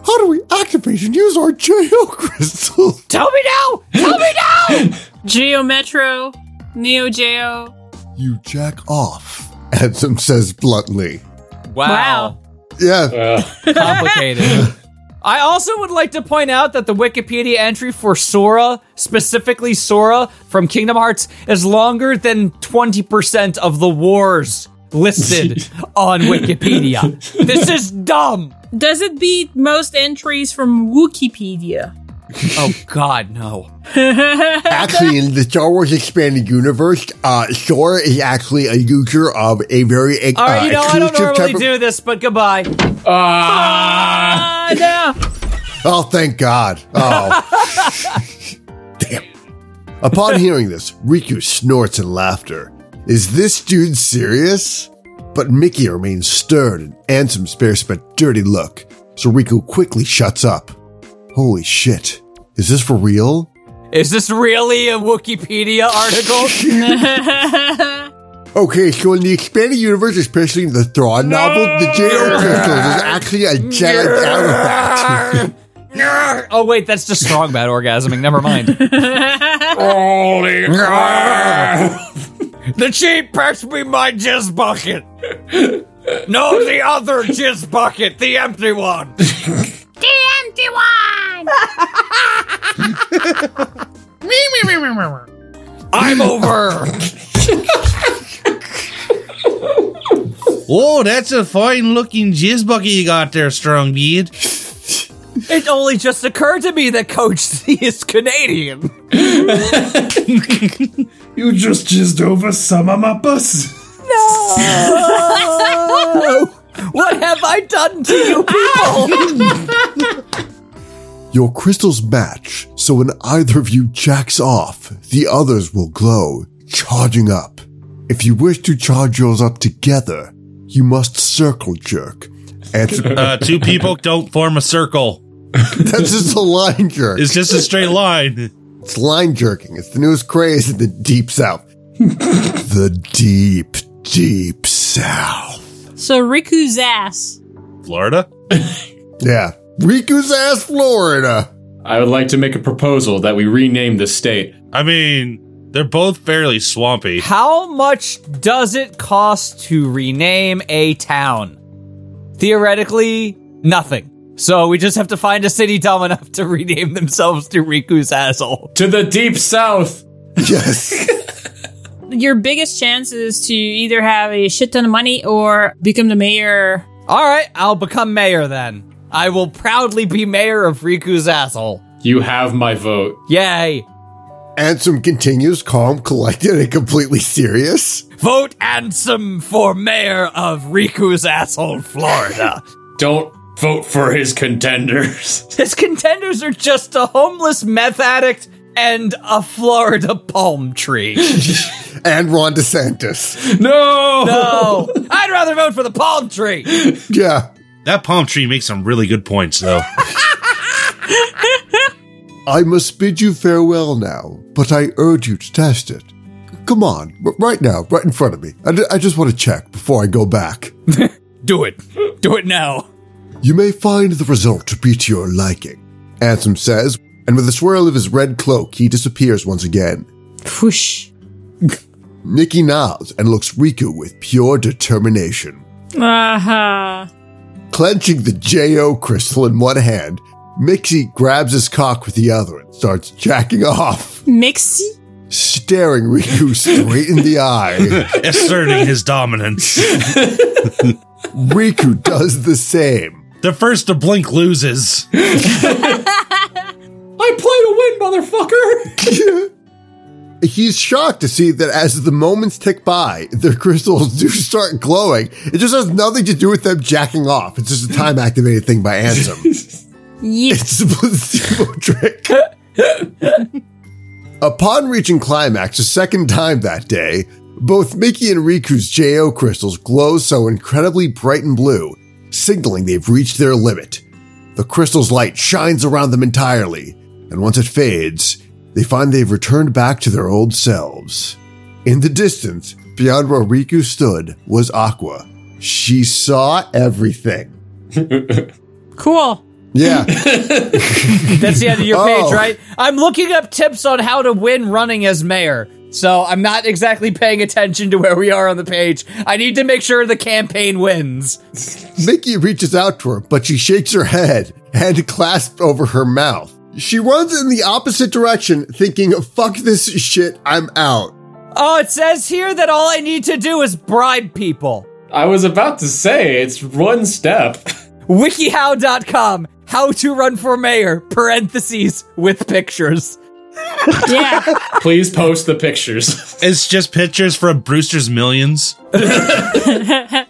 [SPEAKER 8] How do we activate and use our J.O. crystal? <laughs>
[SPEAKER 3] Tell me now! Tell me now!
[SPEAKER 2] Geo Metro, Neo Geo.
[SPEAKER 8] You jack off, Ansem says bluntly.
[SPEAKER 3] Wow.
[SPEAKER 8] Yeah.
[SPEAKER 3] <laughs> Complicated. I also would like to point out that the Wikipedia entry for Sora, specifically Sora from Kingdom Hearts, is longer than 20% of the wars <laughs> listed on Wikipedia. This is dumb.
[SPEAKER 2] Does it beat most entries from Wikipedia?
[SPEAKER 3] Oh God, no!
[SPEAKER 8] actually, in the Star Wars expanded universe, uh, Sora is actually a user of a very uh,
[SPEAKER 3] All right, you know I don't
[SPEAKER 8] exclusive
[SPEAKER 3] normally
[SPEAKER 8] type of-
[SPEAKER 3] do this, but goodbye.
[SPEAKER 8] Ah.
[SPEAKER 3] Ah, no.
[SPEAKER 8] Oh, thank God. Oh. <laughs> Damn. Upon hearing this, Riku snorts in laughter. Is this dude serious? But Mickey remains stern and Ansem spares him a dirty look, so Riku quickly shuts up. Holy shit. Is this for real?
[SPEAKER 3] Is this really a Wikipedia article?
[SPEAKER 8] Okay, so in the expanded universe, especially in the Thrawn novel, the J.O. crystal is actually a giant artifact.
[SPEAKER 3] oh wait, that's just strong bad orgasming. Never
[SPEAKER 19] <laughs>
[SPEAKER 7] <laughs>
[SPEAKER 3] mind.
[SPEAKER 7] Holy The chief passed me my jizz bucket. No, the other jizz bucket, the empty one.
[SPEAKER 19] <laughs> The empty one!
[SPEAKER 7] <laughs>
[SPEAKER 19] me, me, me, me, me, me.
[SPEAKER 7] I'm over.
[SPEAKER 11] Whoa, Oh, that's a fine looking jizz bucket you got there, strong beard.
[SPEAKER 3] it only just occurred to me that Coach <laughs> C is Canadian.
[SPEAKER 12] <laughs> You just jizzed over some of my bus. <laughs>
[SPEAKER 3] what have I done to you people?
[SPEAKER 8] Your crystals match, so when either of you jacks off, the others will glow, charging up. If you wish to charge yours up together, you must circle jerk. <laughs> Ansem-
[SPEAKER 11] Uh, two people don't form a circle.
[SPEAKER 8] That's just a line jerk.
[SPEAKER 11] It's just a straight line.
[SPEAKER 8] It's line jerking. It's the newest craze in the deep south. the deep, deep south.
[SPEAKER 2] So Riku's ass.
[SPEAKER 11] Florida?
[SPEAKER 8] Yeah. Riku's ass, Florida.
[SPEAKER 17] <laughs> I would like to make a proposal that we rename the state.
[SPEAKER 11] I mean, they're both fairly swampy.
[SPEAKER 3] How much does it cost to rename a town? Theoretically, nothing. So we just have to find a city dumb enough to rename themselves to Riku's asshole.
[SPEAKER 17] To the deep south.
[SPEAKER 8] Yes.
[SPEAKER 2] Your biggest chance is to either have a shit ton of money or become the mayor.
[SPEAKER 3] All right, I'll become mayor then. I will proudly be mayor of Riku's asshole.
[SPEAKER 17] You have my vote.
[SPEAKER 3] Yay.
[SPEAKER 8] Ansem continues calm, collected, and completely serious.
[SPEAKER 7] Vote Ansem for mayor of Riku's asshole, Florida.
[SPEAKER 3] <laughs>
[SPEAKER 17] Don't vote for his contenders. <laughs>
[SPEAKER 3] His contenders are just a homeless meth addict and a Florida palm tree. <laughs>
[SPEAKER 8] and Ron DeSantis.
[SPEAKER 17] No!
[SPEAKER 3] No! I'd rather vote for the palm tree!
[SPEAKER 8] Yeah.
[SPEAKER 11] That palm tree makes some really good points, though.
[SPEAKER 8] I must bid you farewell now, but I urge you to test it. Come on, r- right now, right in front of me. I, d- I just want to check before I go back.
[SPEAKER 7] Do it. Do it now.
[SPEAKER 8] You may find the result to be to your liking. Ansem says, and with a swirl of his red cloak, he disappears once again.
[SPEAKER 2] Whoosh.
[SPEAKER 8] <laughs> Nikki nods and looks Riku with pure determination.
[SPEAKER 2] Aha.
[SPEAKER 8] Clenching the J.O. crystal in one hand, Mixie grabs his cock with the other and starts jacking off,
[SPEAKER 2] Mixie?
[SPEAKER 8] staring Riku straight in the eye.
[SPEAKER 6] asserting his dominance.
[SPEAKER 8] Riku does the same.
[SPEAKER 6] The first to blink loses.
[SPEAKER 20] I play to win, motherfucker.
[SPEAKER 8] He's shocked to see that as the moments tick by, their <laughs> crystals do start glowing. It just has nothing to do with them jacking off. It's just a time activated thing by Ansem.
[SPEAKER 2] Yes.
[SPEAKER 8] It's a placebo <laughs> trick. Upon reaching climax a second time that day, both Mickey and Riku's JO crystals glow so incredibly bright and blue, signaling they've reached their limit. The crystal's light shines around them entirely, and once it fades, they find they've returned back to their old selves. In the distance, beyond where Riku stood, was Aqua. She saw everything.
[SPEAKER 2] cool.
[SPEAKER 8] Yeah.
[SPEAKER 3] That's the end of your <laughs>
[SPEAKER 8] Oh.
[SPEAKER 3] page, right? I'm looking up tips on how to win running as mayor. So I'm not exactly paying attention to where we are on the page. I need to make sure the campaign wins.
[SPEAKER 8] Mickey reaches out to her, but she shakes her head and clasps over her mouth. She runs in the opposite direction, thinking, fuck this shit, I'm out.
[SPEAKER 3] Oh, it says here that all I need to do is bribe people.
[SPEAKER 10] I was about to say it's one step.
[SPEAKER 3] Wikihow.com. How to run for mayor. Parentheses with pictures.
[SPEAKER 2] yeah.
[SPEAKER 10] Please post
[SPEAKER 17] <laughs>
[SPEAKER 10] the pictures.
[SPEAKER 6] It's just pictures from Brewster's Millions.
[SPEAKER 3] Why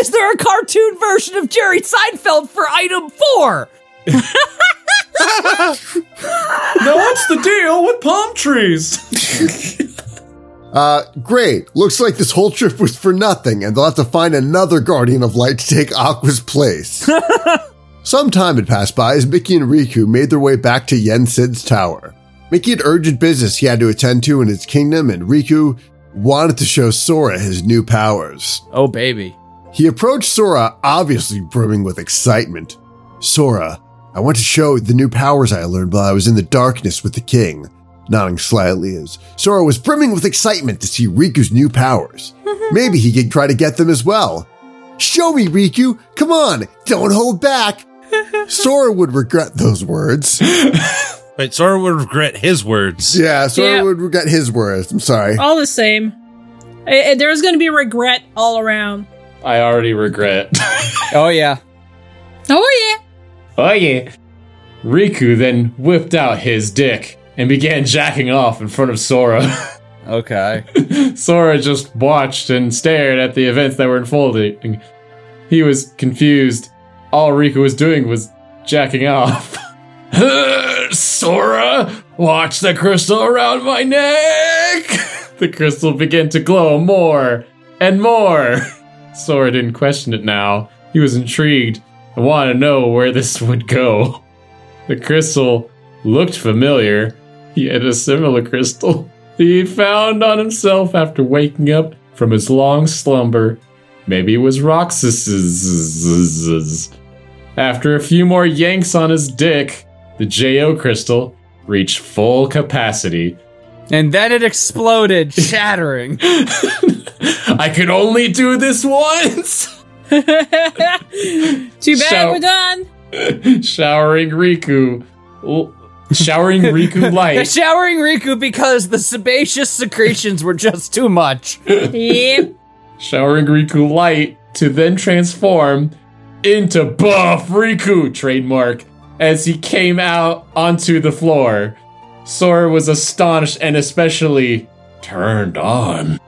[SPEAKER 3] is there a cartoon version of Jerry Seinfeld for item four?
[SPEAKER 10] now what's the deal with palm trees?
[SPEAKER 8] Uh, great. Looks like this whole trip was for nothing, and they'll have to find another Guardian of Light to take Aqua's place. Some time had passed by as Mickey and Riku made their way back to Yen Sid's tower. Mickey had urgent business he had to attend to in his kingdom, and Riku wanted to show Sora his new powers.
[SPEAKER 3] Oh, baby.
[SPEAKER 8] He approached Sora, obviously brimming with excitement. Sora, I want to show the new powers I learned while I was in the darkness with the king. Nodding slightly as Sora was brimming with excitement to see Riku's new powers. Maybe he could try to get them as well. Show me, Riku! Come on! Don't hold back! Sora would regret those words.
[SPEAKER 6] But Sora would regret his words.
[SPEAKER 8] Yeah, Sora
[SPEAKER 2] Yeah.
[SPEAKER 8] would regret his words. I'm sorry.
[SPEAKER 2] All the same. Eh, eh, there's going to be regret all around.
[SPEAKER 10] I already regret.
[SPEAKER 3] oh yeah.
[SPEAKER 2] Oh, yeah.
[SPEAKER 10] Oh yeah. Riku then whipped out his dick and began jacking off in front of Sora. <laughs>
[SPEAKER 3] Okay.
[SPEAKER 10] Sora just watched and stared at the events that were unfolding. He was confused. All Riku was doing was jacking off. <laughs> Sora, watch the crystal around my neck! <laughs> the crystal began to glow more and more. <laughs> Sora didn't question it now. He was intrigued and wanted to know where this would go. <laughs> The crystal looked familiar. He had a similar crystal <laughs> he found on himself after waking up from his long slumber. Maybe it was Roxas's. After a few more yanks on his dick, the JO crystal reached full capacity. <laughs>
[SPEAKER 3] And then it <laughs> exploded, shattering.
[SPEAKER 10] I could only do this once! <laughs>
[SPEAKER 2] Too bad
[SPEAKER 10] So-
[SPEAKER 2] we're done.
[SPEAKER 10] showering Riku. l- Showering Riku
[SPEAKER 3] They're
[SPEAKER 10] light.
[SPEAKER 3] showering Riku because the sebaceous secretions were just too much.
[SPEAKER 2] Yep.
[SPEAKER 10] showering Riku light to then transform into Buff Riku trademark as he came out onto the floor. Sora was astonished and especially turned on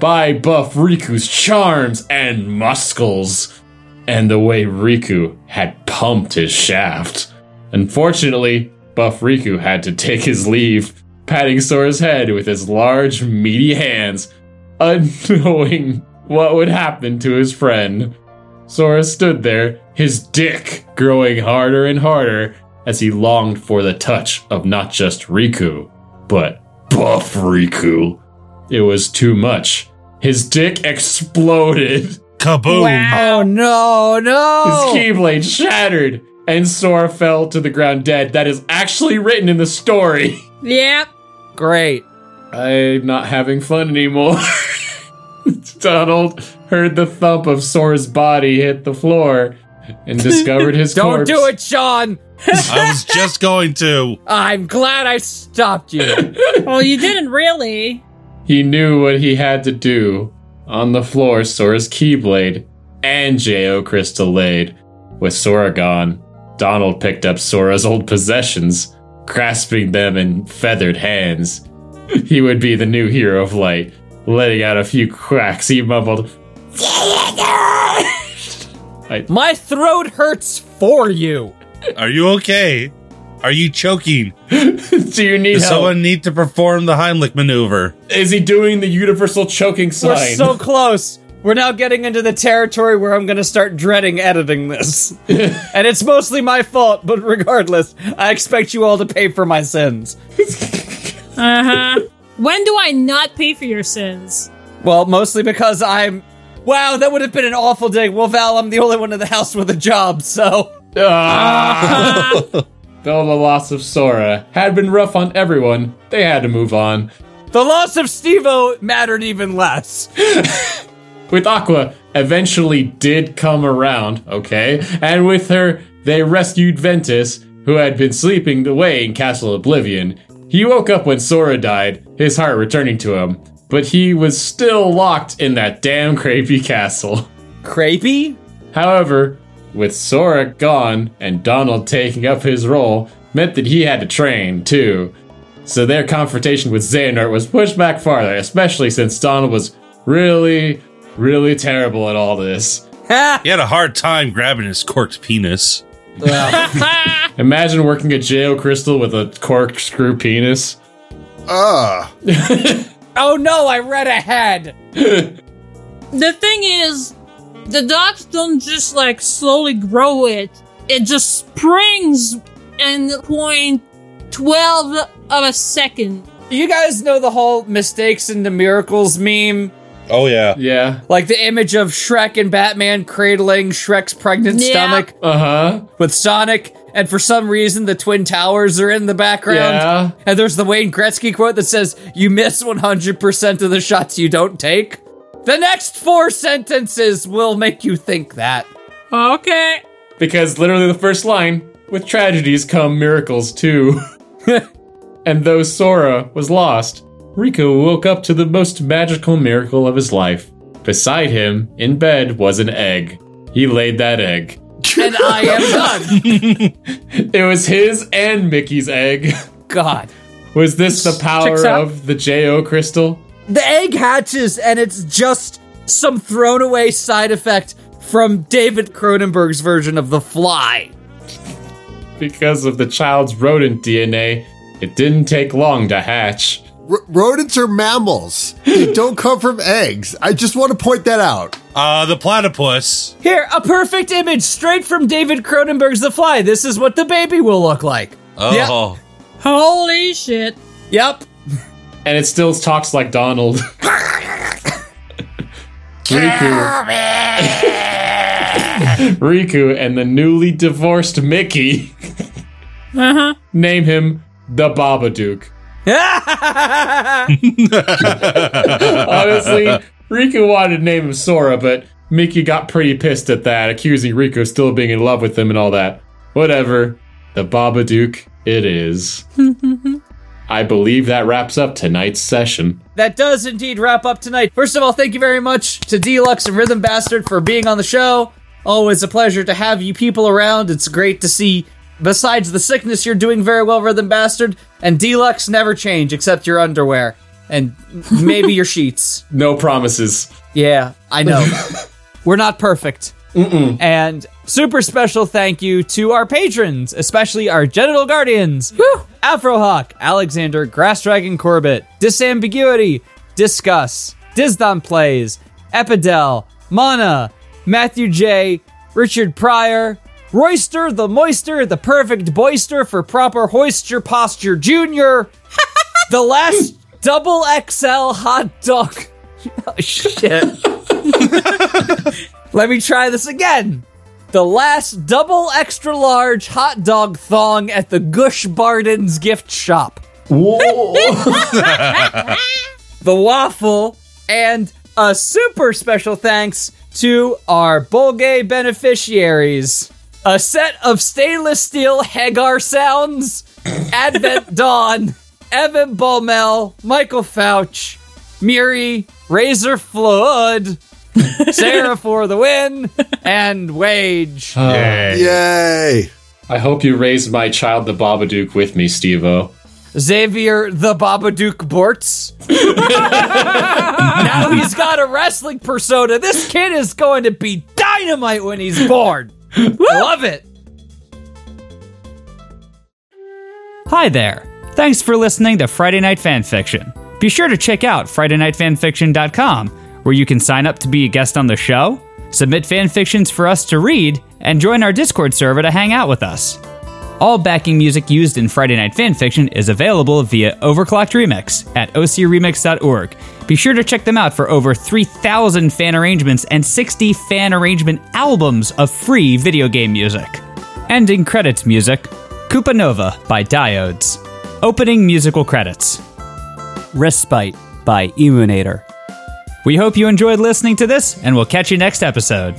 [SPEAKER 10] by Buff Riku's charms and muscles and the way Riku had pumped his shaft. Unfortunately, Buff Riku had to take his leave, patting Sora's head with his large, meaty hands, unknowing what would happen to his friend. Sora stood there, his dick growing harder and harder as he longed for the touch of not just Riku, but Buff Riku. It was too much. His dick exploded.
[SPEAKER 6] Kaboom!
[SPEAKER 3] Oh no, no!
[SPEAKER 10] His keyblade shattered, and Sora fell to the ground dead. That is actually written in the story. <laughs>
[SPEAKER 2] Yep.
[SPEAKER 3] Great.
[SPEAKER 10] I'm not having fun anymore. <laughs> Donald heard the thump of Sora's body hit the floor
[SPEAKER 3] <laughs>
[SPEAKER 10] and discovered his
[SPEAKER 3] Don't
[SPEAKER 10] corpse.
[SPEAKER 3] do it, Sean.
[SPEAKER 6] I was just going to.
[SPEAKER 3] I'm glad I stopped you.
[SPEAKER 2] well, you didn't really.
[SPEAKER 10] He knew what he had to do. On the floor, Sora's Keyblade and J.O. Crystal laid. With Sora gone, Donald picked up Sora's old possessions, grasping them in feathered hands. <laughs> He would be the new hero of light. Letting out a few cracks, he mumbled, <laughs>
[SPEAKER 3] My throat hurts for you.
[SPEAKER 6] Are you okay? Are you choking?
[SPEAKER 10] <laughs> Do you need
[SPEAKER 6] Does
[SPEAKER 10] help?
[SPEAKER 6] someone need to perform the Heimlich maneuver?
[SPEAKER 10] Is he doing the universal choking sign?
[SPEAKER 3] We're so close. We're now getting into the territory where I'm going to start dreading editing this. and it's mostly my fault, but regardless, I expect you all to pay for my sins.
[SPEAKER 2] Uh huh. when do I not pay for your sins?
[SPEAKER 3] Well, mostly because I'm. Wow, that would have been an awful day. Well, Val, I'm the only one in the house with a job, so.
[SPEAKER 10] Though the loss of Sora had been rough on everyone, they had to move on.
[SPEAKER 3] The loss of Stevo mattered even less.
[SPEAKER 10] with Aqua, eventually did come around, okay? And with her, they rescued Ventus, who had been sleeping away in Castle Oblivion. He woke up when Sora died, his heart returning to him, but he was still locked in that damn creepy castle. <laughs>
[SPEAKER 3] Creepy?
[SPEAKER 10] However, with Sora gone and Donald taking up his role, meant that he had to train too. So their confrontation with Xehanort was pushed back farther, especially since Donald was really, really terrible at all this.
[SPEAKER 6] He had a hard time grabbing his corked penis.
[SPEAKER 10] Imagine working a jail crystal with a corkscrew penis.
[SPEAKER 8] Ah.
[SPEAKER 3] Oh no, I read ahead.
[SPEAKER 2] The thing is, the dogs don't just like slowly grow it. It just springs in point twelve of a second.
[SPEAKER 3] You guys know the whole mistakes into miracles meme?
[SPEAKER 6] Oh, yeah.
[SPEAKER 10] Yeah.
[SPEAKER 3] Like the image of Shrek and Batman cradling Shrek's pregnant
[SPEAKER 2] Yeah.
[SPEAKER 3] stomach.
[SPEAKER 10] Uh huh.
[SPEAKER 3] With Sonic, and for some reason the Twin Towers are in the background.
[SPEAKER 10] Yeah.
[SPEAKER 3] And there's the Wayne Gretzky quote that says, You miss 100% of the shots you don't take. The next four sentences will make you think that.
[SPEAKER 2] Okay.
[SPEAKER 10] Because literally the first line with tragedies come miracles too. <laughs> and though Sora was lost, Riku woke up to the most magical miracle of his life. Beside him, in bed, was an egg. He laid that egg.
[SPEAKER 3] And I am done.
[SPEAKER 10] It was his and Mickey's egg. <laughs>
[SPEAKER 3] God.
[SPEAKER 10] Was this the power
[SPEAKER 3] Checks out.
[SPEAKER 10] of the JO crystal?
[SPEAKER 3] The egg hatches, and it's just some thrown away side effect from David Cronenberg's version of The Fly.
[SPEAKER 10] Because of the child's rodent DNA, it didn't take long to hatch.
[SPEAKER 8] R- rodents are mammals. They don't come from eggs. I just want to point that out.
[SPEAKER 6] Uh, the platypus.
[SPEAKER 3] Here, a perfect image straight from David Cronenberg's The Fly. This is what the baby will look like.
[SPEAKER 6] Oh.
[SPEAKER 2] Holy shit.
[SPEAKER 3] <laughs> Yep.
[SPEAKER 10] And it still talks like Donald. <laughs> Riku. Riku and the newly divorced Mickey
[SPEAKER 2] Uh huh.
[SPEAKER 10] name him the Babadook. Honestly, Riku wanted to name him Sora, but Mickey got pretty pissed at that, accusing Riku of still being in love with him and all that. Whatever. The Babadook it is. I believe that wraps up tonight's session.
[SPEAKER 3] That does indeed wrap up tonight. First of all, thank you very much to Deluxe and Rhythm Bastard for being on the show. Always a pleasure to have you people around. It's great to see. Besides the sickness, you're doing very well, Rhythm Bastard. And Deluxe never change except your underwear and maybe your <laughs> sheets.
[SPEAKER 10] No promises.
[SPEAKER 3] Yeah, I know. We're not perfect. And super special thank you to our patrons, especially our genital guardians Afrohawk, Alexander, Grass Dragon Corbett, Disambiguity, Discuss, Dizdon Plays, Epidel, Mana, Matthew J., Richard Pryor, Royster the Moister, the perfect boister for proper hoister posture, Junior, the last double XL hot dog. Oh, shit. Let me try this again. the last double extra large hot dog thong at the Gush Bardens gift shop. the waffle, and a super special thanks to our Bolgay beneficiaries. A set of stainless steel Hagar sounds, Advent Dawn, Evan Baumel, Michael Fouch, Miri, Razor Flood, Sarah for the win, and Wage.
[SPEAKER 8] Yay!
[SPEAKER 10] I hope you raised my child the Babadook with me, Stevo.
[SPEAKER 3] Xavier the Babadook Bortz. <laughs> now he's got a wrestling persona. This kid is going to be dynamite when he's born. Love it.
[SPEAKER 1] Hi there. Thanks for listening to Friday Night Fanfiction. Be sure to check out FridayNightFanfiction.com, where you can sign up to be a guest on the show, submit fanfictions for us to read, and join our Discord server to hang out with us. All backing music used in Friday Night Fanfiction is available via Overclocked Remix at ocremix.org. Be sure to check them out for over 3,000 fan arrangements and 60 fan arrangement albums of free video game music. Ending credits music Koopa Nova by Diodes. Opening musical credits Respite by Emunator. We hope you enjoyed listening to this, and we'll catch you next episode.